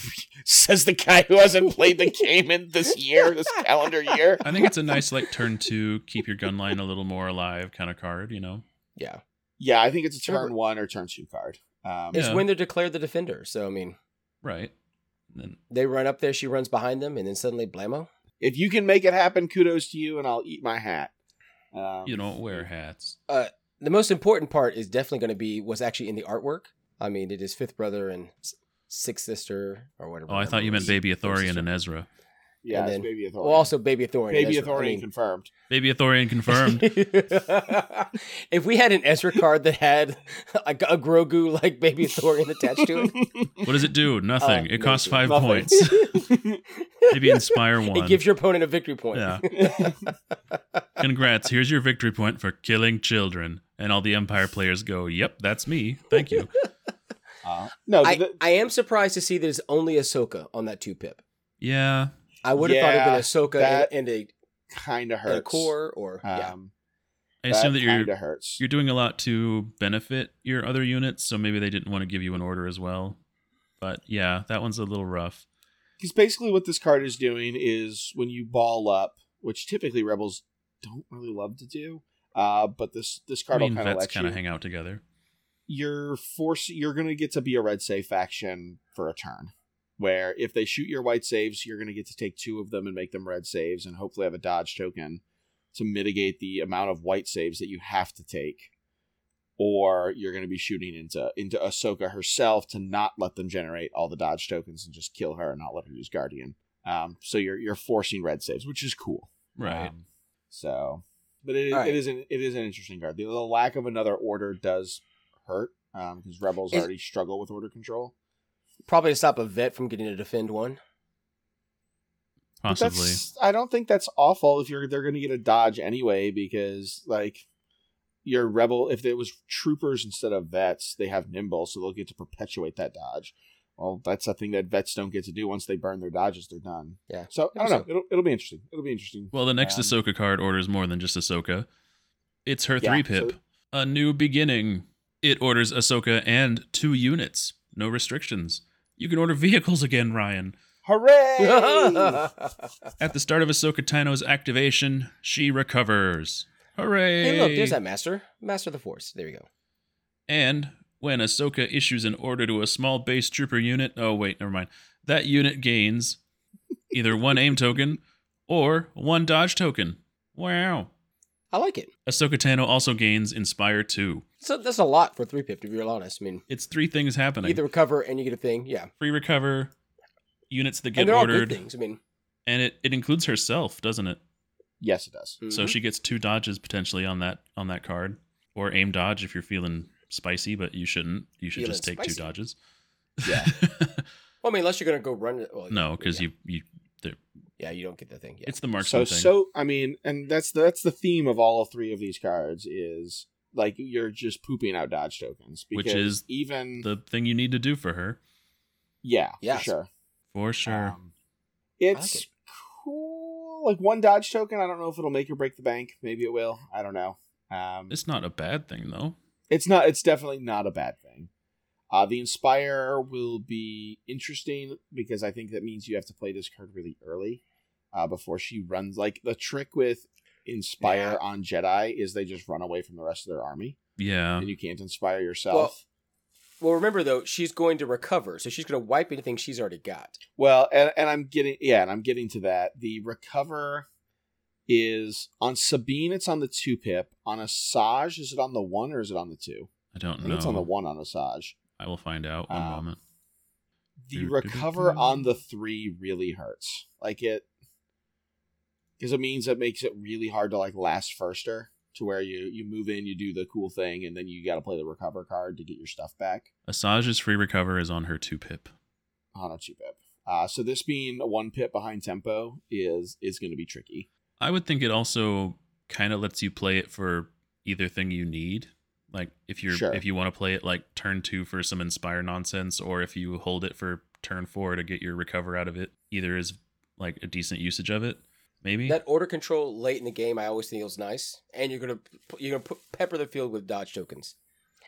[SPEAKER 3] says the guy who hasn't played the game in this year, this calendar year.
[SPEAKER 4] I think it's a nice like turn two, keep your gun line a little more alive kind of card. You know.
[SPEAKER 5] Yeah.
[SPEAKER 3] Yeah, I think it's a
[SPEAKER 5] Sure,
[SPEAKER 3] turn
[SPEAKER 5] but-
[SPEAKER 3] one or turn two card. Um,
[SPEAKER 5] It's
[SPEAKER 4] Yeah.
[SPEAKER 5] when they're declared the defender. So I mean,
[SPEAKER 4] Right. Then
[SPEAKER 5] they run up there, she runs behind them, and then suddenly blammo.
[SPEAKER 3] If you can make it happen, kudos to you, and I'll eat my hat. Um,
[SPEAKER 4] you don't wear hats.
[SPEAKER 5] The most important part is definitely going to be what's actually in the artwork. I mean, it is fifth brother and s- sixth sister or whatever.
[SPEAKER 4] Oh, I thought you meant Baby Athorian and
[SPEAKER 5] then
[SPEAKER 4] Ezra.
[SPEAKER 3] Yeah,
[SPEAKER 5] and
[SPEAKER 3] it's
[SPEAKER 5] then-
[SPEAKER 3] Baby Authority.
[SPEAKER 5] well, also baby Thorian.
[SPEAKER 3] Baby Authority confirmed.
[SPEAKER 4] Baby Athorian confirmed.
[SPEAKER 5] if we had an Ezra card that had a, a Grogu like baby Thorian attached to it,
[SPEAKER 4] what does it do? Nothing.
[SPEAKER 5] Uh,
[SPEAKER 4] it costs
[SPEAKER 5] nothing.
[SPEAKER 4] five
[SPEAKER 3] Nothing.
[SPEAKER 4] points. Maybe inspire one.
[SPEAKER 5] it gives your opponent a victory point.
[SPEAKER 4] Yeah. Congrats. Here's your victory point for killing children. And all the Empire players go, Yep, that's me. Thank you.
[SPEAKER 3] Uh, no,
[SPEAKER 5] I,
[SPEAKER 3] the-
[SPEAKER 5] I am surprised to see that it's only Ahsoka on that two pip.
[SPEAKER 4] Yeah.
[SPEAKER 5] I would have
[SPEAKER 3] Yeah,
[SPEAKER 5] thought it'd been Ahsoka
[SPEAKER 3] that
[SPEAKER 5] and, and
[SPEAKER 3] kind of
[SPEAKER 5] a, and a
[SPEAKER 3] hurts.
[SPEAKER 5] core or
[SPEAKER 4] Uh,
[SPEAKER 5] yeah.
[SPEAKER 3] Um,
[SPEAKER 4] I assume that,
[SPEAKER 3] kind
[SPEAKER 4] you're
[SPEAKER 3] of hurts.
[SPEAKER 4] you're doing a lot to benefit your other units, so maybe they didn't want to give you an order as well. But yeah, that one's a little rough.
[SPEAKER 3] Because basically, what this card is doing is when you ball up, which typically rebels don't really love to do, uh, but this this
[SPEAKER 4] I
[SPEAKER 3] card
[SPEAKER 4] mean,
[SPEAKER 3] will kind of let
[SPEAKER 4] vets kind
[SPEAKER 3] you.
[SPEAKER 4] of hang out together.
[SPEAKER 3] you're force. You're gonna get to be a red save faction for a turn, where if they shoot your white saves, you're gonna get to take two of them and make them red saves, and hopefully have a dodge token to mitigate the amount of white saves that you have to take. or you're going to be shooting into into Ahsoka herself to not let them generate all the dodge tokens and just kill her and not let her use Guardian. Um, so you're you're forcing red saves, which is cool.
[SPEAKER 4] Right.
[SPEAKER 3] Um, so, but it,
[SPEAKER 5] All right.
[SPEAKER 3] it is an it is an interesting card. The, the lack of another order does hurt because rebels
[SPEAKER 5] Is-
[SPEAKER 3] already struggle with order control.
[SPEAKER 5] Probably to stop a vet from getting to defend one.
[SPEAKER 3] But
[SPEAKER 4] Possibly.
[SPEAKER 3] That's, I don't think that's awful if you're they're going to get a dodge anyway because like your rebel if it was troopers instead of vets they have nimble so they'll get to perpetuate that dodge. Well, that's a thing that vets don't get to do once they burn their dodges. They're done.
[SPEAKER 5] Yeah.
[SPEAKER 3] So I don't
[SPEAKER 5] Maybe
[SPEAKER 3] know.
[SPEAKER 5] so.
[SPEAKER 3] It'll it'll be interesting. It'll be interesting.
[SPEAKER 4] Well, the next
[SPEAKER 3] Um,
[SPEAKER 4] Ahsoka card orders more than just Ahsoka. It's her
[SPEAKER 3] Yeah,
[SPEAKER 4] three pip.
[SPEAKER 3] so-
[SPEAKER 4] a new beginning. It orders Ahsoka and two units. No restrictions. You can order vehicles again, Ryan.
[SPEAKER 3] Hooray!
[SPEAKER 4] At the start of Ahsoka Tano's activation, she recovers. Hooray!
[SPEAKER 5] hey, look, there's that master. Master of the Force. There you go.
[SPEAKER 4] And when Ahsoka issues an order to a small base trooper unit, oh wait, never mind. That unit gains either one aim token or one dodge token. Wow.
[SPEAKER 5] I like it.
[SPEAKER 4] Ahsoka Tano also gains Inspire 2.
[SPEAKER 5] So that's a lot for three pip, to be real honest. I mean,
[SPEAKER 4] It's three things happening.
[SPEAKER 5] either recover and you get a thing. Yeah.
[SPEAKER 4] Free recover, units that get
[SPEAKER 5] and they're all good
[SPEAKER 4] ordered,
[SPEAKER 5] things. I mean,
[SPEAKER 4] and it, it includes herself, doesn't it?
[SPEAKER 3] yes, it does.
[SPEAKER 4] So
[SPEAKER 5] mhm.
[SPEAKER 4] she gets two dodges potentially on that on that card. Or aim dodge if you're feeling spicy, but you shouldn't. You should
[SPEAKER 5] Feeling
[SPEAKER 4] just take two
[SPEAKER 5] spicy.
[SPEAKER 4] dodges.
[SPEAKER 3] Yeah.
[SPEAKER 5] Well, I mean, unless you're going to go run it. Well,
[SPEAKER 4] no, because
[SPEAKER 5] Oh, yeah,
[SPEAKER 4] you you
[SPEAKER 5] Yeah, you don't get the thing. Yeah.
[SPEAKER 4] it's the marksman
[SPEAKER 3] so
[SPEAKER 4] thing.
[SPEAKER 3] so I mean, and that's that's the theme of all three of these cards is like you're just pooping out dodge tokens
[SPEAKER 4] Which
[SPEAKER 3] because
[SPEAKER 4] is
[SPEAKER 3] even
[SPEAKER 4] the thing you need to do for her.
[SPEAKER 3] yeah
[SPEAKER 5] Yes.
[SPEAKER 3] for sure
[SPEAKER 4] For sure.
[SPEAKER 3] Um, it's
[SPEAKER 5] like it.
[SPEAKER 3] cool. Like one dodge token. I don't know if it'll make or break the bank. Maybe it will. I don't know. Um,
[SPEAKER 4] it's not a bad thing though.
[SPEAKER 3] it's not. It's definitely not a bad thing. Uh, the inspire will be interesting because I think that means you have to play this card really early, uh, before she runs. Like the trick with inspire
[SPEAKER 5] Yeah.
[SPEAKER 3] on Jedi is they just run away from the rest of their army,
[SPEAKER 4] Yeah.
[SPEAKER 3] and you can't inspire yourself.
[SPEAKER 5] well, remember, though, she's going to recover. So she's going to wipe anything she's already got.
[SPEAKER 3] Well, and, and I'm getting yeah, and I'm getting to that. The recover is on Sabine. It's on the two pip. On Asajj, is it on the one or is it on the two?
[SPEAKER 4] I
[SPEAKER 3] I
[SPEAKER 4] don't
[SPEAKER 3] think
[SPEAKER 4] know.
[SPEAKER 3] it's on the one on Asajj.
[SPEAKER 4] I will find out one
[SPEAKER 5] Uh,
[SPEAKER 3] Um,
[SPEAKER 4] moment.
[SPEAKER 3] The
[SPEAKER 4] Do-do-do-do.
[SPEAKER 3] recover on the three really hurts. Like it, because it means it makes it really hard to like last firster to where you you move in, you do the cool thing, and then you got to play the recover card to get your stuff back.
[SPEAKER 4] Asajj's free recover is on her two pip.
[SPEAKER 3] On a two pip. Uh, so this being a one pip behind tempo is is going to be tricky.
[SPEAKER 4] I would think it also kind of lets you play it for either thing you need. Like if you're
[SPEAKER 3] Sure.
[SPEAKER 4] if you want to play it like turn two for some inspire nonsense, or if you hold it for turn four to get your recover out of it, either is like a decent usage of it. Maybe
[SPEAKER 5] That order control late in the game, I always think is nice. And you're going to you're going to put, pepper the field with dodge tokens,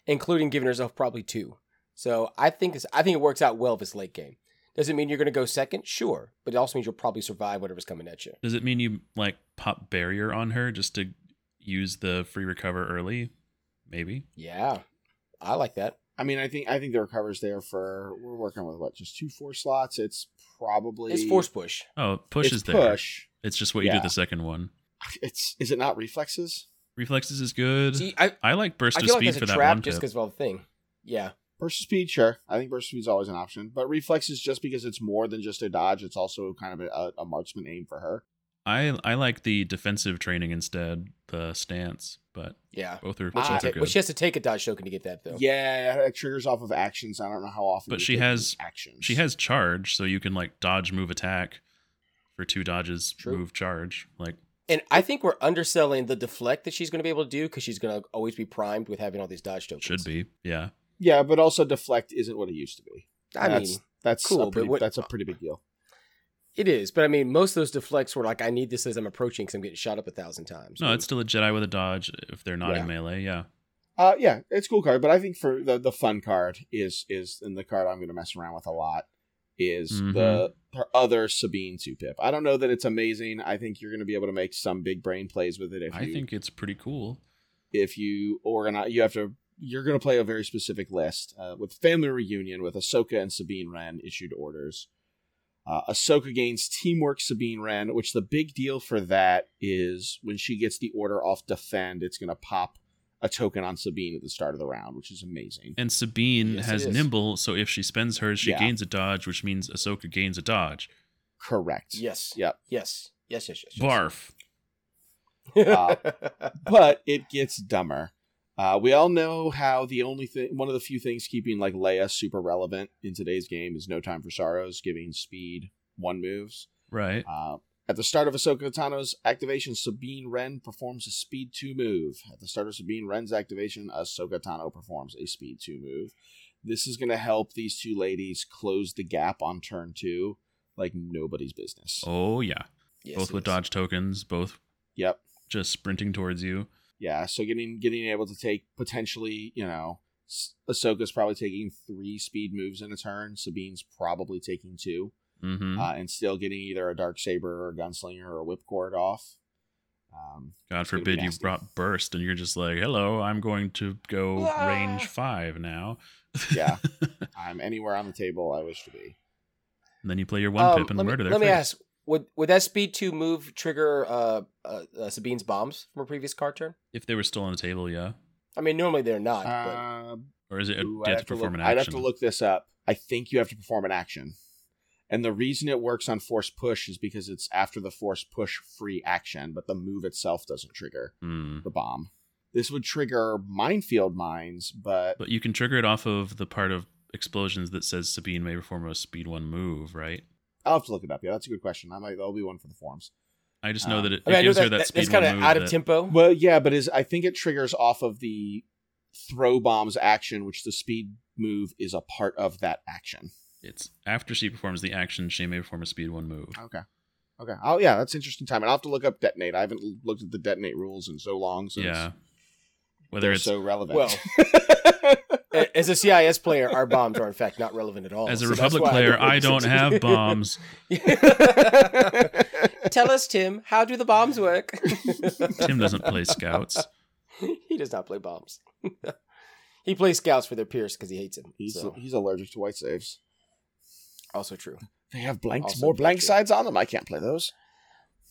[SPEAKER 5] including giving herself probably two. So I think it's, I think it works out well if it's late game. Does it mean you're going to go second? Sure, but it also means you'll probably survive whatever's coming at you.
[SPEAKER 4] does it mean you like pop barrier on her just to use the free recover early? Maybe.
[SPEAKER 5] Yeah, I like that.
[SPEAKER 3] I mean, I think I think the recover's there for we're working with what just two four slots. It's probably
[SPEAKER 5] It's force push.
[SPEAKER 4] Oh, push
[SPEAKER 3] it's
[SPEAKER 4] is there.
[SPEAKER 3] Push.
[SPEAKER 4] It's just what you
[SPEAKER 3] Yeah.
[SPEAKER 4] did the second one.
[SPEAKER 3] It's is it not reflexes?
[SPEAKER 4] Reflexes is good.
[SPEAKER 5] See, I,
[SPEAKER 4] I like burst
[SPEAKER 5] I
[SPEAKER 4] of
[SPEAKER 5] feel like
[SPEAKER 4] speed
[SPEAKER 5] that's
[SPEAKER 4] for
[SPEAKER 5] a
[SPEAKER 4] that
[SPEAKER 5] trap
[SPEAKER 4] one
[SPEAKER 5] just
[SPEAKER 4] pip.
[SPEAKER 5] because of all the thing. Yeah,
[SPEAKER 3] Burst of speed, sure. I think burst of speed's always an option, but reflexes just because it's more than just a dodge. It's also kind of a, a, a marksman aim for her.
[SPEAKER 4] I I like the defensive training instead, the stance. But
[SPEAKER 5] yeah.
[SPEAKER 4] both are,
[SPEAKER 5] But
[SPEAKER 3] Ah,
[SPEAKER 5] she,
[SPEAKER 3] I
[SPEAKER 5] has
[SPEAKER 4] both
[SPEAKER 5] to,
[SPEAKER 4] are
[SPEAKER 5] but
[SPEAKER 4] good.
[SPEAKER 5] she has to take a dodge token to get that though.
[SPEAKER 3] Yeah, it triggers off of actions. I don't know how often.
[SPEAKER 4] But
[SPEAKER 3] you
[SPEAKER 4] she
[SPEAKER 3] take
[SPEAKER 4] has-
[SPEAKER 3] actions.
[SPEAKER 4] She has charge, so you can like dodge, move, attack for two dodges,
[SPEAKER 5] True.
[SPEAKER 4] move, charge. Like
[SPEAKER 5] And I think we're underselling the deflect that she's going to be able to do because she's going to always be primed with having all these dodge tokens.
[SPEAKER 4] should be, yeah.
[SPEAKER 3] Yeah, but also deflect isn't what it used to be.
[SPEAKER 5] I
[SPEAKER 3] that's,
[SPEAKER 5] mean,
[SPEAKER 3] that's
[SPEAKER 5] cool,
[SPEAKER 3] A
[SPEAKER 5] but
[SPEAKER 3] pretty,
[SPEAKER 5] what-
[SPEAKER 3] that's a pretty big deal.
[SPEAKER 5] it is, but I mean, most of those deflects were like, I need this as I'm approaching because I'm getting shot up a thousand times.
[SPEAKER 4] No, it's still a Jedi with a dodge if they're not
[SPEAKER 5] Yeah.
[SPEAKER 4] in melee. Yeah,
[SPEAKER 3] Uh, yeah, it's a cool card, but I think for the the fun card is is and the card I'm going to mess around with a lot is
[SPEAKER 4] Mhm.
[SPEAKER 3] the her other Sabine two pip. I don't know that it's amazing. I think you're going to be able to make some big brain plays with it if
[SPEAKER 4] I
[SPEAKER 3] you
[SPEAKER 4] think it's pretty cool.
[SPEAKER 3] if you organize. You have to you're going to play a very specific list uh, with family reunion with Ahsoka and Sabine Wren issued orders. Uh, Ahsoka gains teamwork Sabine Wren, which the big deal for that is when she gets the order off defend, it's going to pop a token on Sabine at the start of the round, which is amazing.
[SPEAKER 4] And Sabine
[SPEAKER 5] Yes, it
[SPEAKER 4] has
[SPEAKER 5] is.
[SPEAKER 4] nimble, so if she spends hers, she
[SPEAKER 3] Yeah.
[SPEAKER 4] gains a dodge, which means Ahsoka gains a dodge.
[SPEAKER 3] Correct.
[SPEAKER 5] Yes.
[SPEAKER 3] Yep.
[SPEAKER 5] Yes. Yes. Yes. Yes.
[SPEAKER 4] Barf.
[SPEAKER 3] but it gets dumber. Uh, we all know how the only thing, one of the few things keeping like Leia super relevant in today's game is No Time for Sorrows, giving speed one moves.
[SPEAKER 4] Right.
[SPEAKER 3] Uh, at the start of Ahsoka Tano's activation, Sabine Wren performs a speed two move. At the start of Sabine Wren's activation, Ahsoka Tano performs a speed two move. This is going to help these two ladies close the gap on turn two like nobody's business.
[SPEAKER 4] Oh yeah.
[SPEAKER 5] Yes,
[SPEAKER 4] both
[SPEAKER 5] it
[SPEAKER 4] with
[SPEAKER 5] is.
[SPEAKER 4] dodge tokens, both
[SPEAKER 3] Yep.
[SPEAKER 4] just sprinting towards you.
[SPEAKER 3] Yeah, so getting getting able to take potentially, you know, S- Ahsoka's probably taking three speed moves in a turn. Sabine's probably taking 2
[SPEAKER 4] Mm-hmm.
[SPEAKER 3] uh, and still getting either a dark saber or a gunslinger or a whipcord off. Um,
[SPEAKER 4] God
[SPEAKER 3] it's gonna be
[SPEAKER 4] forbid you
[SPEAKER 3] nasty.
[SPEAKER 4] brought burst and you're just like, hello, I'm going to go
[SPEAKER 5] Ah.
[SPEAKER 4] range five now.
[SPEAKER 3] Yeah. I'm anywhere on the table I wish to be.
[SPEAKER 4] And then you play your one
[SPEAKER 5] Um,
[SPEAKER 4] pip and
[SPEAKER 5] let me-
[SPEAKER 4] murder their
[SPEAKER 5] Let me
[SPEAKER 4] face.
[SPEAKER 5] ask: Would would that speed two move trigger uh, uh, uh, Sabine's bombs from a previous card turn?
[SPEAKER 4] If they were still on the table, yeah.
[SPEAKER 5] I mean, normally they're not. but
[SPEAKER 3] Uh,
[SPEAKER 4] Or is it a
[SPEAKER 3] ooh, I'd,
[SPEAKER 4] death
[SPEAKER 3] have to look,
[SPEAKER 4] performance action?
[SPEAKER 3] I'd have to look this up. I think you have to perform an action. And the reason it works on force push is because it's after the force push free action, but the move itself doesn't trigger.
[SPEAKER 4] Hmm.
[SPEAKER 3] the bomb. This would trigger minefield mines, but
[SPEAKER 4] But you can trigger it off of the part of explosions that says Sabine may perform a speed one move, right?
[SPEAKER 3] I'll have to look it up. Yeah, that's a good question. I might that'll be one for the forums.
[SPEAKER 4] I just know
[SPEAKER 3] Um,
[SPEAKER 4] that it,
[SPEAKER 5] I mean,
[SPEAKER 4] it
[SPEAKER 5] I know
[SPEAKER 4] gives
[SPEAKER 5] that,
[SPEAKER 4] her that,
[SPEAKER 5] that-
[SPEAKER 4] speed
[SPEAKER 5] that's
[SPEAKER 4] one
[SPEAKER 5] kind of
[SPEAKER 4] move
[SPEAKER 5] out of
[SPEAKER 4] that-
[SPEAKER 5] tempo.
[SPEAKER 3] Well, yeah, but is I think it triggers off of the throw bombs action, which the speed move is a part of that action.
[SPEAKER 4] It's after she performs the action, she may perform a speed one move.
[SPEAKER 3] Okay. Okay. Oh yeah, that's interesting time. And I'll have to look up detonate. I haven't l- looked at the detonate rules in so long since
[SPEAKER 4] yeah. Whether
[SPEAKER 3] they're
[SPEAKER 4] it's
[SPEAKER 3] so relevant.
[SPEAKER 5] Well, a- as a CIS player, our bombs are in fact not relevant at all.
[SPEAKER 4] as a
[SPEAKER 5] so that's
[SPEAKER 4] Republic
[SPEAKER 5] why
[SPEAKER 4] player,
[SPEAKER 5] we're
[SPEAKER 4] I don't have bombs.
[SPEAKER 5] Tell us, Tim, how do the bombs work?
[SPEAKER 4] Tim doesn't play scouts.
[SPEAKER 5] he does not play bombs. he plays scouts for their peers because he hates him.
[SPEAKER 3] he's
[SPEAKER 5] so,
[SPEAKER 3] he's allergic to white saves.
[SPEAKER 5] also true.
[SPEAKER 3] They have blanks,
[SPEAKER 5] Also
[SPEAKER 3] more blank
[SPEAKER 5] true.
[SPEAKER 3] sides on them. I can't play those.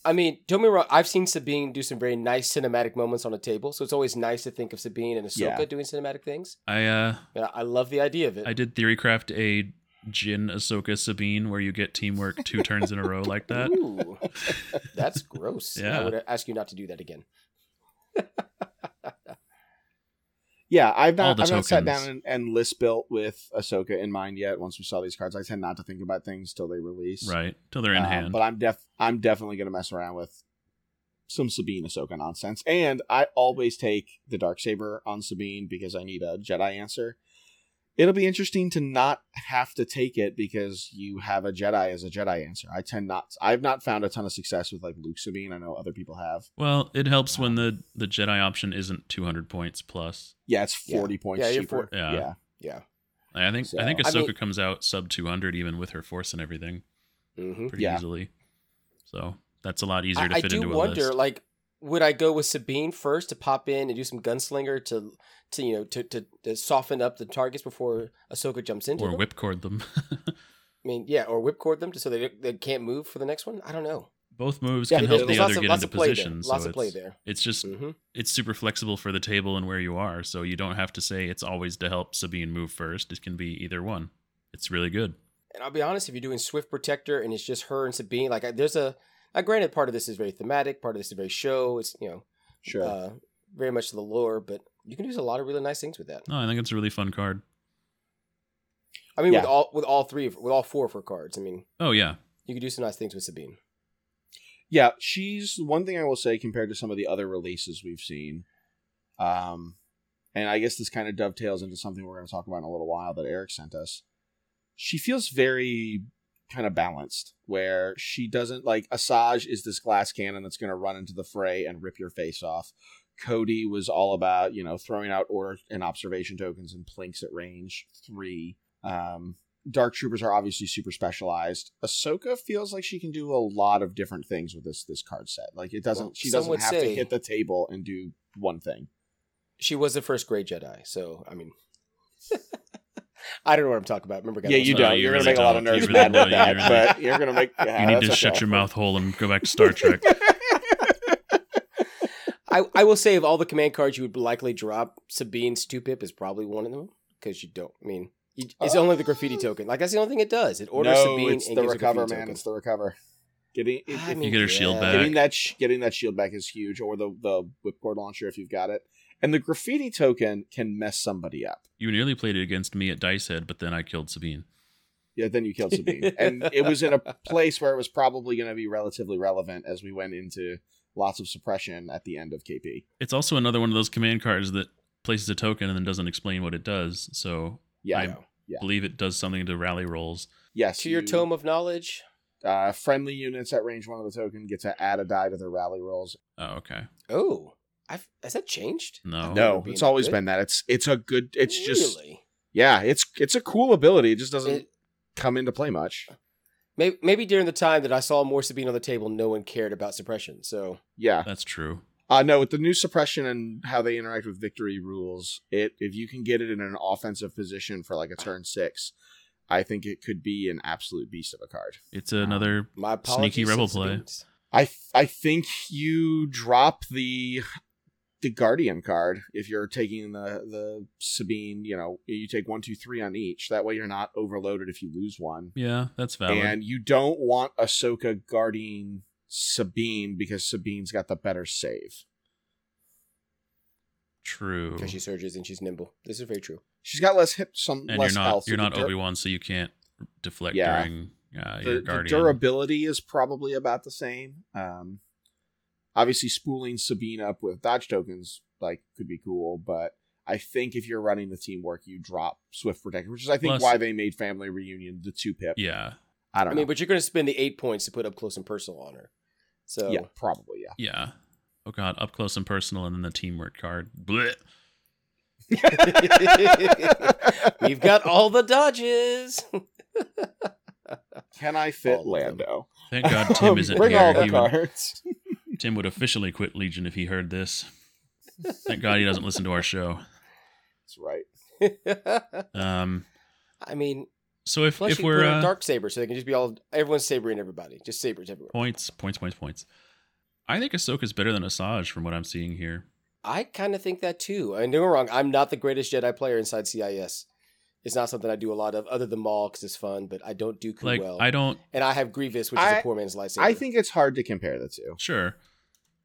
[SPEAKER 5] I mean, don't be wrong. I've seen Sabine do some very nice cinematic moments on a table, so it's always nice to think of Sabine and Ahsoka
[SPEAKER 3] Yeah.
[SPEAKER 5] doing cinematic things.
[SPEAKER 4] I uh
[SPEAKER 5] And I, I love the idea of it.
[SPEAKER 4] I did theorycraft a Jin Ahsoka Sabine where you get teamwork two turns in a row like that.
[SPEAKER 5] Ooh, that's gross. I
[SPEAKER 4] Yeah.
[SPEAKER 5] would ask you not to do that again.
[SPEAKER 3] Yeah, I've not,
[SPEAKER 4] All the
[SPEAKER 3] I've not sat
[SPEAKER 4] tokens.
[SPEAKER 3] down and, and list built with Ahsoka in mind yet. Once we saw these cards, I tend not to think about things till they release.
[SPEAKER 4] Right. Till they're in
[SPEAKER 3] Um,
[SPEAKER 4] hand.
[SPEAKER 3] But I'm def I'm definitely gonna mess around with some Sabine Ahsoka nonsense. And I always take the dark saber on Sabine because I need a Jedi answer. It'll be interesting to not have to take it because you have a Jedi as a Jedi answer. I tend not. I've not found a ton of success with like Luke Sabine. I know other people have.
[SPEAKER 4] Well, it helps when the the Jedi option isn't 200 points plus.
[SPEAKER 3] Yeah, it's
[SPEAKER 5] Yeah.
[SPEAKER 3] forty points
[SPEAKER 5] Yeah, you're
[SPEAKER 3] cheaper.
[SPEAKER 5] four-
[SPEAKER 4] Yeah.
[SPEAKER 3] yeah,
[SPEAKER 5] Yeah.
[SPEAKER 4] I think I
[SPEAKER 3] So-
[SPEAKER 4] think
[SPEAKER 5] I
[SPEAKER 4] Ahsoka
[SPEAKER 5] mean-
[SPEAKER 4] comes out sub 200 even with her force and everything
[SPEAKER 5] hmm
[SPEAKER 4] pretty
[SPEAKER 3] Yeah.
[SPEAKER 4] easily. So that's a lot easier
[SPEAKER 5] I,
[SPEAKER 4] to
[SPEAKER 5] I
[SPEAKER 4] fit
[SPEAKER 5] do
[SPEAKER 4] into a
[SPEAKER 5] wonder,
[SPEAKER 4] list.
[SPEAKER 5] like, would I go with Sabine first to pop in and do some gunslinger to, to you know, to, to, to soften up the targets before Ahsoka jumps into
[SPEAKER 4] or
[SPEAKER 5] them?
[SPEAKER 4] whipcord them.
[SPEAKER 5] I mean, yeah, or whipcord them to, so they they can't move for the next one. I don't know.
[SPEAKER 4] Both moves
[SPEAKER 5] Yeah,
[SPEAKER 4] can
[SPEAKER 5] there's
[SPEAKER 4] help the
[SPEAKER 5] lots
[SPEAKER 4] other
[SPEAKER 5] of-
[SPEAKER 4] get
[SPEAKER 5] lots
[SPEAKER 4] into
[SPEAKER 5] of play there.
[SPEAKER 4] position.
[SPEAKER 5] Lots
[SPEAKER 4] so
[SPEAKER 5] of play
[SPEAKER 4] it's-
[SPEAKER 5] there.
[SPEAKER 4] It's just
[SPEAKER 5] hmm
[SPEAKER 3] Mm-hmm.
[SPEAKER 4] it's super flexible for the table and where you are, so you don't have to say it's always to help Sabine move first. It can be either one. It's really good.
[SPEAKER 5] And I'll be honest, if you're doing Swift Protector and it's just her and Sabine, like I- there's a, now granted, part of this is very thematic, part of this is very show. It's you know,
[SPEAKER 3] sure.
[SPEAKER 5] uh, very much to the lore, but you can do a lot of really nice things with that.
[SPEAKER 4] No, I think it's a really fun card.
[SPEAKER 5] I mean,
[SPEAKER 3] Yeah.
[SPEAKER 5] with all with all three, of, with all four of her cards. I mean,
[SPEAKER 4] Oh yeah.
[SPEAKER 5] you could do some nice things with Sabine.
[SPEAKER 3] Yeah, she's one thing I will say compared to some of the other releases we've seen. Um, and I guess this kind of dovetails into something we're going to talk about in a little while that Eric sent us. She feels very kind of balanced, where she doesn't like Asajj is this glass cannon that's going to run into the fray and rip your face off. Cody was all about you know throwing out order and observation tokens and plinks at range three. Um, dark troopers are obviously super specialized. Ahsoka feels like she can do a lot of different things with this this card set. Like it doesn't
[SPEAKER 5] Well,
[SPEAKER 3] she
[SPEAKER 5] some
[SPEAKER 3] doesn't
[SPEAKER 5] would
[SPEAKER 3] have to
[SPEAKER 5] say-
[SPEAKER 3] hit the table and do one thing.
[SPEAKER 5] She was the first Grey Jedi, so I mean, I don't know what I'm talking about. Remember, guys,
[SPEAKER 3] yeah,
[SPEAKER 5] I'm
[SPEAKER 3] you
[SPEAKER 5] sorry.
[SPEAKER 3] don't.
[SPEAKER 4] No, you
[SPEAKER 3] you're
[SPEAKER 4] really
[SPEAKER 3] gonna make a lot of
[SPEAKER 4] don't.
[SPEAKER 3] nerds
[SPEAKER 4] You really
[SPEAKER 3] mad with
[SPEAKER 4] don't. You
[SPEAKER 3] that,
[SPEAKER 4] really-
[SPEAKER 3] but you're gonna make. yeah,
[SPEAKER 4] you need to
[SPEAKER 3] that's
[SPEAKER 4] shut
[SPEAKER 3] okay.
[SPEAKER 4] your mouth hole and go back to Star Trek.
[SPEAKER 5] I, I will say of all the command cards you would likely drop, Sabine's two pip is probably one of them because you don't. I mean, you, it's only the graffiti token. Like that's the only thing it does. It orders
[SPEAKER 3] Uh, no,
[SPEAKER 5] Sabine
[SPEAKER 3] it's
[SPEAKER 5] and
[SPEAKER 3] the
[SPEAKER 5] gives
[SPEAKER 3] recover,
[SPEAKER 5] a graffiti
[SPEAKER 3] man.
[SPEAKER 5] token.
[SPEAKER 3] It's the recover. Getting it,
[SPEAKER 5] I
[SPEAKER 3] it-
[SPEAKER 5] mean,
[SPEAKER 4] get her shield back.
[SPEAKER 3] getting that sh- getting that shield back is huge, or the the whipcord launcher if you've got it. And the graffiti token can mess somebody up.
[SPEAKER 4] You nearly played it against me at Dice Head, but then I killed Sabine.
[SPEAKER 3] Yeah, then you killed Sabine, and it was in a place where it was probably going to be relatively relevant as we went into lots of suppression at the end of KP.
[SPEAKER 4] It's also another one of those command cards that places a token and then doesn't explain what it does. So
[SPEAKER 3] Yeah,
[SPEAKER 4] I
[SPEAKER 3] yeah.
[SPEAKER 4] believe it does something to rally rolls.
[SPEAKER 3] yes.
[SPEAKER 5] To your
[SPEAKER 3] you-
[SPEAKER 5] tome of knowledge.
[SPEAKER 3] uh, friendly units at range one of the token get to add a die to their rally rolls.
[SPEAKER 4] Oh, okay.
[SPEAKER 5] Oh, I've, has that changed?
[SPEAKER 4] No.
[SPEAKER 5] No.
[SPEAKER 3] No,
[SPEAKER 5] being
[SPEAKER 3] it's always
[SPEAKER 5] good.
[SPEAKER 3] been that. It's it's a good. It's just
[SPEAKER 5] Really?
[SPEAKER 3] yeah. It's it's a cool ability. It just doesn't
[SPEAKER 5] It-
[SPEAKER 3] come into play much.
[SPEAKER 5] Maybe, maybe during the time that I saw more Sabine on the table, no one cared about suppression. So
[SPEAKER 3] Yeah.
[SPEAKER 4] That's true.
[SPEAKER 3] Uh no, with the new suppression and how they interact with victory rules, it if you can get it in an offensive position for like a turn six, I think it could be an absolute beast of a card.
[SPEAKER 4] It's another.
[SPEAKER 5] my apologies.
[SPEAKER 4] Sneaky
[SPEAKER 5] to
[SPEAKER 4] rebel play.
[SPEAKER 5] Sabines.
[SPEAKER 3] I I think you drop the the guardian card if you're taking the the Sabine. You know, you take one, two, three on each. That way, you're not overloaded if you lose one,
[SPEAKER 4] Yeah, that's valid.
[SPEAKER 3] and you don't want Ahsoka guarding Sabine because Sabine's got the better save.
[SPEAKER 4] true.
[SPEAKER 5] Because she surges and she's nimble. This is very true.
[SPEAKER 3] She's got less hit, some
[SPEAKER 4] And you're
[SPEAKER 3] less
[SPEAKER 4] not
[SPEAKER 3] health.
[SPEAKER 4] you're
[SPEAKER 3] The
[SPEAKER 4] not
[SPEAKER 3] dur-
[SPEAKER 4] Obi Wan, so you can't deflect
[SPEAKER 3] Yeah.
[SPEAKER 4] during uh,
[SPEAKER 3] the-
[SPEAKER 4] your
[SPEAKER 3] the,
[SPEAKER 4] guardian.
[SPEAKER 3] durability is probably about the same. Um, obviously, spooling Sabine up with dodge tokens like could be cool, but I think if you're running the teamwork, you drop Swift Protector, which is I think
[SPEAKER 4] Plus-
[SPEAKER 3] why they made Family Reunion the two pip.
[SPEAKER 4] yeah,
[SPEAKER 3] I don't
[SPEAKER 5] I mean,
[SPEAKER 3] know.
[SPEAKER 5] but you're going to spend the eight points to put up close and personal on her. So
[SPEAKER 3] yeah, probably yeah.
[SPEAKER 4] yeah. Oh god, up close and personal, and then the teamwork card. Blech.
[SPEAKER 5] we've got all the dodges.
[SPEAKER 3] Can I fit
[SPEAKER 5] All of them.
[SPEAKER 3] Lando?
[SPEAKER 4] Thank God Tim isn't
[SPEAKER 3] Bring
[SPEAKER 4] here.
[SPEAKER 3] all the
[SPEAKER 4] He would-
[SPEAKER 3] cards.
[SPEAKER 4] Tim would officially quit Legion if he heard this. Thank God he doesn't listen to our show.
[SPEAKER 3] That's right.
[SPEAKER 4] Um,
[SPEAKER 5] I mean,
[SPEAKER 4] so if
[SPEAKER 5] plus
[SPEAKER 4] if
[SPEAKER 5] you put
[SPEAKER 4] we're
[SPEAKER 5] in
[SPEAKER 4] uh,
[SPEAKER 5] dark saber, so they can just be all everyone's sabering everybody, just sabers everywhere.
[SPEAKER 4] points, points, points, points. I think Ahsoka's better than Asajj from what I'm seeing here.
[SPEAKER 5] I kind of think that too. I know wrong. I'm not the greatest Jedi player inside CIS. It's not something I do a lot of, other than Maul because it's fun. But I don't do Ku
[SPEAKER 4] Like
[SPEAKER 5] well,
[SPEAKER 4] I don't
[SPEAKER 5] and I have Grievous, which is
[SPEAKER 3] I-
[SPEAKER 5] a poor man's lightsaber. Uh,
[SPEAKER 3] I think it's hard to compare the two.
[SPEAKER 4] sure.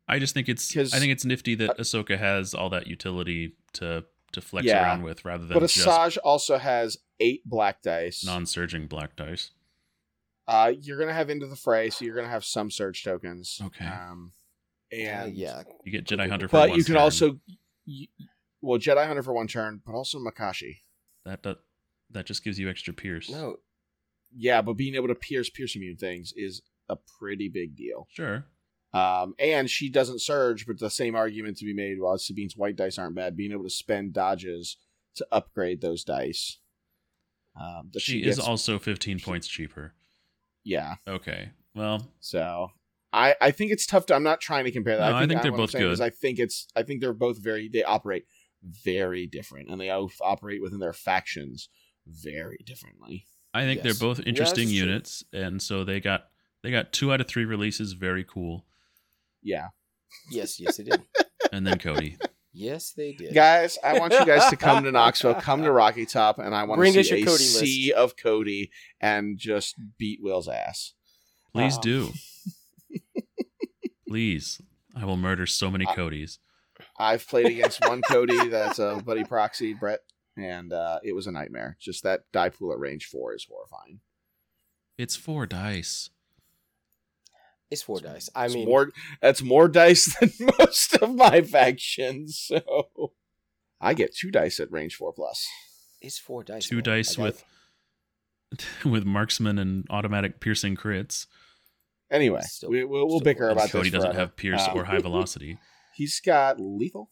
[SPEAKER 4] I just think it's
[SPEAKER 3] 'Cause-
[SPEAKER 4] I think it's nifty that Ahsoka has all that utility to to flex
[SPEAKER 3] Yeah.
[SPEAKER 4] around with rather than
[SPEAKER 3] But
[SPEAKER 4] just
[SPEAKER 3] Asajj also has eight black dice.
[SPEAKER 4] non-surging black dice.
[SPEAKER 3] Uh, you're gonna have into the fray, so you're gonna have some surge tokens.
[SPEAKER 4] Okay.
[SPEAKER 3] Um,
[SPEAKER 5] Uh,
[SPEAKER 3] and
[SPEAKER 5] yeah,
[SPEAKER 4] You get Jedi Hunter, for
[SPEAKER 3] but
[SPEAKER 4] one
[SPEAKER 3] you can
[SPEAKER 4] turn.
[SPEAKER 3] also, you, well, Jedi Hunter for one turn, but also Makashi.
[SPEAKER 4] that, that that just gives you extra pierce.
[SPEAKER 5] no,
[SPEAKER 3] Yeah, but being able to pierce pierce immune things is a pretty big deal.
[SPEAKER 4] sure.
[SPEAKER 3] Um, and she doesn't surge, but the same argument to be made: well, Sabine's white dice aren't bad. Being able to spend dodges to upgrade those dice. Um, that
[SPEAKER 4] She is
[SPEAKER 3] gets-
[SPEAKER 4] also 15 points cheaper.
[SPEAKER 3] yeah.
[SPEAKER 4] Okay. Well,
[SPEAKER 3] So I I think it's tough to. I'm not trying to compare that.
[SPEAKER 4] No, I think
[SPEAKER 3] I-
[SPEAKER 4] they're
[SPEAKER 3] what I'm
[SPEAKER 4] both
[SPEAKER 3] saying
[SPEAKER 4] good.
[SPEAKER 3] is I think it's I think they're both very they operate very different and they both operate within their factions very differently.
[SPEAKER 4] I think
[SPEAKER 5] Yes.
[SPEAKER 4] they're both
[SPEAKER 5] Yeah,
[SPEAKER 4] interesting
[SPEAKER 5] that's true.
[SPEAKER 4] units, and so they got they got two out of three releases. Very cool.
[SPEAKER 3] Yeah,
[SPEAKER 5] yes, yes, they did.
[SPEAKER 4] And then Cody.
[SPEAKER 5] Yes, they did.
[SPEAKER 3] guys, I want you guys to come to Knoxville, come to Rocky Top, and I want
[SPEAKER 5] Bring
[SPEAKER 3] to
[SPEAKER 5] us
[SPEAKER 3] see
[SPEAKER 5] your
[SPEAKER 3] a
[SPEAKER 5] Cody list.
[SPEAKER 3] sea of Cody and just beat Will's ass.
[SPEAKER 4] Please
[SPEAKER 3] Um,
[SPEAKER 4] do. Please, I will murder so many
[SPEAKER 3] I-
[SPEAKER 4] Codys.
[SPEAKER 3] I've played against one Cody that's a buddy proxy, Brett, and uh, it was a nightmare. Just that die pool at range four is horrifying.
[SPEAKER 4] It's four dice.
[SPEAKER 5] It's four dice. I
[SPEAKER 3] It's
[SPEAKER 5] mean,
[SPEAKER 3] more that's more dice than most of my factions. So I get two dice at range four plus.
[SPEAKER 5] it's four dice.
[SPEAKER 4] Two
[SPEAKER 5] man.
[SPEAKER 4] dice
[SPEAKER 5] I got-
[SPEAKER 4] with- With marksman and automatic piercing crits,
[SPEAKER 3] Anyway,
[SPEAKER 5] Still-
[SPEAKER 3] we, we'll, we'll
[SPEAKER 5] still
[SPEAKER 3] bicker
[SPEAKER 5] works.
[SPEAKER 3] about
[SPEAKER 4] and
[SPEAKER 3] this.
[SPEAKER 4] Cody doesn't
[SPEAKER 3] forever.
[SPEAKER 4] have pierce
[SPEAKER 3] Um,
[SPEAKER 4] or high velocity.
[SPEAKER 3] He's got lethal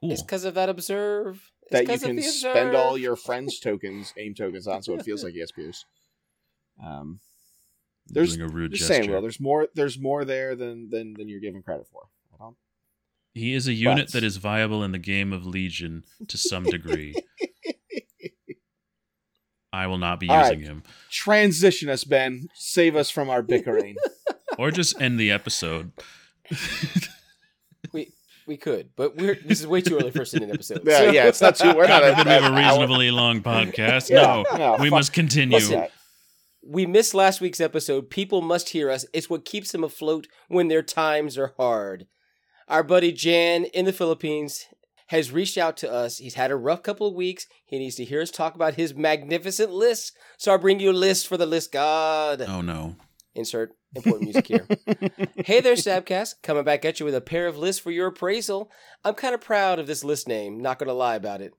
[SPEAKER 4] Cool.
[SPEAKER 5] It's because of that observe. It's
[SPEAKER 3] that
[SPEAKER 5] 'cause
[SPEAKER 3] you can
[SPEAKER 5] of the
[SPEAKER 3] spend all
[SPEAKER 5] observe.
[SPEAKER 3] your friends' tokens, aim tokens on, so it feels like he has pierce. Um, there's-
[SPEAKER 4] doing a rude
[SPEAKER 3] just
[SPEAKER 4] gesture.
[SPEAKER 3] saying, Will. There's more. There's more there than than than you're giving credit for. I don't-
[SPEAKER 4] He is a unit
[SPEAKER 3] But-
[SPEAKER 4] that is viable in the game of Legion to some degree. I will not be
[SPEAKER 3] All
[SPEAKER 4] using
[SPEAKER 3] right.
[SPEAKER 4] him.
[SPEAKER 3] Transition us, Ben. Save us from our bickering.
[SPEAKER 4] Or just end the episode.
[SPEAKER 5] We we could, but we're this is way too early for a sitting episode.
[SPEAKER 3] Yeah,
[SPEAKER 5] so-
[SPEAKER 3] yeah, it's not too. We're not
[SPEAKER 4] Then we have a
[SPEAKER 3] an hour-
[SPEAKER 4] reasonably long podcast.
[SPEAKER 3] Yeah,
[SPEAKER 4] no,
[SPEAKER 3] no,
[SPEAKER 4] we
[SPEAKER 3] fuck-
[SPEAKER 4] must continue.
[SPEAKER 3] Listen,
[SPEAKER 5] We missed last week's episode. People must hear us. It's what keeps them afloat when their times are hard. Our buddy Jan in the Philippines has reached out to us. He's had a rough couple of weeks. He needs to hear us talk about his magnificent list. So I bring you a list for the list god.
[SPEAKER 4] Oh no.
[SPEAKER 5] Insert important music here. hey there, Stabcast. Coming back at you with a pair of lists for your appraisal. I'm kind of proud of this list name, not going to lie about it.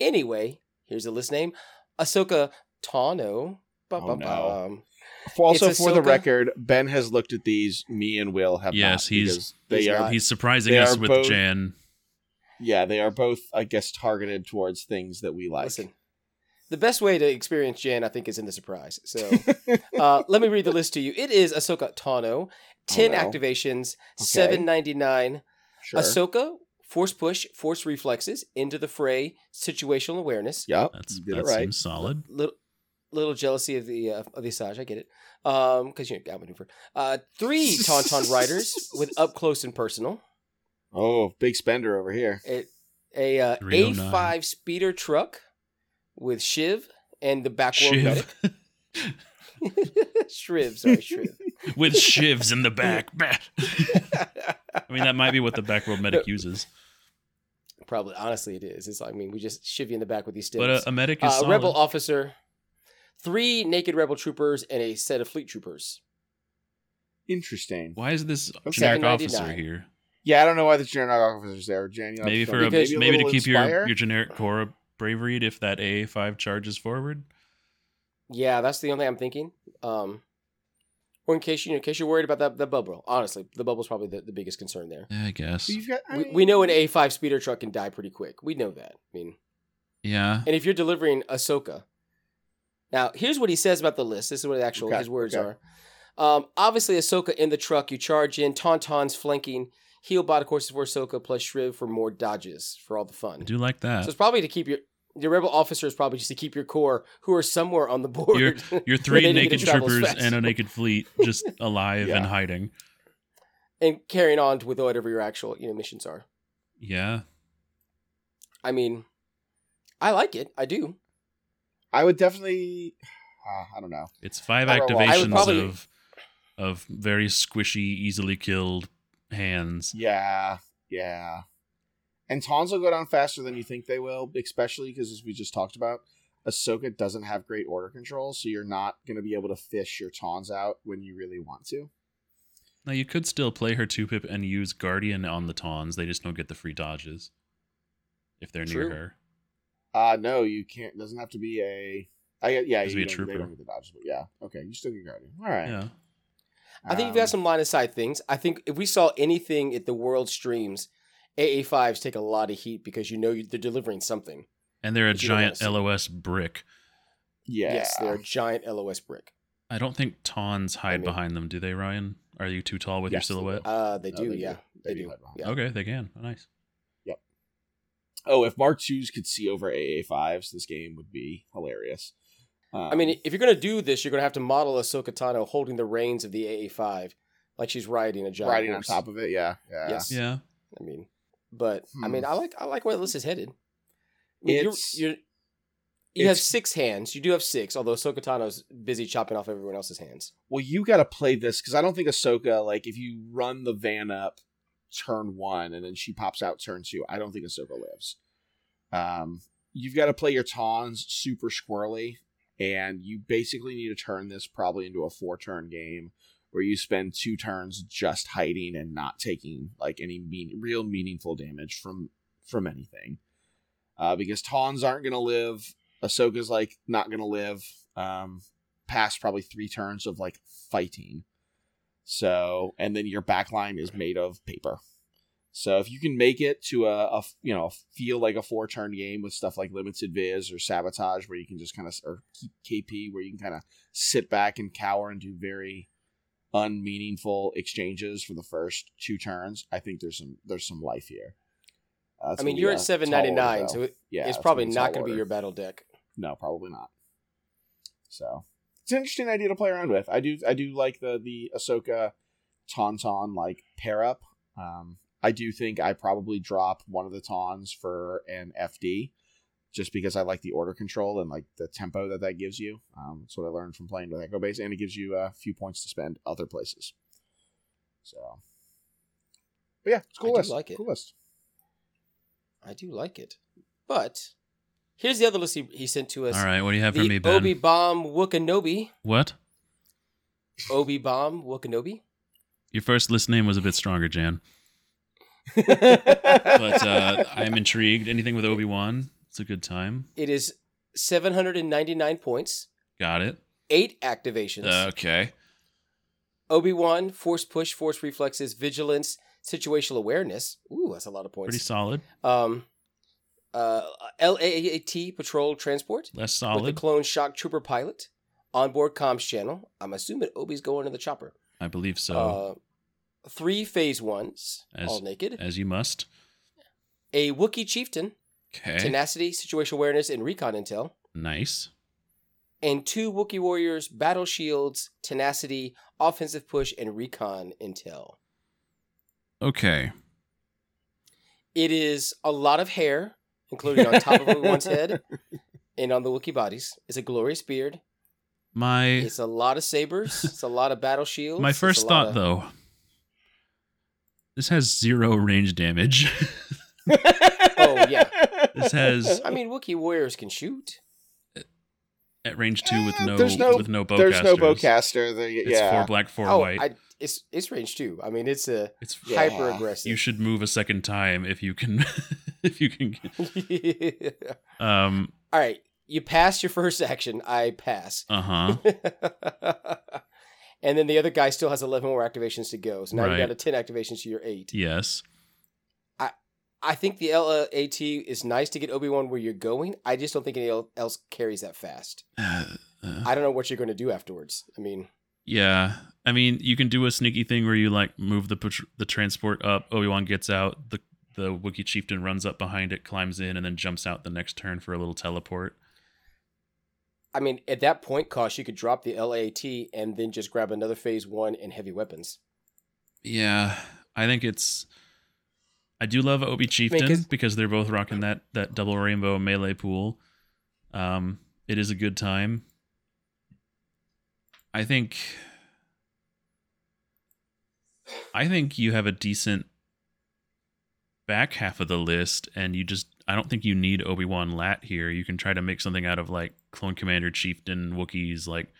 [SPEAKER 5] Anyway, here's the list name Ahsoka Tano.
[SPEAKER 3] Oh, no.
[SPEAKER 5] Bum.
[SPEAKER 3] also,
[SPEAKER 5] It's
[SPEAKER 3] for the
[SPEAKER 5] Ahsoka.
[SPEAKER 3] record, Ben has looked at these. Me and Will have.
[SPEAKER 4] Yes,
[SPEAKER 3] not,
[SPEAKER 4] he's-
[SPEAKER 3] because they
[SPEAKER 5] he's
[SPEAKER 3] are.
[SPEAKER 5] not.
[SPEAKER 4] He's surprising
[SPEAKER 3] They
[SPEAKER 4] us
[SPEAKER 3] are
[SPEAKER 4] with
[SPEAKER 3] both-
[SPEAKER 4] Jan.
[SPEAKER 3] Yeah, they are both, I guess, targeted towards things that we like.
[SPEAKER 5] Listen, the best way to experience Jan, I think, is in the surprise. So uh, let me read the list to you. It is Ahsoka Tano, 10
[SPEAKER 3] Oh, no.
[SPEAKER 5] activations,
[SPEAKER 3] Okay.
[SPEAKER 5] 799.
[SPEAKER 3] sure.
[SPEAKER 5] Ahsoka, force push, force reflexes, into the fray, situational awareness.
[SPEAKER 3] Yep.
[SPEAKER 4] That's
[SPEAKER 3] you did
[SPEAKER 4] that
[SPEAKER 3] it right.
[SPEAKER 4] seems solid.
[SPEAKER 5] little little jealousy of the uh, of the Asajj. I get it. Um, because you know, got maneuver. Uh, three Tauntaun riders with up close and personal.
[SPEAKER 3] Oh, big spender over here.
[SPEAKER 5] A a uh, A
[SPEAKER 4] 309.
[SPEAKER 5] five speeder truck with Shiv and the backworld medic.
[SPEAKER 4] Shiv
[SPEAKER 5] Shriv, sorry, Shriv.
[SPEAKER 4] with shivs in the back. Bah. I mean, that might be what the backworld medic uses,
[SPEAKER 5] Probably, honestly, it is. It's like, I mean, we just shiv you in the back with these sticks.
[SPEAKER 4] but a, a medic is
[SPEAKER 5] uh,
[SPEAKER 4] solid.
[SPEAKER 5] rebel officer, three naked rebel troopers, and a set of fleet troopers.
[SPEAKER 3] Interesting.
[SPEAKER 4] Why is this
[SPEAKER 3] Okay.
[SPEAKER 4] generic officer
[SPEAKER 5] 799.
[SPEAKER 4] here?
[SPEAKER 3] Yeah, I don't know why the generic officer's there. Jan, you
[SPEAKER 4] Maybe
[SPEAKER 3] know,
[SPEAKER 4] for a,
[SPEAKER 5] Because-
[SPEAKER 4] maybe,
[SPEAKER 3] little
[SPEAKER 4] to keep
[SPEAKER 3] inspire?
[SPEAKER 4] your, your generic Korra bravery if that AA five charges forward.
[SPEAKER 5] Yeah, that's the only thing I'm thinking. Um, or in case you, in case you're worried about that, the bubble. Honestly, the bubble's probably the, the biggest concern there.
[SPEAKER 4] Yeah, I guess.
[SPEAKER 3] You've got, I
[SPEAKER 5] We,
[SPEAKER 3] mean,
[SPEAKER 5] we know an A5 speeder truck can die pretty quick. We know that. I mean,
[SPEAKER 4] Yeah,
[SPEAKER 5] and if you're delivering Ahsoka, now here's what he says about the list. This is what the actual
[SPEAKER 3] Okay,
[SPEAKER 5] his words
[SPEAKER 3] okay.
[SPEAKER 5] are. Um, obviously, Ahsoka in the truck. You charge in. Tauntaun's flanking. Heal bot, of course, is for Ahsoka plus Shriv for more dodges for all the fun.
[SPEAKER 4] I do like
[SPEAKER 5] So
[SPEAKER 4] that.
[SPEAKER 5] it's probably to keep your your rebel officer is probably just to keep your core who are somewhere on the board.
[SPEAKER 4] Your your three
[SPEAKER 5] They need to
[SPEAKER 4] naked
[SPEAKER 5] travel
[SPEAKER 4] troopers
[SPEAKER 5] fast.
[SPEAKER 4] and a naked fleet just alive
[SPEAKER 3] Yeah.
[SPEAKER 4] and hiding.
[SPEAKER 5] and carrying on with whatever your actual you know missions are.
[SPEAKER 4] Yeah,
[SPEAKER 5] I mean, I like it. I do.
[SPEAKER 3] I would definitely. Uh, I don't know.
[SPEAKER 4] it's five
[SPEAKER 3] I don't know. I
[SPEAKER 5] would
[SPEAKER 4] activations
[SPEAKER 5] probably-
[SPEAKER 4] of of very squishy, easily killed hands.
[SPEAKER 3] Yeah, yeah. And Tons will go down faster than you think they will, especially because as we just talked about, Ahsoka doesn't have great order control, so you're not going to be able to fish your Tons out when you really want to.
[SPEAKER 4] Now you could still play her two pip and use Guardian on the Tons. They just don't get the free dodges if they're
[SPEAKER 5] True.
[SPEAKER 4] near her.
[SPEAKER 3] Uh no, you can't. It doesn't have to be a. I get- yeah,
[SPEAKER 4] Has to
[SPEAKER 3] you
[SPEAKER 4] be a
[SPEAKER 3] don't- They
[SPEAKER 4] trooper.
[SPEAKER 3] don't get the dodges, but yeah, okay, you still get guardian. All right.
[SPEAKER 4] Yeah,
[SPEAKER 5] I think you've got
[SPEAKER 3] Um,
[SPEAKER 5] some line of sight things. I think if we saw anything at the world streams, AA fives take a lot of heat because you know you, they're delivering something.
[SPEAKER 4] and they're a
[SPEAKER 5] But you don't
[SPEAKER 4] giant
[SPEAKER 5] wanna see-
[SPEAKER 4] LOS brick.
[SPEAKER 3] Yeah.
[SPEAKER 5] Yes, they're a giant LOS brick.
[SPEAKER 4] I don't think Tons hide
[SPEAKER 5] mean-
[SPEAKER 4] behind them, do they, Ryan? Are you too tall with your
[SPEAKER 3] Yes, they will.
[SPEAKER 4] silhouette?
[SPEAKER 5] Uh, they
[SPEAKER 3] No,
[SPEAKER 5] do.
[SPEAKER 3] they do.
[SPEAKER 5] yeah,
[SPEAKER 3] They
[SPEAKER 5] they,
[SPEAKER 3] do
[SPEAKER 5] do.
[SPEAKER 3] hide behind.
[SPEAKER 5] Yeah.
[SPEAKER 4] Okay, they can. Nice.
[SPEAKER 3] Oh, if Mark Twos could see over AA fives, this game would be hilarious. Um,
[SPEAKER 5] I mean, if you're gonna do this, you're gonna have to model Ahsoka Tano holding the reins of the AA five, like she's riding a giant
[SPEAKER 3] riding on
[SPEAKER 5] horse.
[SPEAKER 3] top of it, yeah, yeah.
[SPEAKER 5] Yes.
[SPEAKER 4] Yeah.
[SPEAKER 5] I mean, but I mean,
[SPEAKER 3] Hmm.
[SPEAKER 5] I like I like where this is headed. I mean, you're-
[SPEAKER 3] It's-
[SPEAKER 5] you're- you have
[SPEAKER 3] it's-
[SPEAKER 5] six hands. You do have six, although Sokotano's busy chopping off everyone else's hands.
[SPEAKER 3] Well, you got to play this because I don't think Ahsoka like if you run the van up turn one and then she pops out turn two. I don't think Ahsoka lives. Um, you've got to play your Tons super squirrely, and you basically need to turn this probably into a four turn game where you spend two turns just hiding and not taking like any mean real meaningful damage from from anything. Uh, because Tons aren't gonna live. Ahsoka's like not gonna live. Um, past probably three turns of like fighting. So, and then your back line is made of paper. So if you can make it to a, a you know feel like a four turn game with stuff like limited viz or sabotage where you can just kind of or keep KP where you can kind of sit back and cower and do very unmeaningful exchanges for the first two turns, I think there's some there's some life here. Uh, it's
[SPEAKER 5] I mean,
[SPEAKER 3] gonna be
[SPEAKER 5] you're
[SPEAKER 3] a
[SPEAKER 5] at
[SPEAKER 3] tall
[SPEAKER 5] seven ninety nine,
[SPEAKER 3] order,
[SPEAKER 5] so
[SPEAKER 3] though.
[SPEAKER 5] it,
[SPEAKER 3] yeah,
[SPEAKER 5] it's
[SPEAKER 3] gonna
[SPEAKER 5] probably
[SPEAKER 3] be a
[SPEAKER 5] not
[SPEAKER 3] tall
[SPEAKER 5] going to be
[SPEAKER 3] order.
[SPEAKER 5] your battle deck.
[SPEAKER 3] No, probably not. So it's an interesting idea to play around with. I do I do like the the Ahsoka Tauntaun like pair up. Um, I do think I probably drop one of the Tons for an FD just because I like the order control and like the tempo that that gives you. Um, that's what I learned from playing with Echo Base, and it gives you a few points to spend other places. So, but yeah, it's a
[SPEAKER 5] I
[SPEAKER 3] cool
[SPEAKER 5] do
[SPEAKER 3] list.
[SPEAKER 5] like it.
[SPEAKER 3] Cool list.
[SPEAKER 5] I do like it. But here's the other list he, he sent to us.
[SPEAKER 4] All right, what do you have for me,
[SPEAKER 5] The
[SPEAKER 4] Ben?
[SPEAKER 5] Obi Bomb Wakanobi.
[SPEAKER 4] what?
[SPEAKER 5] Obi Bomb Wakanobi.
[SPEAKER 4] Your first list name was a bit stronger, Jan.
[SPEAKER 5] but
[SPEAKER 4] But uh, I'm intrigued. Anything with Obi Wan? It's a good time.
[SPEAKER 5] it is 799 points,
[SPEAKER 4] Got it. Uh,
[SPEAKER 5] eight activations.
[SPEAKER 4] Okay.
[SPEAKER 5] Obi Wan, Force Push, Force Reflexes, Vigilance, Situational Awareness. Ooh, that's a lot of
[SPEAKER 4] Pretty
[SPEAKER 5] points.
[SPEAKER 4] solid.
[SPEAKER 5] Um, uh, LAAT Patrol Transport
[SPEAKER 4] Less
[SPEAKER 5] with
[SPEAKER 4] solid.
[SPEAKER 5] the Clone Shock Trooper Pilot, Onboard Comms Channel. I'm assuming Obi's going to the chopper.
[SPEAKER 4] I believe so.
[SPEAKER 5] uh, three Phase Ones,
[SPEAKER 4] As-
[SPEAKER 5] all naked.
[SPEAKER 4] as you must.
[SPEAKER 5] a Wookiee Chieftain,
[SPEAKER 4] Okay.
[SPEAKER 5] Tenacity, Situational Awareness, and Recon Intel.
[SPEAKER 4] nice.
[SPEAKER 5] and two Wookiee Warriors, Battle Shields, Tenacity, Offensive Push, and Recon Intel.
[SPEAKER 4] Okay.
[SPEAKER 5] It is a lot of hair, including on top of Obi Wan's head and on the Wookiee bodies. It's a glorious beard.
[SPEAKER 4] My
[SPEAKER 5] It's a lot of sabers. It's a lot of battle shields.
[SPEAKER 4] my
[SPEAKER 5] It's a
[SPEAKER 4] first
[SPEAKER 5] lot
[SPEAKER 4] thought
[SPEAKER 5] of-
[SPEAKER 4] though. This has zero range damage.
[SPEAKER 5] Oh, yeah.
[SPEAKER 4] this has
[SPEAKER 5] I mean, Wookiee Warriors can shoot.
[SPEAKER 4] at range two with
[SPEAKER 3] Eh,
[SPEAKER 4] no,
[SPEAKER 3] there's no-
[SPEAKER 4] with no bowcasters.
[SPEAKER 3] There's no bowcaster. There,
[SPEAKER 4] It's
[SPEAKER 3] yeah,
[SPEAKER 4] four black, four
[SPEAKER 5] oh,
[SPEAKER 4] white.
[SPEAKER 5] I, it's it's range two. I mean, it's a
[SPEAKER 4] it's
[SPEAKER 3] Yeah.
[SPEAKER 5] hyper aggressive.
[SPEAKER 4] you should move a second time if you can if you can get- um
[SPEAKER 5] All right, you pass your first action. I pass.
[SPEAKER 4] uh-huh.
[SPEAKER 5] and then the other guy still has 11 more activations to go. So now
[SPEAKER 4] Right.
[SPEAKER 5] you're down to 10 activations to your eight.
[SPEAKER 4] yes.
[SPEAKER 5] I think the LAT is nice to get Obi Wan where you're going. I just don't think anyone else carries that fast.
[SPEAKER 4] Uh, uh,
[SPEAKER 5] I don't know what you're going to do afterwards. I mean,
[SPEAKER 4] Yeah. I mean, you can do a sneaky thing where you like move the patr- the transport up. Obi Wan gets out. The the Wookiee chieftain runs up behind it, climbs in, and then jumps out the next turn for a little teleport.
[SPEAKER 5] I mean, at that point, cost you could drop the LAT and then just grab another phase one and heavy weapons.
[SPEAKER 4] Yeah, I think it's. I do love Obi Chieftain
[SPEAKER 5] 'cause-
[SPEAKER 4] because they're both rocking that that double rainbow melee pool. Um, it is a good time. I think. I think you have a decent back half of the list, and you just. I don't think you need Obi Wan Lat here. You can try to make something out of like Clone Commander Chieftain Wookiees, like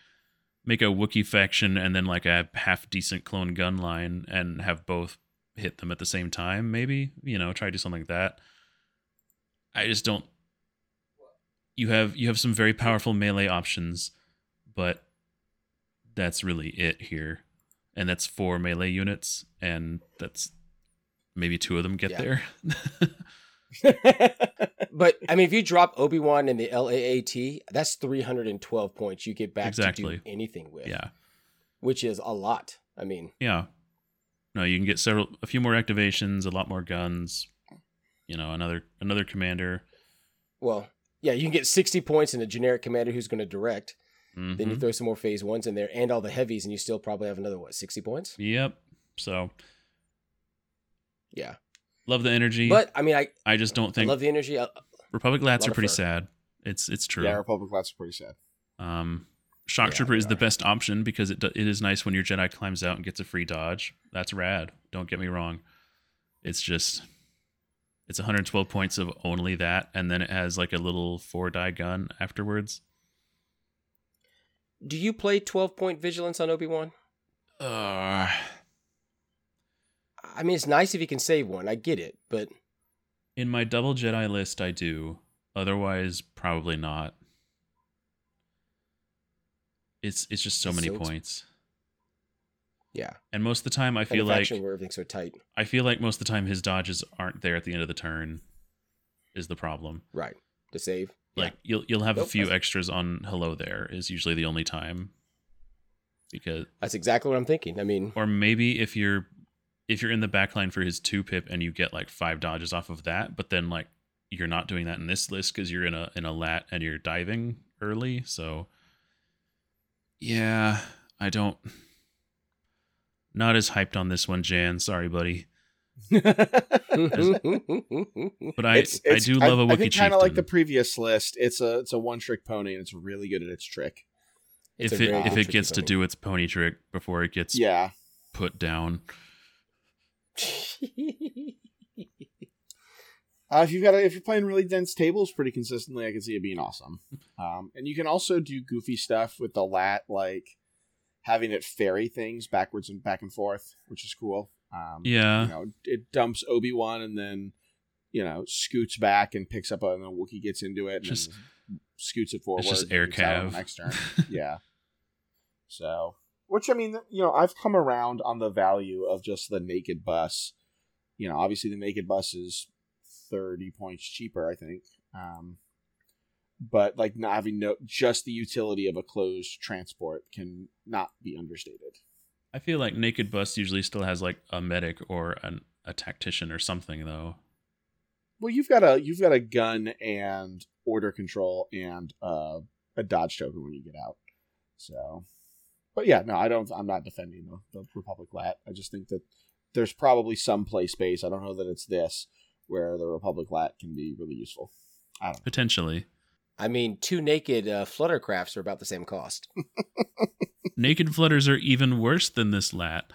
[SPEAKER 4] make a Wookiee faction and then like a half decent clone gun line and have both hit them at the same time, maybe. You know, try to do something like that. I just don't you have you have some very powerful melee options, but that's really it here. And that's four melee units, and that's maybe two of them get
[SPEAKER 5] Yeah.
[SPEAKER 4] there.
[SPEAKER 5] But I mean, if you drop Obi Wan and the LAAT, that's 312 points you get back
[SPEAKER 4] Exactly.
[SPEAKER 5] to do anything with,
[SPEAKER 4] yeah.
[SPEAKER 5] which is a lot. I mean,
[SPEAKER 4] Yeah. No, you can get several a few more activations, a lot more guns, you know, another another commander.
[SPEAKER 5] well, yeah, you can get 60 points in a generic commander who's going to direct. Then you
[SPEAKER 4] Mhm.
[SPEAKER 5] throw some more phase ones in there and all the heavies, and you still probably have another, what, 60 points?
[SPEAKER 4] Yep. So
[SPEAKER 5] Yeah.
[SPEAKER 4] love the energy.
[SPEAKER 5] But I mean, I,
[SPEAKER 4] I just don't
[SPEAKER 5] I
[SPEAKER 4] think
[SPEAKER 5] love the energy. Uh, I,
[SPEAKER 4] Republic Lats
[SPEAKER 5] lot
[SPEAKER 4] are
[SPEAKER 5] of
[SPEAKER 4] pretty
[SPEAKER 5] fur.
[SPEAKER 4] sad. It's it's true.
[SPEAKER 3] yeah. Republic Lats are pretty sad.
[SPEAKER 4] Um, Shock
[SPEAKER 5] Yeah,
[SPEAKER 4] Trooper
[SPEAKER 5] they
[SPEAKER 4] is the
[SPEAKER 5] are.
[SPEAKER 4] best option because it do- it is nice when your Jedi climbs out and gets a free dodge. That's rad. Don't get me wrong. It's just it's 112 points of only that, and then it has like a little four die gun afterwards.
[SPEAKER 5] do you play 12 point vigilance on Obi Wan?
[SPEAKER 4] Uh,
[SPEAKER 5] I mean, it's nice if you can save one. I get it. But
[SPEAKER 4] in my double Jedi list, I do. Otherwise, probably not. It's it's just so
[SPEAKER 5] It's
[SPEAKER 4] many
[SPEAKER 5] so exp-
[SPEAKER 4] points.
[SPEAKER 5] yeah,
[SPEAKER 4] And most of the time, I
[SPEAKER 5] in
[SPEAKER 4] feel
[SPEAKER 5] a
[SPEAKER 4] like
[SPEAKER 5] faction where everything's so tight.
[SPEAKER 4] I feel like most of the time his dodges aren't there at the end of the turn, is the problem.
[SPEAKER 5] Right. To save.
[SPEAKER 4] Like you'll you'll have
[SPEAKER 5] Nope,
[SPEAKER 4] a few
[SPEAKER 5] that's-
[SPEAKER 4] extras on hello there is usually the only time, because
[SPEAKER 5] That's exactly what I'm thinking. I mean,
[SPEAKER 4] or maybe if you're if you're in the backline for his two pip and you get like five dodges off of that, but then like you're not doing that in this list because you're in a in a lat and you're diving early, so yeah, I don't. Not as hyped on this one, Jan. Sorry, buddy. But I I do love a
[SPEAKER 3] I,
[SPEAKER 4] Wookiee
[SPEAKER 3] think
[SPEAKER 4] chieftain.
[SPEAKER 3] kind of like the previous list. It's a it's a one trick pony, and it's really good at its trick.
[SPEAKER 5] It's
[SPEAKER 4] if
[SPEAKER 5] a
[SPEAKER 4] it
[SPEAKER 5] very
[SPEAKER 4] if it
[SPEAKER 5] tricky
[SPEAKER 4] gets to
[SPEAKER 5] pony.
[SPEAKER 4] do its pony trick before it gets
[SPEAKER 3] Yeah,
[SPEAKER 4] put down.
[SPEAKER 3] uh, if you've got a, if you're playing really dense tables pretty consistently, I can see it being awesome. Um, and you can also do goofy stuff with the lat, like having it ferry things backwards and back and forth, which is cool. Um,
[SPEAKER 4] Yeah.
[SPEAKER 3] you know, it dumps Obi Wan and then you know scoots back and picks up a, and the Wookiee gets into it and
[SPEAKER 4] Just-
[SPEAKER 3] then scoots it forward.
[SPEAKER 4] it's just
[SPEAKER 3] and
[SPEAKER 4] air
[SPEAKER 3] gets out on
[SPEAKER 4] cav.
[SPEAKER 3] the Next turn, yeah. So, which I mean, you know, I've come around on the value of just the naked bus. You know, obviously the naked bus is thirty points cheaper, I think. Um, but like not having no just the utility of a closed transport can not be understated.
[SPEAKER 4] I feel like Naked Bus usually still has like a medic or an, a tactician or something though.
[SPEAKER 3] Well, you've got a you've got a gun and order control and uh, a dodge token when you get out. So, but yeah, no, I don't. I'm not defending the, the Republic Lat. I just think that there's probably some play space. I don't know that it's this where the Republic Lat can be really useful. I don't. know.
[SPEAKER 4] Potentially.
[SPEAKER 5] I mean, two naked uh, fluttercrafts are about the same cost.
[SPEAKER 4] Naked flutters are even worse than this lat.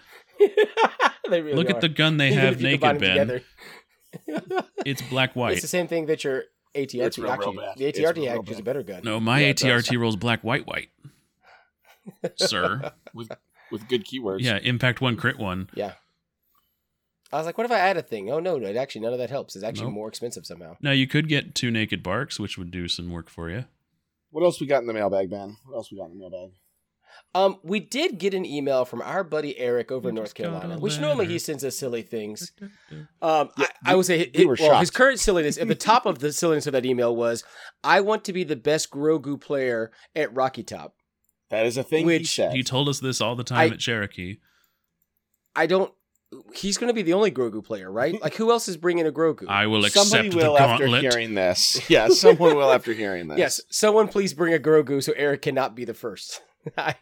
[SPEAKER 5] they really
[SPEAKER 4] Look
[SPEAKER 5] are.
[SPEAKER 4] at the gun they
[SPEAKER 5] Even
[SPEAKER 4] have
[SPEAKER 5] if you combine
[SPEAKER 4] naked, Ben.
[SPEAKER 5] them together.
[SPEAKER 4] It's black white.
[SPEAKER 5] It's the same thing that your ATRT
[SPEAKER 3] It's real, real
[SPEAKER 5] actually,
[SPEAKER 3] bad.
[SPEAKER 5] the
[SPEAKER 3] It's
[SPEAKER 5] ATRT
[SPEAKER 3] real, real
[SPEAKER 5] actually is a
[SPEAKER 3] bad.
[SPEAKER 5] better gun.
[SPEAKER 4] No, my
[SPEAKER 5] Yeah, it does.
[SPEAKER 4] ATRT rolls black white white. Sir.
[SPEAKER 3] With good keywords,
[SPEAKER 4] Yeah, impact one crit one.
[SPEAKER 5] Yeah. I was like, what if I add a thing? Oh no, no, it actually none of that helps. It's actually
[SPEAKER 4] Nope.
[SPEAKER 5] more expensive somehow.
[SPEAKER 4] Now you could get two naked barks, which would do some work for you.
[SPEAKER 3] What else we got in the mailbag, Ben? What else we got in the mailbag?
[SPEAKER 5] Um, we did get an email from our buddy Eric over
[SPEAKER 4] We
[SPEAKER 5] in North
[SPEAKER 4] just got
[SPEAKER 5] Carolina,
[SPEAKER 4] a
[SPEAKER 5] which normally he
[SPEAKER 4] letter.
[SPEAKER 5] sends us silly things. Um,
[SPEAKER 3] Yeah,
[SPEAKER 5] I, I would say
[SPEAKER 3] we
[SPEAKER 5] hi-
[SPEAKER 3] were
[SPEAKER 5] well, his
[SPEAKER 3] shocked.
[SPEAKER 5] current silliness at the top of the silliness of that email was, "I want to be the best Grogu player at Rocky Top."
[SPEAKER 3] That is a thing he
[SPEAKER 5] Which-
[SPEAKER 3] said.
[SPEAKER 4] He told us this all the time
[SPEAKER 5] I-
[SPEAKER 4] at Cherokee.
[SPEAKER 5] I don't. He's going to be the only Grogu player, right? Like, who else is bringing a Grogu?
[SPEAKER 4] I will
[SPEAKER 3] Somebody
[SPEAKER 4] accept
[SPEAKER 3] will
[SPEAKER 4] the
[SPEAKER 3] after
[SPEAKER 4] gauntlet.
[SPEAKER 3] hearing this. Yeah, someone will after hearing this.
[SPEAKER 5] Yes, someone please bring a Grogu so Eric cannot be the first. I-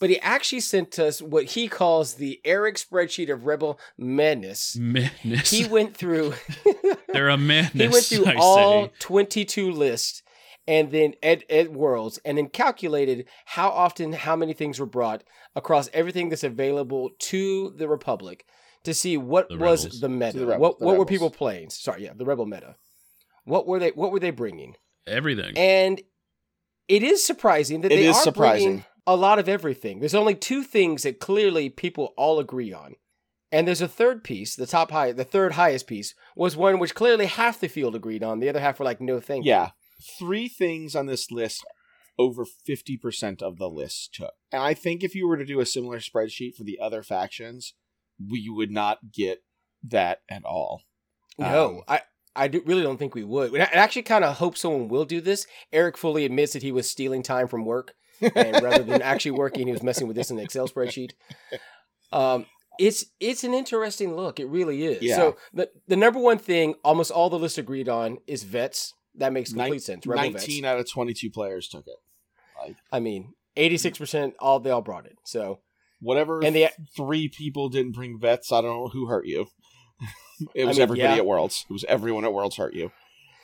[SPEAKER 5] but he actually sent us what he calls the Eric spreadsheet of Rebel Madness.
[SPEAKER 4] Madness.
[SPEAKER 5] He went through.
[SPEAKER 4] They're a madness.
[SPEAKER 5] he went through
[SPEAKER 4] I
[SPEAKER 5] all
[SPEAKER 4] say.
[SPEAKER 5] 22 lists and then at, at worlds and then calculated how often how many things were brought across everything that's available to the republic to see what
[SPEAKER 4] The
[SPEAKER 5] was
[SPEAKER 4] rebels.
[SPEAKER 5] the meta
[SPEAKER 3] To the rebel-
[SPEAKER 5] what,
[SPEAKER 3] the
[SPEAKER 5] what were
[SPEAKER 3] rebels.
[SPEAKER 5] people playing sorry yeah the rebel meta what were they what were they bringing
[SPEAKER 4] everything.
[SPEAKER 5] and it is surprising that
[SPEAKER 3] It
[SPEAKER 5] they
[SPEAKER 3] is
[SPEAKER 5] are
[SPEAKER 3] surprising.
[SPEAKER 5] bringing a lot of everything. There's only two things that clearly people all agree on. And there's a third piece, the top high, the third highest piece was one which clearly half the field agreed on. The other half were like, no, thank you.
[SPEAKER 3] yeah three things on this list over 50% of the list took and i think if you were to do a similar spreadsheet for the other factions we would not get that at all
[SPEAKER 5] No,
[SPEAKER 3] Um,
[SPEAKER 5] I, I do, really don't think we would. And I I actually kind of hope someone will do this. Eric fully admits that he was stealing time from work, and rather than actually working, he was messing with this in the Excel spreadsheet. Um, it's it's an interesting look. It really is.
[SPEAKER 3] Yeah.
[SPEAKER 5] So the the number one thing almost all the list agreed on is vets. That makes complete
[SPEAKER 3] Nin-
[SPEAKER 5] sense. Rebel
[SPEAKER 3] 19 out of 22 players took it
[SPEAKER 5] vets. I mean, eighty six percent all they all brought it. So
[SPEAKER 3] whatever
[SPEAKER 5] And the-
[SPEAKER 3] three people didn't bring vets i don't know who hurt you it was
[SPEAKER 5] mean,
[SPEAKER 3] everybody
[SPEAKER 5] yeah.
[SPEAKER 3] at worlds it was everyone at worlds hurt you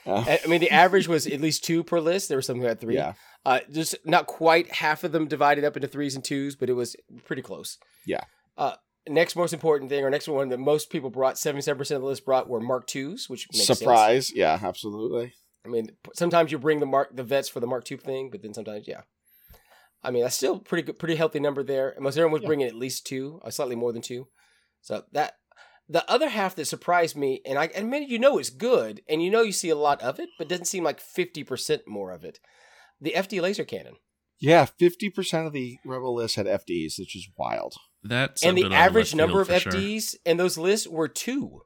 [SPEAKER 3] Uh,
[SPEAKER 5] I I mean, the average was at least two per list. There was something like three.
[SPEAKER 3] yeah
[SPEAKER 5] Uh, just not quite half of them divided up into threes and twos, but it was pretty close.
[SPEAKER 3] Yeah.
[SPEAKER 5] Uh, next most important thing, or next one that most people brought, seventy-seven percent of the list brought were Mark twos, which makes Sense.
[SPEAKER 3] surprise yeah absolutely
[SPEAKER 5] I mean, p- sometimes you bring the mark the vets for the Mark two thing, but then sometimes, yeah. I mean, that's still pretty good, pretty healthy number there. And most everyone was
[SPEAKER 3] Yeah.
[SPEAKER 5] bringing at least two, or slightly more than two. So that the other half that surprised me, and I admit you know it's good, and you know you see a lot of it, but doesn't seem like fifty percent more of it. The FD laser cannon.
[SPEAKER 3] yeah 50% of the rebel list had fds which is wild
[SPEAKER 4] That's a
[SPEAKER 5] and
[SPEAKER 4] bit
[SPEAKER 5] the
[SPEAKER 4] out of
[SPEAKER 5] average
[SPEAKER 4] left
[SPEAKER 5] number of E?
[SPEAKER 4] field for sure.
[SPEAKER 5] FDs in those lists were two.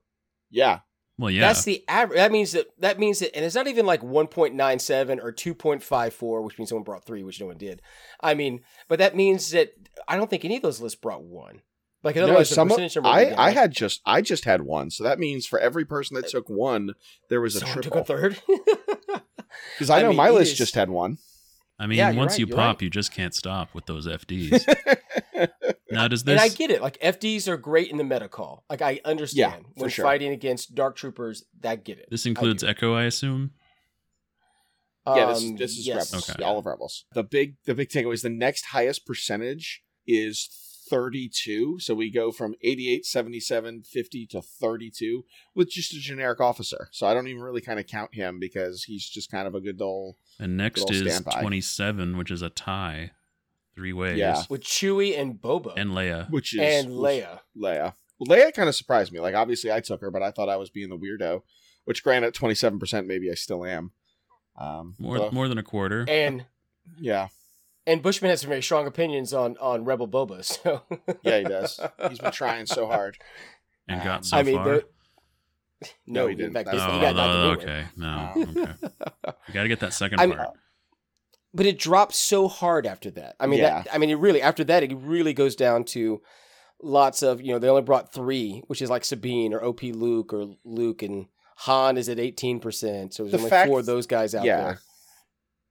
[SPEAKER 3] yeah
[SPEAKER 4] Well, yeah.
[SPEAKER 5] That's the average. That means that that means that, and it's not even like one point nine seven or two point five four, which means someone brought three, which no one did. I mean, but that means that I don't think any of those lists brought one. Like
[SPEAKER 3] No,
[SPEAKER 5] otherwise,
[SPEAKER 3] some
[SPEAKER 5] the
[SPEAKER 3] of-
[SPEAKER 5] percentage number. would
[SPEAKER 3] I,
[SPEAKER 5] be
[SPEAKER 3] I
[SPEAKER 5] like,
[SPEAKER 3] had just I just had one, so that means for every person that took one, there was a
[SPEAKER 5] Uh, someone took
[SPEAKER 3] triple.
[SPEAKER 5] a third.
[SPEAKER 3] Because I
[SPEAKER 5] I
[SPEAKER 3] know
[SPEAKER 5] mean,
[SPEAKER 3] my
[SPEAKER 5] it
[SPEAKER 3] list
[SPEAKER 5] is-
[SPEAKER 3] just had one.
[SPEAKER 4] I mean,
[SPEAKER 5] Yeah, you're
[SPEAKER 4] once
[SPEAKER 5] right,
[SPEAKER 4] you
[SPEAKER 5] you're
[SPEAKER 4] pop,
[SPEAKER 5] right.
[SPEAKER 4] you just can't stop with those FDs. Now does
[SPEAKER 5] And
[SPEAKER 4] this
[SPEAKER 5] I get it. Like FDs are great in the meta call. Like I understand
[SPEAKER 3] for
[SPEAKER 5] when
[SPEAKER 3] sure.
[SPEAKER 5] fighting against dark troopers. That get it.
[SPEAKER 4] this
[SPEAKER 5] I
[SPEAKER 4] includes
[SPEAKER 5] do.
[SPEAKER 4] Echo, I assume?
[SPEAKER 3] yeah, this,
[SPEAKER 5] Um,
[SPEAKER 3] this is
[SPEAKER 5] yes.
[SPEAKER 3] Rebels.
[SPEAKER 4] Okay.
[SPEAKER 3] All of Rebels. The big the big takeaway is the next highest percentage is 32. So we go from 88, 77, 50 to 32 with just a generic officer. So I don't even really kind of count him because he's just kind of a good old
[SPEAKER 4] And next
[SPEAKER 3] old
[SPEAKER 4] is
[SPEAKER 3] standby.
[SPEAKER 4] twenty seven, which is a tie. Three ways.
[SPEAKER 3] Yeah.
[SPEAKER 5] with Chewie and Boba
[SPEAKER 4] And
[SPEAKER 5] uh,
[SPEAKER 4] Leia.
[SPEAKER 3] which is
[SPEAKER 5] and
[SPEAKER 3] which-
[SPEAKER 5] Leia.
[SPEAKER 3] Leia. Leia kind of surprised me. Like, obviously, I took her, but I thought I was being the weirdo. Which, granted, twenty seven percent, maybe I still am. Um,
[SPEAKER 4] More
[SPEAKER 3] but-
[SPEAKER 4] more than a quarter.
[SPEAKER 5] And
[SPEAKER 3] yeah,
[SPEAKER 5] and Bushman has some very strong opinions on on Rebel Boba. So
[SPEAKER 3] yeah, he does. He's been trying so hard.
[SPEAKER 4] and got so
[SPEAKER 5] I mean,
[SPEAKER 4] far.
[SPEAKER 5] the- no,
[SPEAKER 3] No, he
[SPEAKER 5] he
[SPEAKER 3] didn't.
[SPEAKER 5] In fact,
[SPEAKER 3] That's-
[SPEAKER 5] he
[SPEAKER 4] oh,
[SPEAKER 5] got
[SPEAKER 4] no,
[SPEAKER 5] knocked
[SPEAKER 4] okay. No.
[SPEAKER 3] Wow.
[SPEAKER 4] Okay. You gotta get that 2nd
[SPEAKER 5] I mean, uh,
[SPEAKER 4] part.
[SPEAKER 5] but it drops so hard after that. I mean, that, I mean, it really after that it really goes down to lots of you know they only brought three, which is like Sabine or OP Luke or Luke and Han is at eighteen percent. So there's
[SPEAKER 3] The
[SPEAKER 5] only
[SPEAKER 3] fact-
[SPEAKER 5] four of those guys out
[SPEAKER 3] yeah.
[SPEAKER 5] there.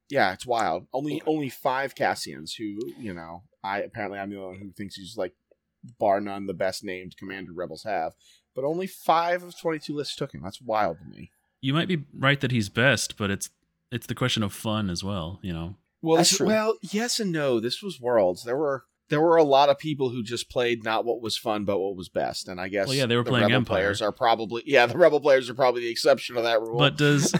[SPEAKER 3] Yeah, it's wild. Only only five Cassians who you know. I apparently I'm the only one who thinks he's like bar none the best named commander rebels have, but only five of twenty two lists took him. That's wild to me.
[SPEAKER 4] You might be right that he's best, but it's it's the question of fun as well, you know.
[SPEAKER 3] Well,
[SPEAKER 5] That's
[SPEAKER 3] this-
[SPEAKER 5] true.
[SPEAKER 3] well, yes and no. This was Worlds. There were there were a lot of people who just played not what was fun, but what was best. And I guess
[SPEAKER 4] Well, yeah, they were
[SPEAKER 3] the
[SPEAKER 4] playing
[SPEAKER 3] Rebel
[SPEAKER 4] Empire.
[SPEAKER 3] Players are probably yeah, the rebel players are probably the exception to that rule.
[SPEAKER 4] But uh, does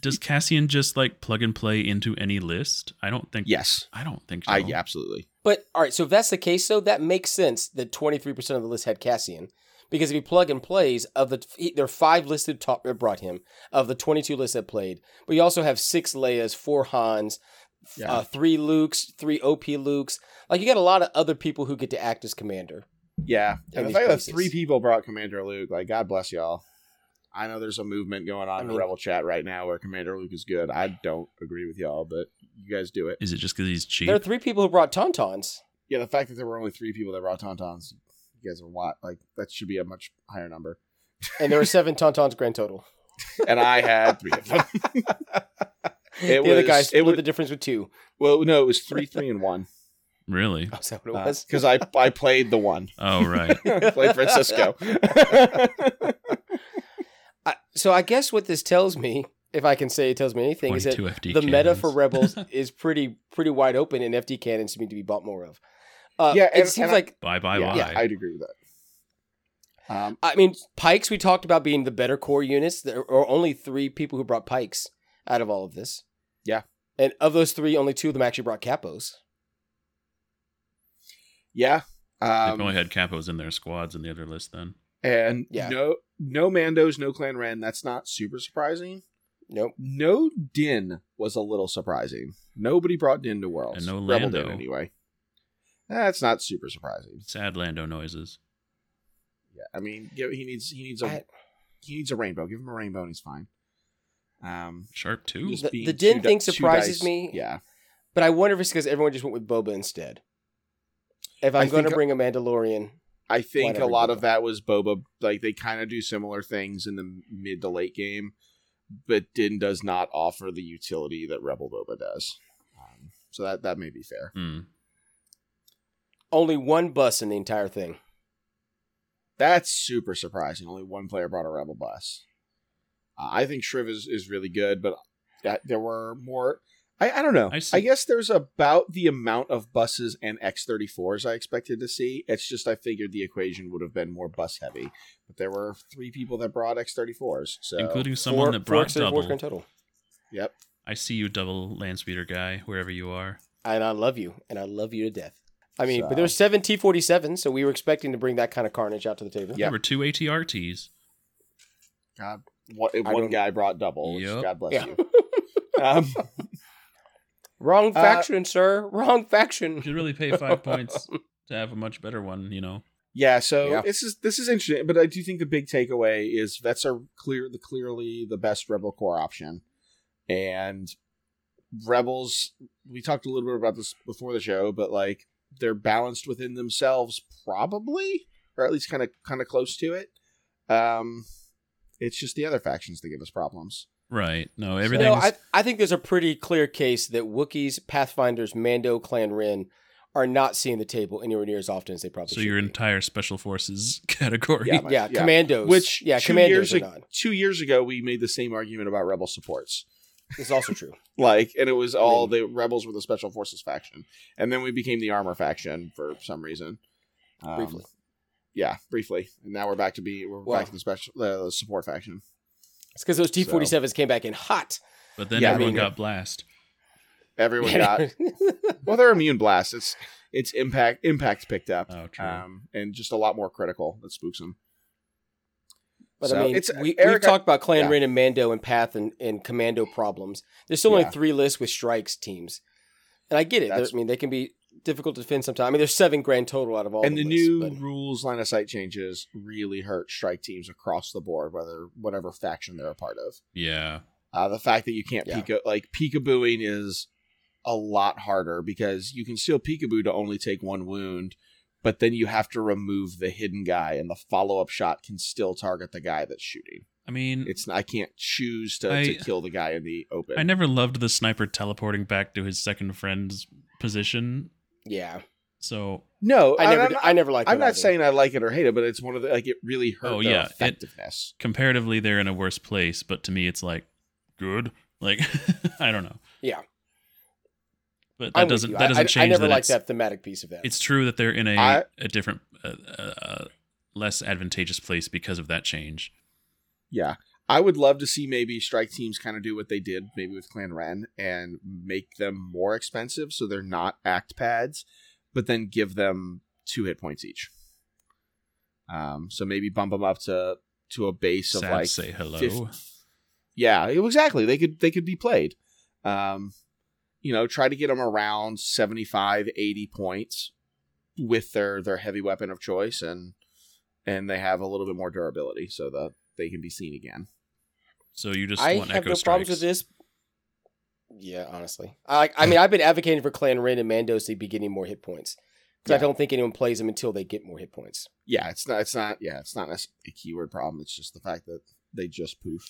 [SPEAKER 4] does Cassian just like plug and play into any list? I don't think
[SPEAKER 3] yes,
[SPEAKER 4] I don't think so.
[SPEAKER 3] I absolutely.
[SPEAKER 5] But all right, so if that's the case, though, that makes sense that twenty three percent of the list had Cassian. Because if he plug and plays of the he- there are five listed top that brought him of the twenty two lists that played, but you also have six Leias, four Hans,
[SPEAKER 3] Yeah.
[SPEAKER 5] uh, three Lukes, three OP Lukes. Like you got a lot of other people who get to act as commander.
[SPEAKER 3] Yeah,
[SPEAKER 5] In
[SPEAKER 3] and the
[SPEAKER 5] these
[SPEAKER 3] fact that
[SPEAKER 5] places.
[SPEAKER 3] three people brought Commander Luke, like God bless y'all. I know there's a movement going on
[SPEAKER 5] I
[SPEAKER 3] in
[SPEAKER 5] mean-
[SPEAKER 3] the Rebel chat right now where Commander Luke is good. I don't agree with y'all, but you guys do it.
[SPEAKER 4] Is it just because he's cheap?
[SPEAKER 5] There are three people who brought Tauntauns.
[SPEAKER 3] Yeah, the fact that there were only three people that brought Tauntauns, you guys are what like that should be a much higher number.
[SPEAKER 5] and there were seven Tauntauns grand total.
[SPEAKER 3] And I had three of them. It
[SPEAKER 5] the other
[SPEAKER 3] was-
[SPEAKER 5] guys
[SPEAKER 3] it
[SPEAKER 5] split
[SPEAKER 3] was-
[SPEAKER 5] the difference with two.
[SPEAKER 3] Well, no, it was three, three, and one
[SPEAKER 4] Really?
[SPEAKER 5] Oh, is that what it was?
[SPEAKER 3] because I I played the one,
[SPEAKER 4] Oh right.
[SPEAKER 3] played Francisco.
[SPEAKER 5] I, so I guess what this tells me, if I can say it tells me anything, is that
[SPEAKER 4] 22 FD
[SPEAKER 5] the meta
[SPEAKER 4] cannons.
[SPEAKER 5] for Rebels is pretty pretty wide open, and FD cannons need to be bought more of. Uh,
[SPEAKER 3] Yeah,
[SPEAKER 5] yeah,
[SPEAKER 3] and-
[SPEAKER 5] it seems
[SPEAKER 3] and I-
[SPEAKER 5] like
[SPEAKER 4] Bye bye
[SPEAKER 3] yeah,
[SPEAKER 4] bye.
[SPEAKER 3] yeah, I'd agree with that. Um,
[SPEAKER 5] I mean Pikes. We talked about being the better core units. There are only three people who brought Pikes out of all of this.
[SPEAKER 3] Yeah.
[SPEAKER 5] and of those three, only two of them actually brought Capos.
[SPEAKER 3] yeah.
[SPEAKER 4] they
[SPEAKER 3] Um,
[SPEAKER 4] probably had capos in their squads in the other list then.
[SPEAKER 3] and
[SPEAKER 5] Yeah.
[SPEAKER 3] no no Mandos, no Clan Ren. That's not super surprising.
[SPEAKER 5] Nope.
[SPEAKER 3] No Din was a little surprising. Nobody brought Din to Worlds.
[SPEAKER 4] And no
[SPEAKER 3] Rebel
[SPEAKER 4] Lando.
[SPEAKER 3] Din anyway. That's not super surprising.
[SPEAKER 4] Sad Lando noises.
[SPEAKER 3] Yeah, I mean, give- he needs he needs a
[SPEAKER 5] I-
[SPEAKER 3] he needs a rainbow. Give him a rainbow, and he's fine. Um,
[SPEAKER 4] Sharp two?
[SPEAKER 3] just
[SPEAKER 5] The-
[SPEAKER 3] being
[SPEAKER 5] the Din
[SPEAKER 3] two di-
[SPEAKER 5] thing
[SPEAKER 3] two
[SPEAKER 5] surprises
[SPEAKER 3] dice-
[SPEAKER 5] me.
[SPEAKER 3] Yeah,
[SPEAKER 5] But I wonder if it's because everyone just went with Boba instead. If
[SPEAKER 3] I
[SPEAKER 5] I'm going to
[SPEAKER 3] think- uh,
[SPEAKER 5] bring a Mandalorian,
[SPEAKER 3] I think a
[SPEAKER 5] Whatever,
[SPEAKER 3] lot
[SPEAKER 5] Boba.
[SPEAKER 3] of that was Boba. Like they kind of do similar things in the mid to late game, but Din does not offer the utility that Rebel Boba does. Um, so that that may be fair.
[SPEAKER 4] Hmm.
[SPEAKER 5] only one bus in the entire thing.
[SPEAKER 3] That's super surprising. Only one player brought a Rebel bus. Uh, I think Shriv is, is really good, but that, there were more. I, I don't know.
[SPEAKER 4] I
[SPEAKER 3] I,
[SPEAKER 4] see.
[SPEAKER 3] guess there's about the amount of buses and X34s I expected to see. It's just I figured the equation would have been more bus heavy. But there were three people that brought X34s. So,
[SPEAKER 4] Including someone
[SPEAKER 5] Four-
[SPEAKER 4] that
[SPEAKER 5] four
[SPEAKER 4] brought
[SPEAKER 5] extra- four
[SPEAKER 4] double.
[SPEAKER 5] grand total.
[SPEAKER 3] Yep.
[SPEAKER 4] I see you double land speeder guy, wherever you are.
[SPEAKER 5] And I love you, and I love you to death. I mean,
[SPEAKER 3] So-
[SPEAKER 5] but there's seven T47, so we were expecting to bring that kind of carnage out to the table.
[SPEAKER 3] Yep.
[SPEAKER 4] There were two ATRTs.
[SPEAKER 3] God. One, one
[SPEAKER 5] don't-
[SPEAKER 3] guy brought double. Which,
[SPEAKER 4] Yep.
[SPEAKER 3] God bless
[SPEAKER 5] Yeah.
[SPEAKER 3] you. um,
[SPEAKER 5] Wrong
[SPEAKER 3] Uh,
[SPEAKER 5] faction, sir. Wrong
[SPEAKER 4] You
[SPEAKER 5] faction.
[SPEAKER 4] should really pay five points to have a much better one, you know.
[SPEAKER 3] Yeah, so
[SPEAKER 5] Yeah.
[SPEAKER 3] this is this is interesting, but I do think the big takeaway is vets are clear the clearly the best rebel core option, and rebels. We talked a little bit about this before the show, but like they're balanced within themselves, probably, or at least kind of kind of close to it. Um, it's just the other factions that give us problems.
[SPEAKER 4] Right. No,
[SPEAKER 5] You
[SPEAKER 4] everything's
[SPEAKER 5] know, I, I think there's a pretty clear case that Wookiees, Pathfinders, Mando, Clan Ren are not seeing the table anywhere near as often as they probably
[SPEAKER 4] So
[SPEAKER 5] should
[SPEAKER 4] your
[SPEAKER 5] be.
[SPEAKER 4] entire special forces category.
[SPEAKER 3] Yeah,
[SPEAKER 5] yeah,
[SPEAKER 3] Yeah.
[SPEAKER 5] commandos
[SPEAKER 3] Which
[SPEAKER 5] yeah
[SPEAKER 3] two
[SPEAKER 5] commandos
[SPEAKER 3] years
[SPEAKER 5] are
[SPEAKER 3] ag-
[SPEAKER 5] not
[SPEAKER 3] Two years ago, we made the same argument about rebel supports.
[SPEAKER 5] it's also true
[SPEAKER 3] Like, and it was all the rebels were the special forces faction, and then we became the armor faction for some reason. Um,
[SPEAKER 5] briefly
[SPEAKER 3] yeah, briefly, and now we're back to be we're
[SPEAKER 5] Well-
[SPEAKER 3] back to the special uh, the support faction.
[SPEAKER 5] it's because those t47s came back in hot
[SPEAKER 4] But then
[SPEAKER 3] Yeah, I
[SPEAKER 4] everyone
[SPEAKER 5] mean-
[SPEAKER 4] got blast.
[SPEAKER 3] Everyone got well, they're immune blasts. It's it's impact impacts picked up,
[SPEAKER 4] Oh, true.
[SPEAKER 3] um, and just a lot more critical that spooks them.
[SPEAKER 5] But
[SPEAKER 3] So,
[SPEAKER 5] I mean,
[SPEAKER 3] it's-
[SPEAKER 5] we,
[SPEAKER 3] Eric,
[SPEAKER 5] we've talked about Clan
[SPEAKER 3] yeah.
[SPEAKER 5] Ren and Mando and Path and, and Commando problems. There's still
[SPEAKER 3] Yeah.
[SPEAKER 5] only three lists with strikes teams, and I get it. There-
[SPEAKER 3] That's-
[SPEAKER 5] I mean, they can be difficult to defend sometimes. I mean, there's seven grand total out of all
[SPEAKER 3] and the
[SPEAKER 5] the
[SPEAKER 3] new
[SPEAKER 5] lists, but-
[SPEAKER 3] rules line of sight changes really hurt strike teams across the board, whether whatever faction they're a part of.
[SPEAKER 4] Yeah.
[SPEAKER 3] Uh, the fact that you can't
[SPEAKER 5] Yeah.
[SPEAKER 3] peek like peekabooing is a lot harder because you can still peekaboo to only take one wound, but then you have to remove the hidden guy, and the follow up shot can still target the guy that's shooting.
[SPEAKER 4] I mean,
[SPEAKER 3] It's I can't choose to, to
[SPEAKER 4] Mm. I-
[SPEAKER 3] kill the guy in the open.
[SPEAKER 4] I never loved the sniper teleporting back to his second friend's position.
[SPEAKER 5] yeah,
[SPEAKER 4] So,
[SPEAKER 3] no,
[SPEAKER 5] I never,
[SPEAKER 3] I'm,
[SPEAKER 5] I never liked.
[SPEAKER 3] I'm
[SPEAKER 5] that
[SPEAKER 3] not
[SPEAKER 5] either.
[SPEAKER 3] saying I like it or hate it, but it's one of the like it really hurt
[SPEAKER 4] Oh,
[SPEAKER 3] their
[SPEAKER 4] yeah, it-
[SPEAKER 3] effectiveness.
[SPEAKER 4] comparatively, they're in a worse place. But to me, it's like good. Like I don't know.
[SPEAKER 5] Yeah,
[SPEAKER 4] But
[SPEAKER 5] I'm
[SPEAKER 4] that
[SPEAKER 5] with
[SPEAKER 4] doesn't
[SPEAKER 5] you.
[SPEAKER 4] that
[SPEAKER 5] I-
[SPEAKER 4] doesn't
[SPEAKER 5] I,
[SPEAKER 4] change
[SPEAKER 5] I never
[SPEAKER 4] that,
[SPEAKER 5] liked
[SPEAKER 4] it's,
[SPEAKER 5] that thematic piece of that.
[SPEAKER 4] it's true that they're in a
[SPEAKER 3] I-
[SPEAKER 4] a different, uh, uh, uh, less advantageous place because of that change.
[SPEAKER 3] yeah, I would love to see maybe strike teams kind of do what they did maybe with Clan Ren and make them more expensive so they're not act pads, but then give them two hit points each. Um, so maybe bump them up to to a base of
[SPEAKER 4] Sad
[SPEAKER 3] like
[SPEAKER 4] say hello.
[SPEAKER 3] Yeah, e, exactly. They could they could be played. Um, you know, try to get them around 75, 80 points with their their heavy weapon of choice and and they have a little bit more durability so that they can be seen again.
[SPEAKER 4] so you just
[SPEAKER 5] I
[SPEAKER 4] want
[SPEAKER 5] have
[SPEAKER 4] echo
[SPEAKER 5] no
[SPEAKER 4] strikes.
[SPEAKER 5] problems with this. Yeah, honestly, I I mean, I've been advocating for Clan Ren and Mandos to be getting more hit points because
[SPEAKER 3] Yeah.
[SPEAKER 5] I don't think anyone plays them until they get more hit points.
[SPEAKER 3] Yeah, it's not it's not yeah, it's not necessarily a keyword problem. It's just the fact that they just poof.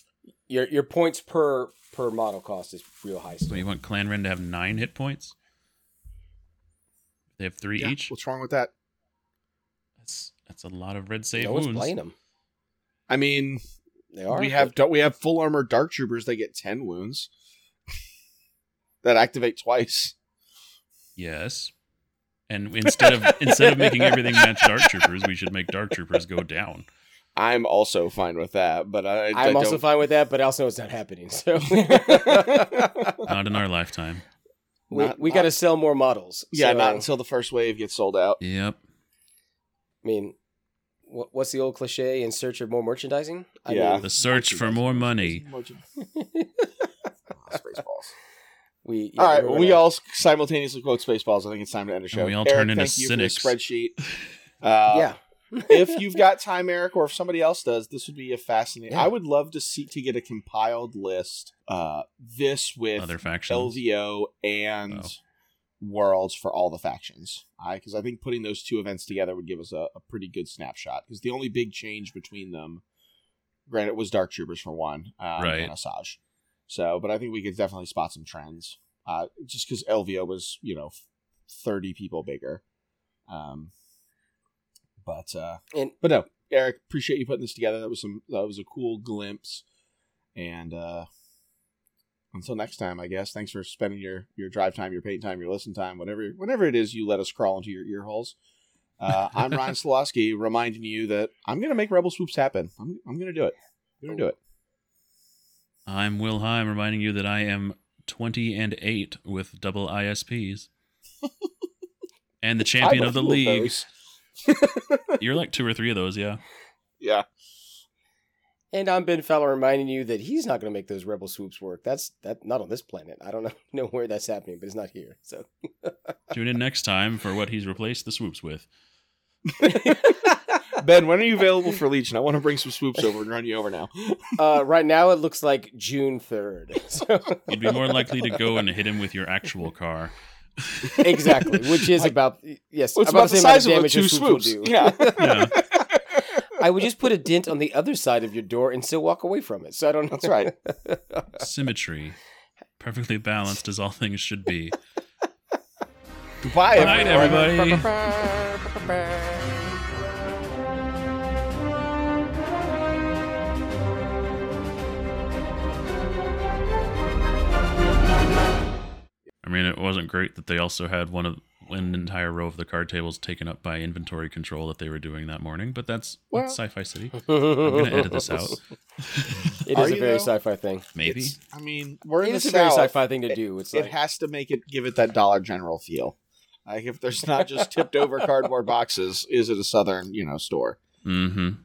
[SPEAKER 5] Your your points per per model cost is real high.
[SPEAKER 4] So you want Clan Ren to have nine hit points? They have three
[SPEAKER 3] Yeah,
[SPEAKER 4] each.
[SPEAKER 3] What's wrong with that?
[SPEAKER 4] That's that's a lot of red save
[SPEAKER 5] no
[SPEAKER 4] wounds.
[SPEAKER 5] one's playing them.
[SPEAKER 3] I mean,
[SPEAKER 5] They are.
[SPEAKER 3] we have don't we have full armor dark troopers that get 10 wounds that activate twice.
[SPEAKER 4] Yes. And instead of instead of making everything match dark troopers, we should make dark troopers go down.
[SPEAKER 3] I'm also fine with that, but I, I
[SPEAKER 5] I'm also
[SPEAKER 3] don't-
[SPEAKER 5] fine with that, but I also know it's not happening. So
[SPEAKER 4] Not in our lifetime.
[SPEAKER 5] we,
[SPEAKER 3] Not-
[SPEAKER 5] we
[SPEAKER 3] not-
[SPEAKER 5] got to sell more models.
[SPEAKER 3] Yeah,
[SPEAKER 5] So,
[SPEAKER 3] not until the first wave gets sold out.
[SPEAKER 4] Yep.
[SPEAKER 5] I mean, what, what's the old cliche? In search of more merchandising. I
[SPEAKER 3] Yeah.
[SPEAKER 5] mean,
[SPEAKER 4] The search for more money.
[SPEAKER 3] Spaceballs.
[SPEAKER 5] we.
[SPEAKER 3] all right,
[SPEAKER 5] we're
[SPEAKER 3] when we
[SPEAKER 5] gonna-
[SPEAKER 3] all simultaneously quote Spaceballs. I think it's time to end the show.
[SPEAKER 4] we all
[SPEAKER 3] Eric,
[SPEAKER 4] turn into
[SPEAKER 3] thank you for the
[SPEAKER 4] cynics.
[SPEAKER 3] spreadsheet. Uh,
[SPEAKER 5] yeah.
[SPEAKER 3] if you've got time, Eric, or if somebody else does, this would be a fascinating.
[SPEAKER 5] Yeah.
[SPEAKER 3] I would love to see to get a compiled list. Uh, this with
[SPEAKER 4] Other factions.
[SPEAKER 3] LVO and
[SPEAKER 4] Oh.
[SPEAKER 3] Worlds for all the factions. I because I think putting those two events together would give us a, a pretty good snapshot. Because the only big change between them, granted, was Dark Troopers for one, um,
[SPEAKER 4] Right.
[SPEAKER 3] and Asajj. So, but I think we could definitely spot some trends. Uh, just because LVO was you know thirty people bigger. Um, but uh,
[SPEAKER 5] And
[SPEAKER 3] but no, Eric, appreciate you putting this together. That was some that was a cool glimpse. And uh until next time, I guess. Thanks for spending your your drive time, your paint time, your listen time, whatever whatever it is you let us crawl into your ear holes. Uh, I'm Ryan Slosky, reminding you that I'm gonna make Rebel Swoops happen. I'm I'm gonna do it. I'm gonna do it.
[SPEAKER 4] I'm Will Heim reminding you that I am twenty and eight with double ISPs. And the champion
[SPEAKER 3] I'm a
[SPEAKER 4] of the
[SPEAKER 3] few
[SPEAKER 4] league.
[SPEAKER 3] those.
[SPEAKER 4] You're like two or three of those, yeah.
[SPEAKER 3] Yeah.
[SPEAKER 5] and I'm Ben Fowler reminding you that he's not going to make those rebel swoops work. That's that not on this planet. I don't know know where that's happening, but it's not here. So.
[SPEAKER 4] Tune in next time for what he's replaced the swoops with.
[SPEAKER 3] Ben, when are you available for Legion? I want to bring some swoops over and run you over now.
[SPEAKER 5] Uh, right now, it looks like June third. So,
[SPEAKER 4] You'd be more likely to go and hit him with your actual car.
[SPEAKER 5] exactly, which is about yes,
[SPEAKER 3] Well, it's
[SPEAKER 5] about, the, same amount of
[SPEAKER 3] a
[SPEAKER 5] damage as swoops will do.
[SPEAKER 3] Yeah.
[SPEAKER 4] Yeah.
[SPEAKER 5] I would just put a dent on the other side of your door and still walk away from it. So I don't know.
[SPEAKER 3] That's right.
[SPEAKER 4] Symmetry. Perfectly balanced as all things should be.
[SPEAKER 3] Goodbye,
[SPEAKER 4] Good night, everybody. I mean, it wasn't great that they also had one of an entire row of the card tables taken up by inventory control that they were doing that morning. But that's
[SPEAKER 3] Well-
[SPEAKER 4] that's Sci-Fi City. I'm gonna edit this out.
[SPEAKER 5] It
[SPEAKER 3] Are
[SPEAKER 5] is a
[SPEAKER 3] you, though?
[SPEAKER 5] very sci-fi thing.
[SPEAKER 4] Maybe
[SPEAKER 3] It's- I mean, we're in
[SPEAKER 5] It
[SPEAKER 3] the
[SPEAKER 5] is a very
[SPEAKER 3] South.
[SPEAKER 5] sci-fi thing to do. It's
[SPEAKER 3] It
[SPEAKER 5] like
[SPEAKER 3] has to make it give it that Dollar General feel. Like if there's not just tipped over cardboard boxes, is it a Southern you know store?
[SPEAKER 4] Mm-hmm.